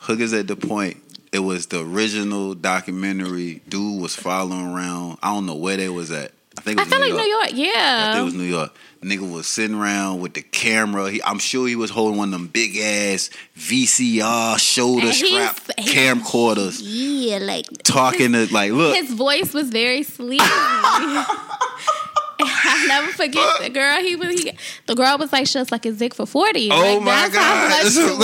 Hookers at the Point. It was the original documentary. Dude was following around. I don't know where they was at. I think it
I
was
feel
New
like
York.
New York.
I
Yeah.
think it was New York. Nigga was sitting around with the camera. He, I'm sure he was holding one of them big ass VCR shoulder
And he's-
strap camcorders,
yeah, like
talking to like, look,
his voice was very sleazy. I never forget the girl. He was he, the girl was like, "She's like a dick for 40.
oh
like,
my
that's how
god,
much
This is-
it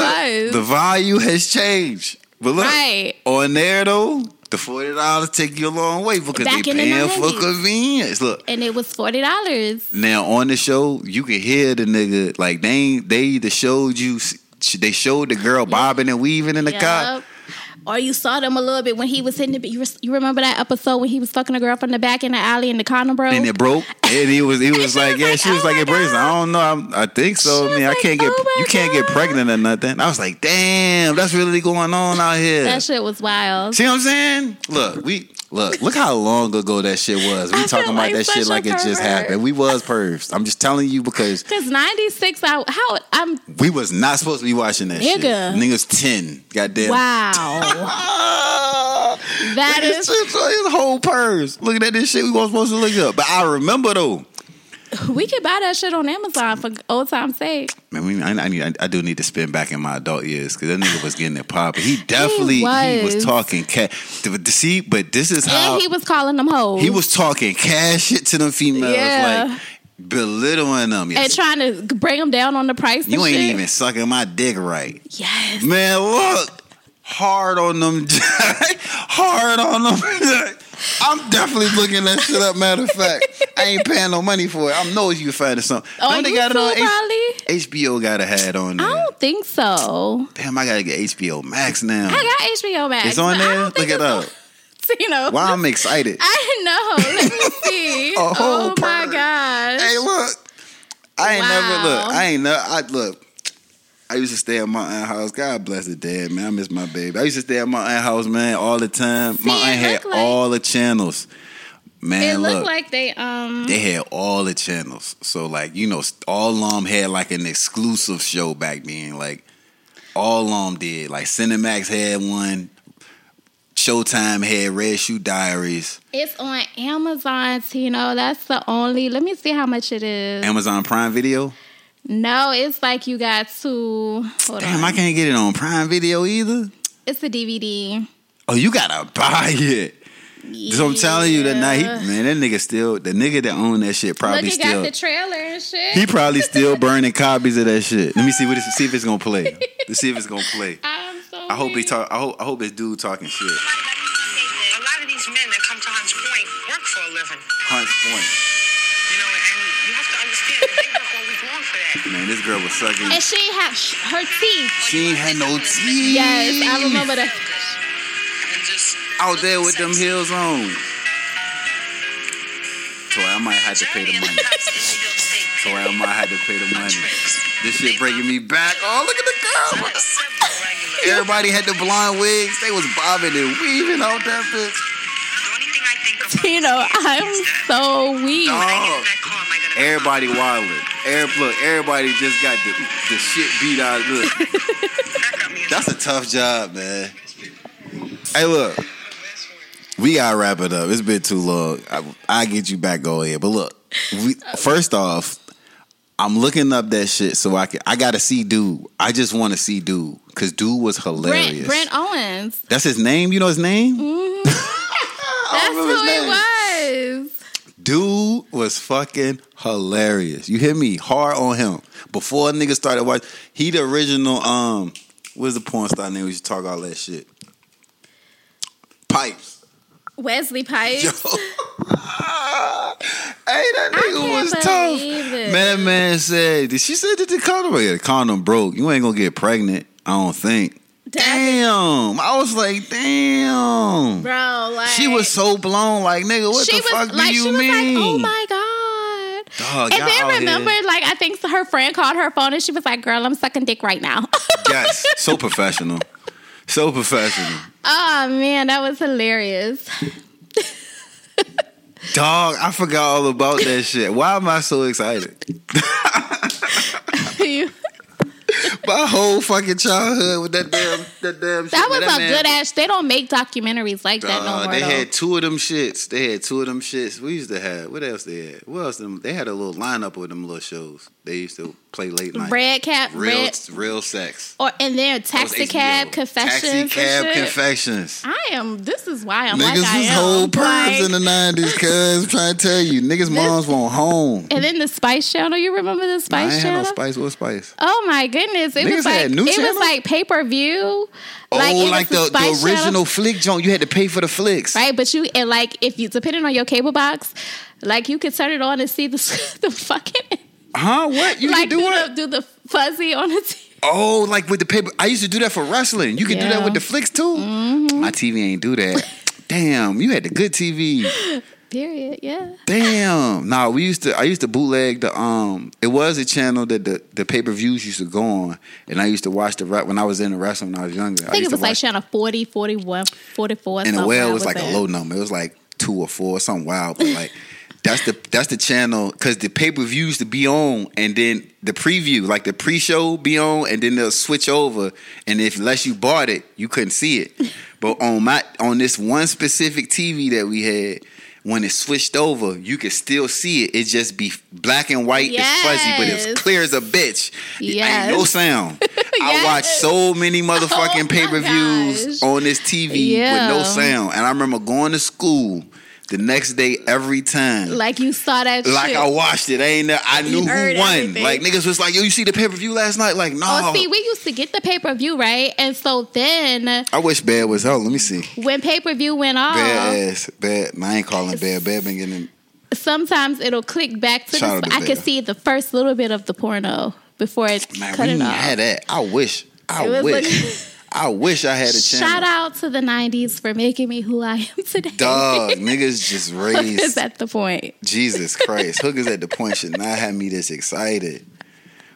was.
the value has changed. But look,
Right.
on there though, the forty dollars take you a long way because
Back
they
in the
paying for
90s.
convenience. Look,
and it was forty dollars.
Now on the show, you can hear the nigga like they ain't- they either showed you they showed the girl bobbing and weaving in the car.
Or you saw them a little bit when he was hitting the. You, res- you remember that episode when he was fucking a girl from the back in the alley and the condom broke?
And it broke, and he was he was
she
like,
was
yeah,
like,
she was
"Oh
like,
my
it breaks. I don't know, I'm, I think
She
so. I
was
mean, I
like,
can't get
"Oh my
you can't get
God."
pregnant or nothing. I was like, damn, that's really going on out here.
that shit was wild.
See what I'm saying? Look, we look, look how long ago that shit was. We
I
talking
feel
about
like
that
such
shit
a
like it just
pervert.
happened. We was pervs. I'm just telling you because
Cause ninety six, I how I'm
we was not supposed to be watching that shit.
Nigga.
Niggas ten, goddamn.
wow. that
Look at
is
this shit, his whole purse. Looking at this shit, we weren't supposed to look up. But I remember though.
we could buy that shit on Amazon for old time's sake.
Man, we, I, I, need, I, do need to spin back in my adult years because that nigga was getting it popping. He definitely he was,
was.
talking cash. See, but this is how
and he was calling them hoes.
Uh, he was talking cash shit to them females,
Yeah.
like belittling them.
and trying to bring them down on the price.
you
and
ain't
shit.
even sucking my dick right,
Yes.
man. Look hard on them, hard on them. I'm definitely looking that shit up. Matter of fact, I ain't paying no money for it. I know you can find it something.
On
Don't they
YouTube,
got it on
Oh, probably. Oh.
H- HBO got a hat on
I
there.
don't think so.
Damn, I gotta get HBO Max now.
I got HBO Max.
it's on
but I
there.
don't
Look
think
it
it's on-
up.
You know.
Wow, I'm excited.
I know. Let me see.
A whole
oh my
purse.
gosh.
Hey, look. I ain't never
Wow.
look. I ain't never. I look. I used to stay at my aunt's house. God bless the dead man. I miss my baby. I used to stay at my aunt's house, man, all the time. my
See, it
aunt had
look like-
all the channels. Man,
it looked
look.
like they um.
they had all the channels. So like you know, all Lom had like an exclusive show back then. Like all Lom did. Like Cinemax had one. Showtime had Red Shoe Diaries.
It's on Amazon. You know. That's the only. Let me see how much it is.
Amazon Prime Video.
no, it's like you got to. Hold
Damn,
on.
I can't get it on Prime Video either.
it's a DVD.
Oh, you gotta buy it. So I'm telling you that now, he, man, that nigga still the nigga that owned that shit
Look,
probably
it got
still
the trailer and shit.
he probably still burning copies of that shit. Let me see what it's, see if it's gonna play. Let's see if it's gonna play.
I'm so
I hope he
weak.
talk. I hope I hope this dude talking shit.
A lot of these men that
Hunts
You know, and you have to understand that they work all week long for that.
Point. Man, this girl was sucking.
And she ain't have sh- her teeth.
She ain't had no teeth.
Yes, I remember that.
And just
Out there with them heels on. So I might have to pay the money. So I might have to pay the money. This shit bringing me back. Oh, look at the girl. Everybody had the blonde wigs. They was bobbing and weaving out that bitch.
You know, I'm so weak.
Dog. Everybody wildin'. Every, look, everybody just got the, the shit beat out of them. That's a tough job, man. Hey, look. We gotta wrap it up. It's been too long. I, I get you back going here, but look. We, first off, I'm looking up that shit so I can. I gotta see dude. I just want to see dude because dude was hilarious.
Brent, Brent Owens.
That's his name. You know his name.
That's who
remember his
it
name.
was.
Dude was fucking hilarious. You hit me hard on him. Before niggas started watching, he the original um what is the porn star name? We should talk all that shit. Pipes.
Wesley
Yo. hey,
Pipes.
that nigga
can't
was tough.
believe it.
Man, man said, she said that the condom, yeah, the condom broke. You ain't gonna get pregnant, I don't think.
Damn.
Damn. I was like, damn.
Bro, like
She was so blown, like nigga, what
she
the
was
fuck
like
do you
she was
mean?
like, oh my god.
Dog,
and
y'all out
then
here.
remember, like I think her friend called her phone and she was like, "Girl, I'm sucking dick right now."
Yes, so professional, so professional.
oh man, that was hilarious.
Dog, I forgot all about that shit. Why am I so excited?
You-
My whole fucking childhood with that damn, that damn. shit,
that
man,
was a
man-
good ass. They don't make documentaries like that no
Dog,
more.
they
though.
had two of them shits. They had two of them shits. We used to have. What else they had? What else? Them, they had a little lineup with them little shows. They used to play late night.
red cap,
real,
red,
real sex.
or and then
That was
taxi cab
HBO.
confessions.
Taxi
and
cab
shit.
confessions.
I am. This is why I'm
Niggas
like I
was
am.
whole perms
Like,
in the nineties, cuz I'm trying to tell you, niggas moms want home.
and then the Spice Channel. You remember the
I
Spice
ain't had
Channel?
no spice. What spice?
Oh my goodness! It
Niggas
was like
had new
it was
channels?
like pay per view.
oh, like the, the original flick joint. You had to pay for the flicks.
right? But you and like if you depending on your cable box, like you could turn it on and see the the fucking
Huh? What? You
like
could do what?
the, do the fuzzy on the TV.
Oh, like with the paper. I used to do that for wrestling. You could do that
Yeah. Mm-hmm.
with the flicks too. My TV ain't do that. Damn, you had the good TV.
Period. Yeah.
Damn. Nah, we used to I used to bootleg the um it was a channel that the, the pay-per-views used to go on and I used to watch the re- when I was in the wrestling when I was younger.
I think
used
it
to
was like
watch-
channel 40, 41, 44.
and the
somewhere
well
I
was like a
at.
low number. It was like two or four, something wild. But like that's the that's the channel because the pay per views to be on, and then the preview, like the pre show, be on, and then they'll switch over. And if unless you bought it, you couldn't see it. But on my on this one specific TV that we had. When it switched over, you could still see it. It just be black and white. It's fuzzy, but
Yes.
it's clear as a bitch.
Yes.
Ain't no sound. I
Yes.
watched so many motherfucking
Oh my
pay per views
gosh.
on this TV
Yeah.
with no sound. And I remember going to school the next day every time. Like,
Like you saw that. shit.
I watched it. I ain't know, I knew
You
who
heard
won.
everything.
Like niggas was like, yo, you see the pay per view last night? Like, no.
Oh, see, we used to get the pay per view, right? And so then
I wish Bad was out. Let me see.
when pay per view went off,
Bad ass. Bad. No, I ain't calling Bad. Bad been getting.
sometimes it'll click back to
Shout out
the.
to
I
Bea.
could see the first little bit of the porno before it
Man,
cut
we
it
didn't
off.
had that. I wish.
It
I
was
wish.
like-
I wish I had a chance.
Shout out to the '90s for making me who I am today.
Dog, niggas just
is
raised
at the point.
Jesus Christ. Hookers at the point should not have me this excited.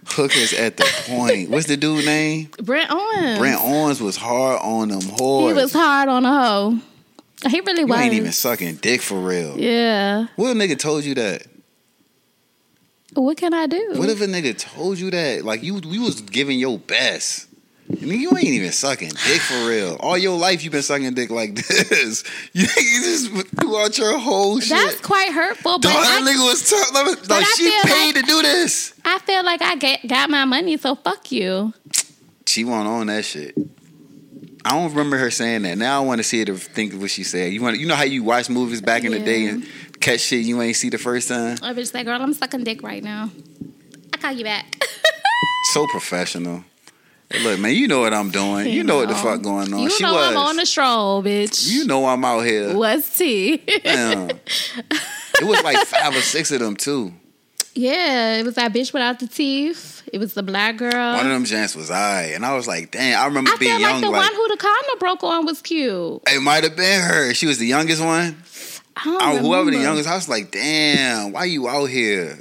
Hookers at the point. What's the dude name?
Brent Owens.
Brent Owens was hard on them whores.
He was hard on a hoe. He really
you
was.
ain't even sucking dick for real.
yeah.
What a nigga told you that?
What can I do?
What if a nigga told you that? Like you, you was giving your best. Nigga, you ain't even sucking dick for real. All your life you been sucking dick like this. You niggas just throughout your whole shit.
That's quite hurtful, but
Dog, that
I,
nigga was tough. Like,
But I
she
feel
paid
like-
to do this.
I feel like I get, got my money, so fuck you.
She won't own that shit. I don't remember her saying that. Now I want to see her to think of what she said. You want you know how you watch movies back in the
Yeah.
day and catch shit you ain't see the first time.
I was just like, Oh, girl, I'm sucking dick right now. I call you back.
So professional. Hey, look, man, you know what I'm doing. You know what the fuck going on.
You
she
know
was.
I'm on a stroll, bitch.
you know I'm out here.
What's tea?
Damn. It was like five or six of them too.
Yeah, it was that bitch without the teeth. It was the black girl.
One of them gents was I, and I was like, "Damn!" I remember
Uh-huh. I
being
feel like
young.
the
Like,
one who the condom broke on was cute.
it might have been her. She was the youngest one.
I don't
I, Oh, whoever the
remember.
youngest, I was like, damn, why you out here?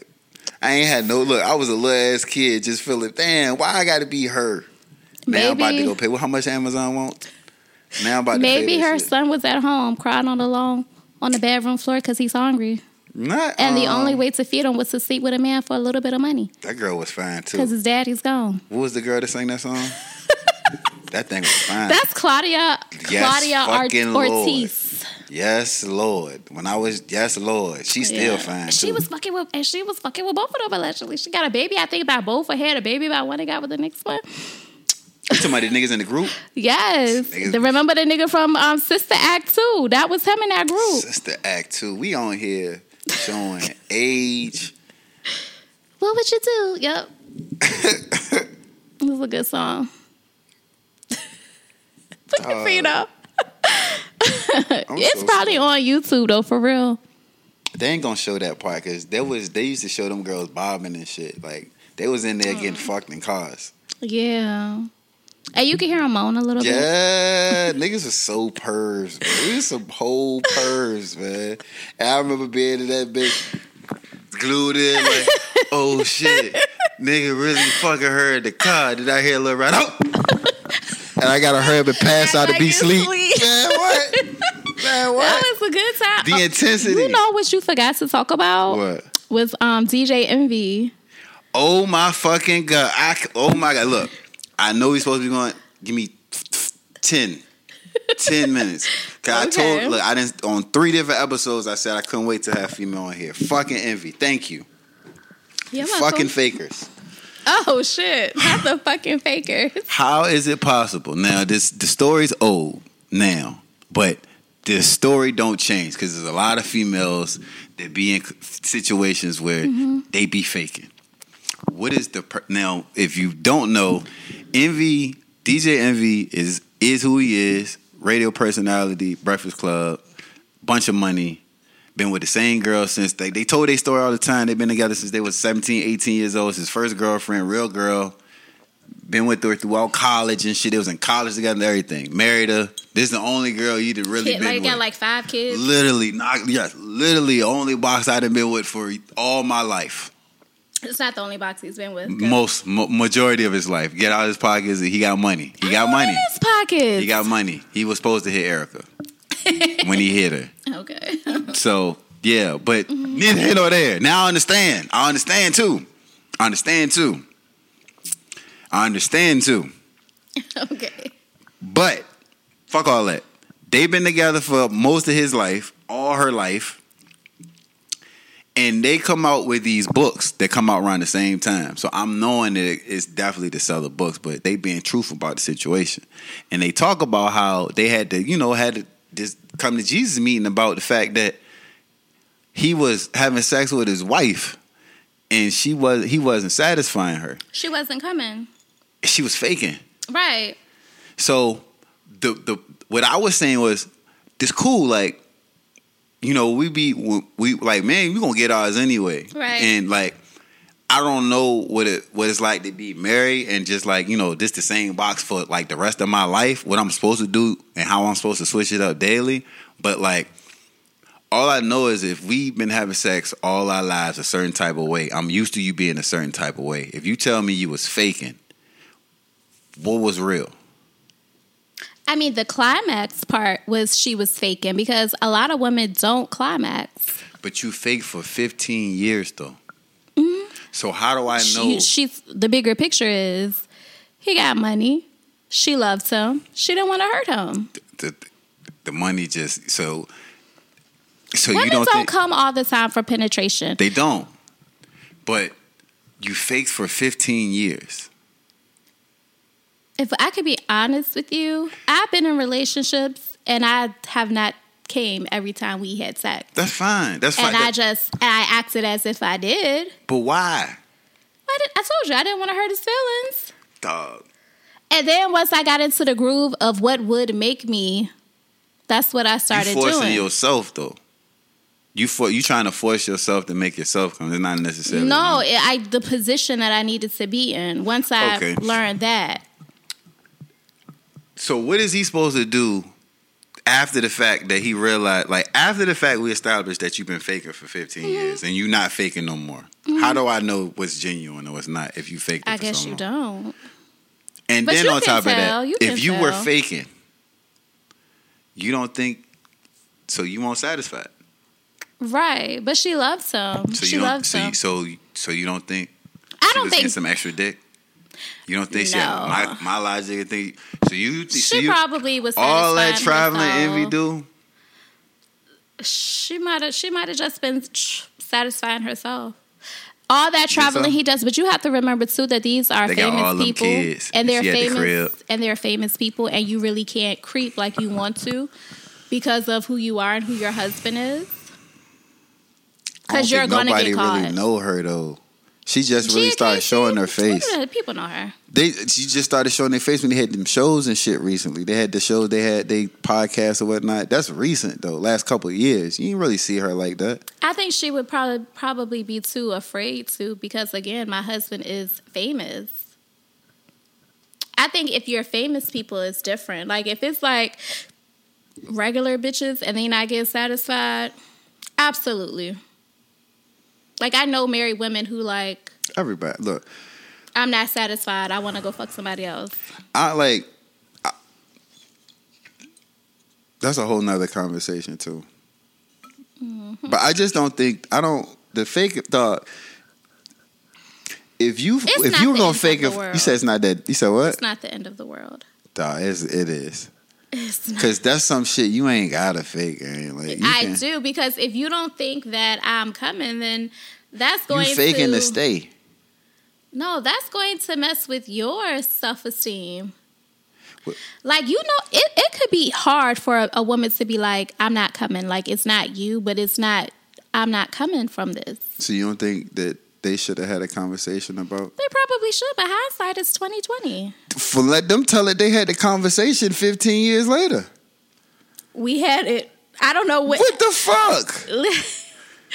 I ain't had no look. I was a little ass kid, just feeling, damn, why I gotta be her? Now I'm about to
Maybe-
go pay. Well, how much Amazon want? Now I'm about to
Maybe
pay that
her
shit.
son was at home crying on the long on the bedroom floor because he's hungry,
Not,
and the
um,
only way to feed him was to sleep with a man for a little bit of money
that girl was fine too.
because his daddy's gone.
What was the girl that sang that song? that thing was fine.
That's Claudia
Yes,
Claudia
fucking
Art-
Lord.
Ortiz.
yes, Lord. When I was yes, Lord, she's still
Yeah.
fine.
She
too.
was fucking with and she was fucking with both of them allegedly. She got a baby. I think about both. Her had a baby about one. They got with the next one.
You talking about the niggas in the group.
Yes.
Niggas-
The- remember the nigga from um, Sister Act 2? That was him in that group.
Sister Act Two. We on here showing age.
What would you do? Yep. it was a good song. Look at Fino.
Uh, I'm
It's
so
probably on YouTube though, for real.
They ain't gonna show that part because there was they used to show them girls bobbing and shit. Like they was in there getting fucked in cars.
Yeah. And you can hear him moan a little bit.
Yeah, niggas was so pervs. Man. We was some whole pervs, man. And I remember being in that bitch glued in like, oh shit, nigga really fucking her in the car. Did I hear a little right out? And I gotta hurry up and pass out to
Like
be
it's
sleep.
sweet.
Man, what? Man, what?
That was a good time.
The
Oh,
intensity.
You know what you forgot to talk about?
What?
Was um, DJ Envy.
Oh my fucking god! I c oh my god! Look, I know we're supposed to be going. Give me 10, 10 minutes. 'Cause I
Okay.
told look, I didn't on three different episodes. I said I couldn't wait to have female on here. Fucking envy. Thank you.
Yeah,
Fucking fakers.
Oh shit! Not the fucking fakers.
How is it possible? Now this the story's old now, but the story don't change because there's a lot of females that be in situations where they be faking. What is the per- now? If you don't know, Envy DJ Envy is is who he is. Radio personality, Breakfast Club, bunch of money. Been with the same girl since they they told their story all the time. They've been together since they was 17, 18 years old. It's his first girlfriend, real girl been with her throughout college and shit. They was in college together and everything. Married her. This is the only girl you'd have really
Kid,
been
like
with.
got like five kids.
literally, not, yes, literally the only box I'd have been with for all my life.
It's not the only box he's been with.
Most ma- majority of his life. Get out of his pockets. He got money. He
Oh,
got money.
His pockets.
He got money. He was supposed to hit Erica when he hit her.
okay.
So yeah, but neither here nor there. Now I understand. I understand too. I understand too. I understand too.
okay.
But fuck all that. They've been together for most of his life, all her life. And they come out with these books that come out around the same time. So I'm knowing that it's definitely to sell the books, but they being truthful about the situation. And they talk about how they had to, you know, had to this come to Jesus meeting about the fact that he was having sex with his wife and she was he wasn't satisfying her.
She wasn't coming.
She was faking.
Right.
So the the what I was saying was this cool like you know we be we, we like man we gonna get ours anyway
Right.
and like I don't know what it what it's like to be married and just like you know this the same box for like the rest of my life what I'm supposed to do and how I'm supposed to switch it up daily but like all I know is if we've been having sex all our lives a certain type of way I'm used to you being a certain type of way if you tell me you was faking what was real
I mean, the climax part was she was faking because a lot of women don't climax.
But you fake for 15 years though. So how do I know?
She, she's the bigger picture is he got money. She loved him. She didn't want to hurt him.
the, the money just so so
Women
you
don't,
don't, think
come all the time for penetration.
they don't. But you faked for 15 years.
if I could be honest with you, I've been in relationships and I have not came every time we had sex.
That's fine. That's fine.
and I
That-
just and I acted as if I did.
but why?
I, did, I told you I didn't want to hurt his feelings.
Dog.
And then once I got into the groove of what would make me, that's what I
You
started
forcing
doing.
yourself though.
You for you trying to force yourself to make yourself come. It's not necessarily
No, it, I the position that I needed to be in. Once I
Okay.
learned that,
So what is he supposed to do after the fact that he realized, like after the fact we established that you've been faking for 15
Mm-hmm.
years and you're not faking no more? How do I know what's genuine and what's not if you faked? It
I
for
guess
so
you
long?
don't.
And
But
then
you
on
can
top
tell,
of
you
that, if
can
you were
tell.
faking, you don't think so. You won't satisfied.
Right, but she loves him.
So
she
you don't.
loves
so,
him.
you, so you- so you don't think
I
she
don't
was
think
getting some extra dick. You don't think she
No.
had my my logic and think so you
she
so you,
probably was
all that
satisfying
traveling
herself.
envy do
She might have. She might have just been tr- satisfying herself. All that
think so?
traveling he does, but you have to remember too that these are
They got
famous
all them
people,
kids.
and they're
She at the
famous,
crib.
and they're famous people, and you really can't creep like you want to because of who you are and who your husband is.
I don't
Because you're
think
going to
nobody
get caught.
really know her though. She just really
Gia
started
Casey,
showing her face.
people- People know her.
They she just started showing their face when they had them shows and shit recently. They had the shows, they had they podcasts or whatnot. That's recent though. Last couple of years, you didn't really see her like that.
I think she would probably probably be too afraid to because again, my husband is famous. I think if you're famous people, it's different. Like if it's like regular bitches and they not get satisfied, absolutely. Like I know married women who like
Everybody, look,
I'm not satisfied. I want to go fuck somebody else.
I like. I- that's a whole nother conversation too.
Mm-hmm.
But I just don't think I don't the fake dog. If you
It's
if
not
you were
the
gonna
end of
fake
the
it,
world.
you said it's not that. You said what?
It's not the end of the world.
Dawg, it's, it is.
It's not.
Cause that's some shit you ain't gotta fake. Ain't like you
I
can-
do because if you don't think that I'm coming, then that's going
You faking
to
to stay.
No, that's going to mess with your self esteem.
What-
Like you know, it, it could be hard for a, a woman to be like, "I'm not coming." Like it's not you, but it's not. I'm not coming from this.
So you don't think that they should have had a conversation about?
They probably should, but hindsight is twenty twenty.
For let them tell it they had the conversation 15 years later.
We had it. I don't know what.
What the fuck?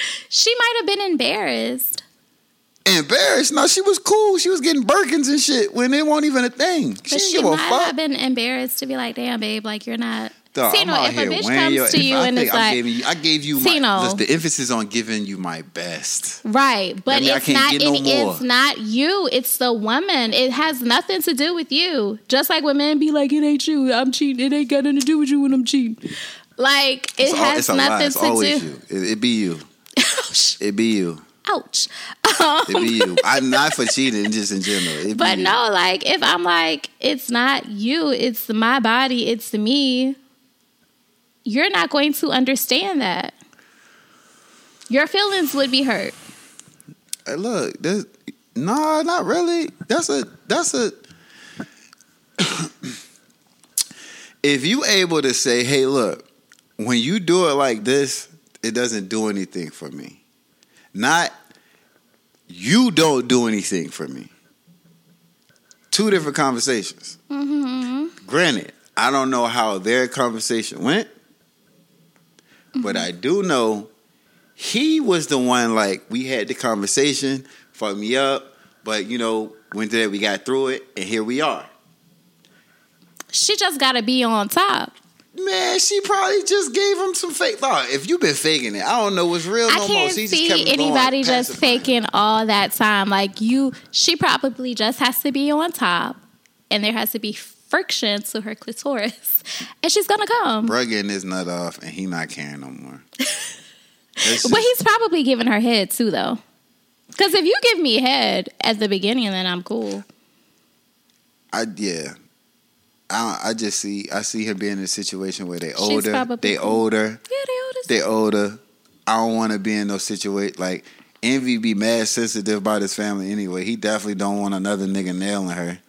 she might have been embarrassed.
Embarrassed? No, she was cool. She was getting Birkins and shit when it wasn't even a thing. She
But
didn't
she,
give a
might
fuck.
have been embarrassed to be like, "Damn, babe, like you're not."
Dog,
See,
I'm
no,
out
if a
here
bitch
wearing
comes
your-
to
if
you
I
and
think
it's
I'm
like,
giving you, I gave you
See,
my.
no.
listen, the emphasis on giving you my best.
Right, but
mean, I
it's
can't
not
get no
any,
more.
it's not you. It's the woman. It has nothing to do with you. Just like when men be like, "It ain't you. I'm cheating. It ain't got nothing to do with you when I'm cheating." Like it
It's, all,
has
it's a lie.
nothing
It's always
to do. Oh,
you. It, it be you. It be you.
Ouch. Um,
It be you. I'm not for cheating, just in general. It be
But
you.
no, like if I'm like, it's not you. It's my body. It's me. You're not going to understand that. Your feelings would be hurt.
Hey, look, this, nah, not really. That's a that's a. if you able to say, hey, look, when you do it like this, it doesn't do anything for me. Not you don't do anything for me. Two different conversations.
Mm-hmm.
Granted, I don't know how their conversation went, but
Mm-hmm.
I do know he was the one like we had the conversation, fucked me up, but you know, went through that, we got through it, and here we are.
She just got to be on top.
Man, she probably just gave him some fake thought. If you've been faking it, I don't know what's real
I
no more.
can't
So he just
see
kept going,
anybody just
pacifying.
faking all that time. Like you, she probably just has to be on top, and there has to be friction to her clitoris, and she's gonna come.
Bruh getting his nut off and he not caring no more. That's
But
just-
he's probably giving her head too, though. Because if you give me head at the beginning, then I'm cool.
I yeah. I I just see I see him being in a situation where they older,
probably
they
cool.
older,
Yeah, they all just
they older. I don't want to be in no situation like Envy be mad sensitive about his family anyway. He definitely don't want another nigga nailing her.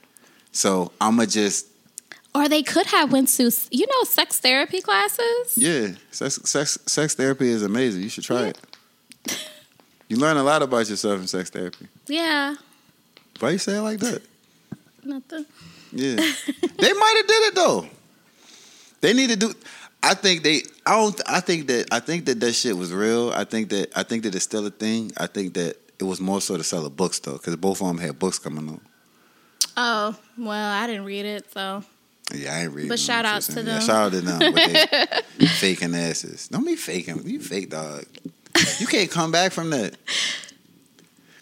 So I'ma just
Or they could have went to you know sex therapy classes.
yeah. Sex sex sex therapy is amazing. You should try it. You learn a lot about yourself in sex therapy.
Yeah,
Why you say it like that?
nothing.
Yeah. they might have did it though. They need to do I think they. I don't. I think that. I think that that shit was real. I think that. I think that it's still a thing. I think that it was more so to sell the books though, because both of them had books coming out.
Oh, well, I didn't read it, so
Yeah, I ain't reading. them,
But shout
you know
outs
what
to
I'm saying? Yeah,
them.
shout out to them. But they faking asses. Don't be faking. You fake dog. You can't come back from that.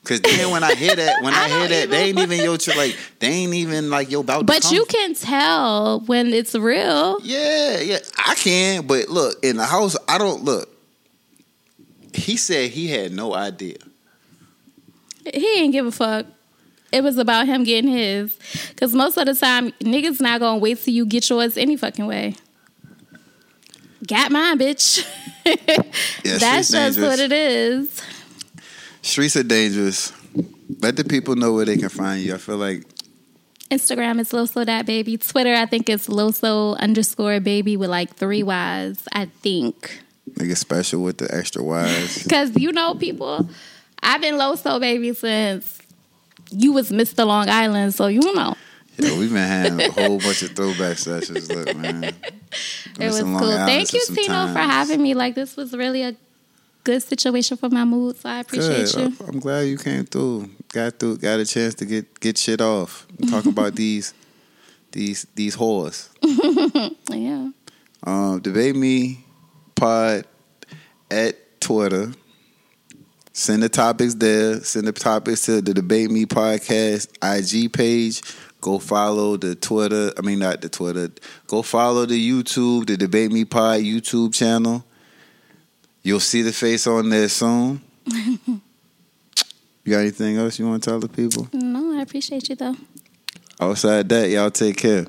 Cause then when I hear that, when I,
I
hear
don't
that, they ain't
even
even your tr- like. They ain't even like your about. to
But
come
you can tell when it's real.
Yeah, yeah, I can. But look, in the house, I don't look. He said he had no idea.
He didn't give a fuck. It was about him getting his. Because most of the time, niggas not going to wait till you get yours any fucking way. Got mine, bitch.
Yeah, she's
That's just
dangerous.
what it is.
Streets are dangerous. Let the people know where they can find you. I feel like
Instagram is loso.baby. Twitter, I think it's loso underscore baby with like three Y's, I think.
nigga special with the extra wise.
Because, you know, people, I've been loso baby since you was Mr. Long Island, so you know.
Yo, we've been having a whole bunch of throwback sessions. Look, man,
It was
Some Long
cool.
Island
Thank you,
for some
Tino, for
times.
having me. Like this was really a good situation for my mood, so I appreciate
Good.
you.
I'm glad you came through. Got through. Got a chance to get get shit off. Talk about these these these whores.
Yeah.
Um, debate me pod at Twitter. Send the topics there. Send the topics to the debate me podcast IG page. Go follow the Twitter. I mean, not the Twitter. Go follow the YouTube, the debate me pod YouTube channel. You'll see the face on there soon. you got anything else you want to tell the people?
No, I appreciate you though.
Outside that, y'all take care.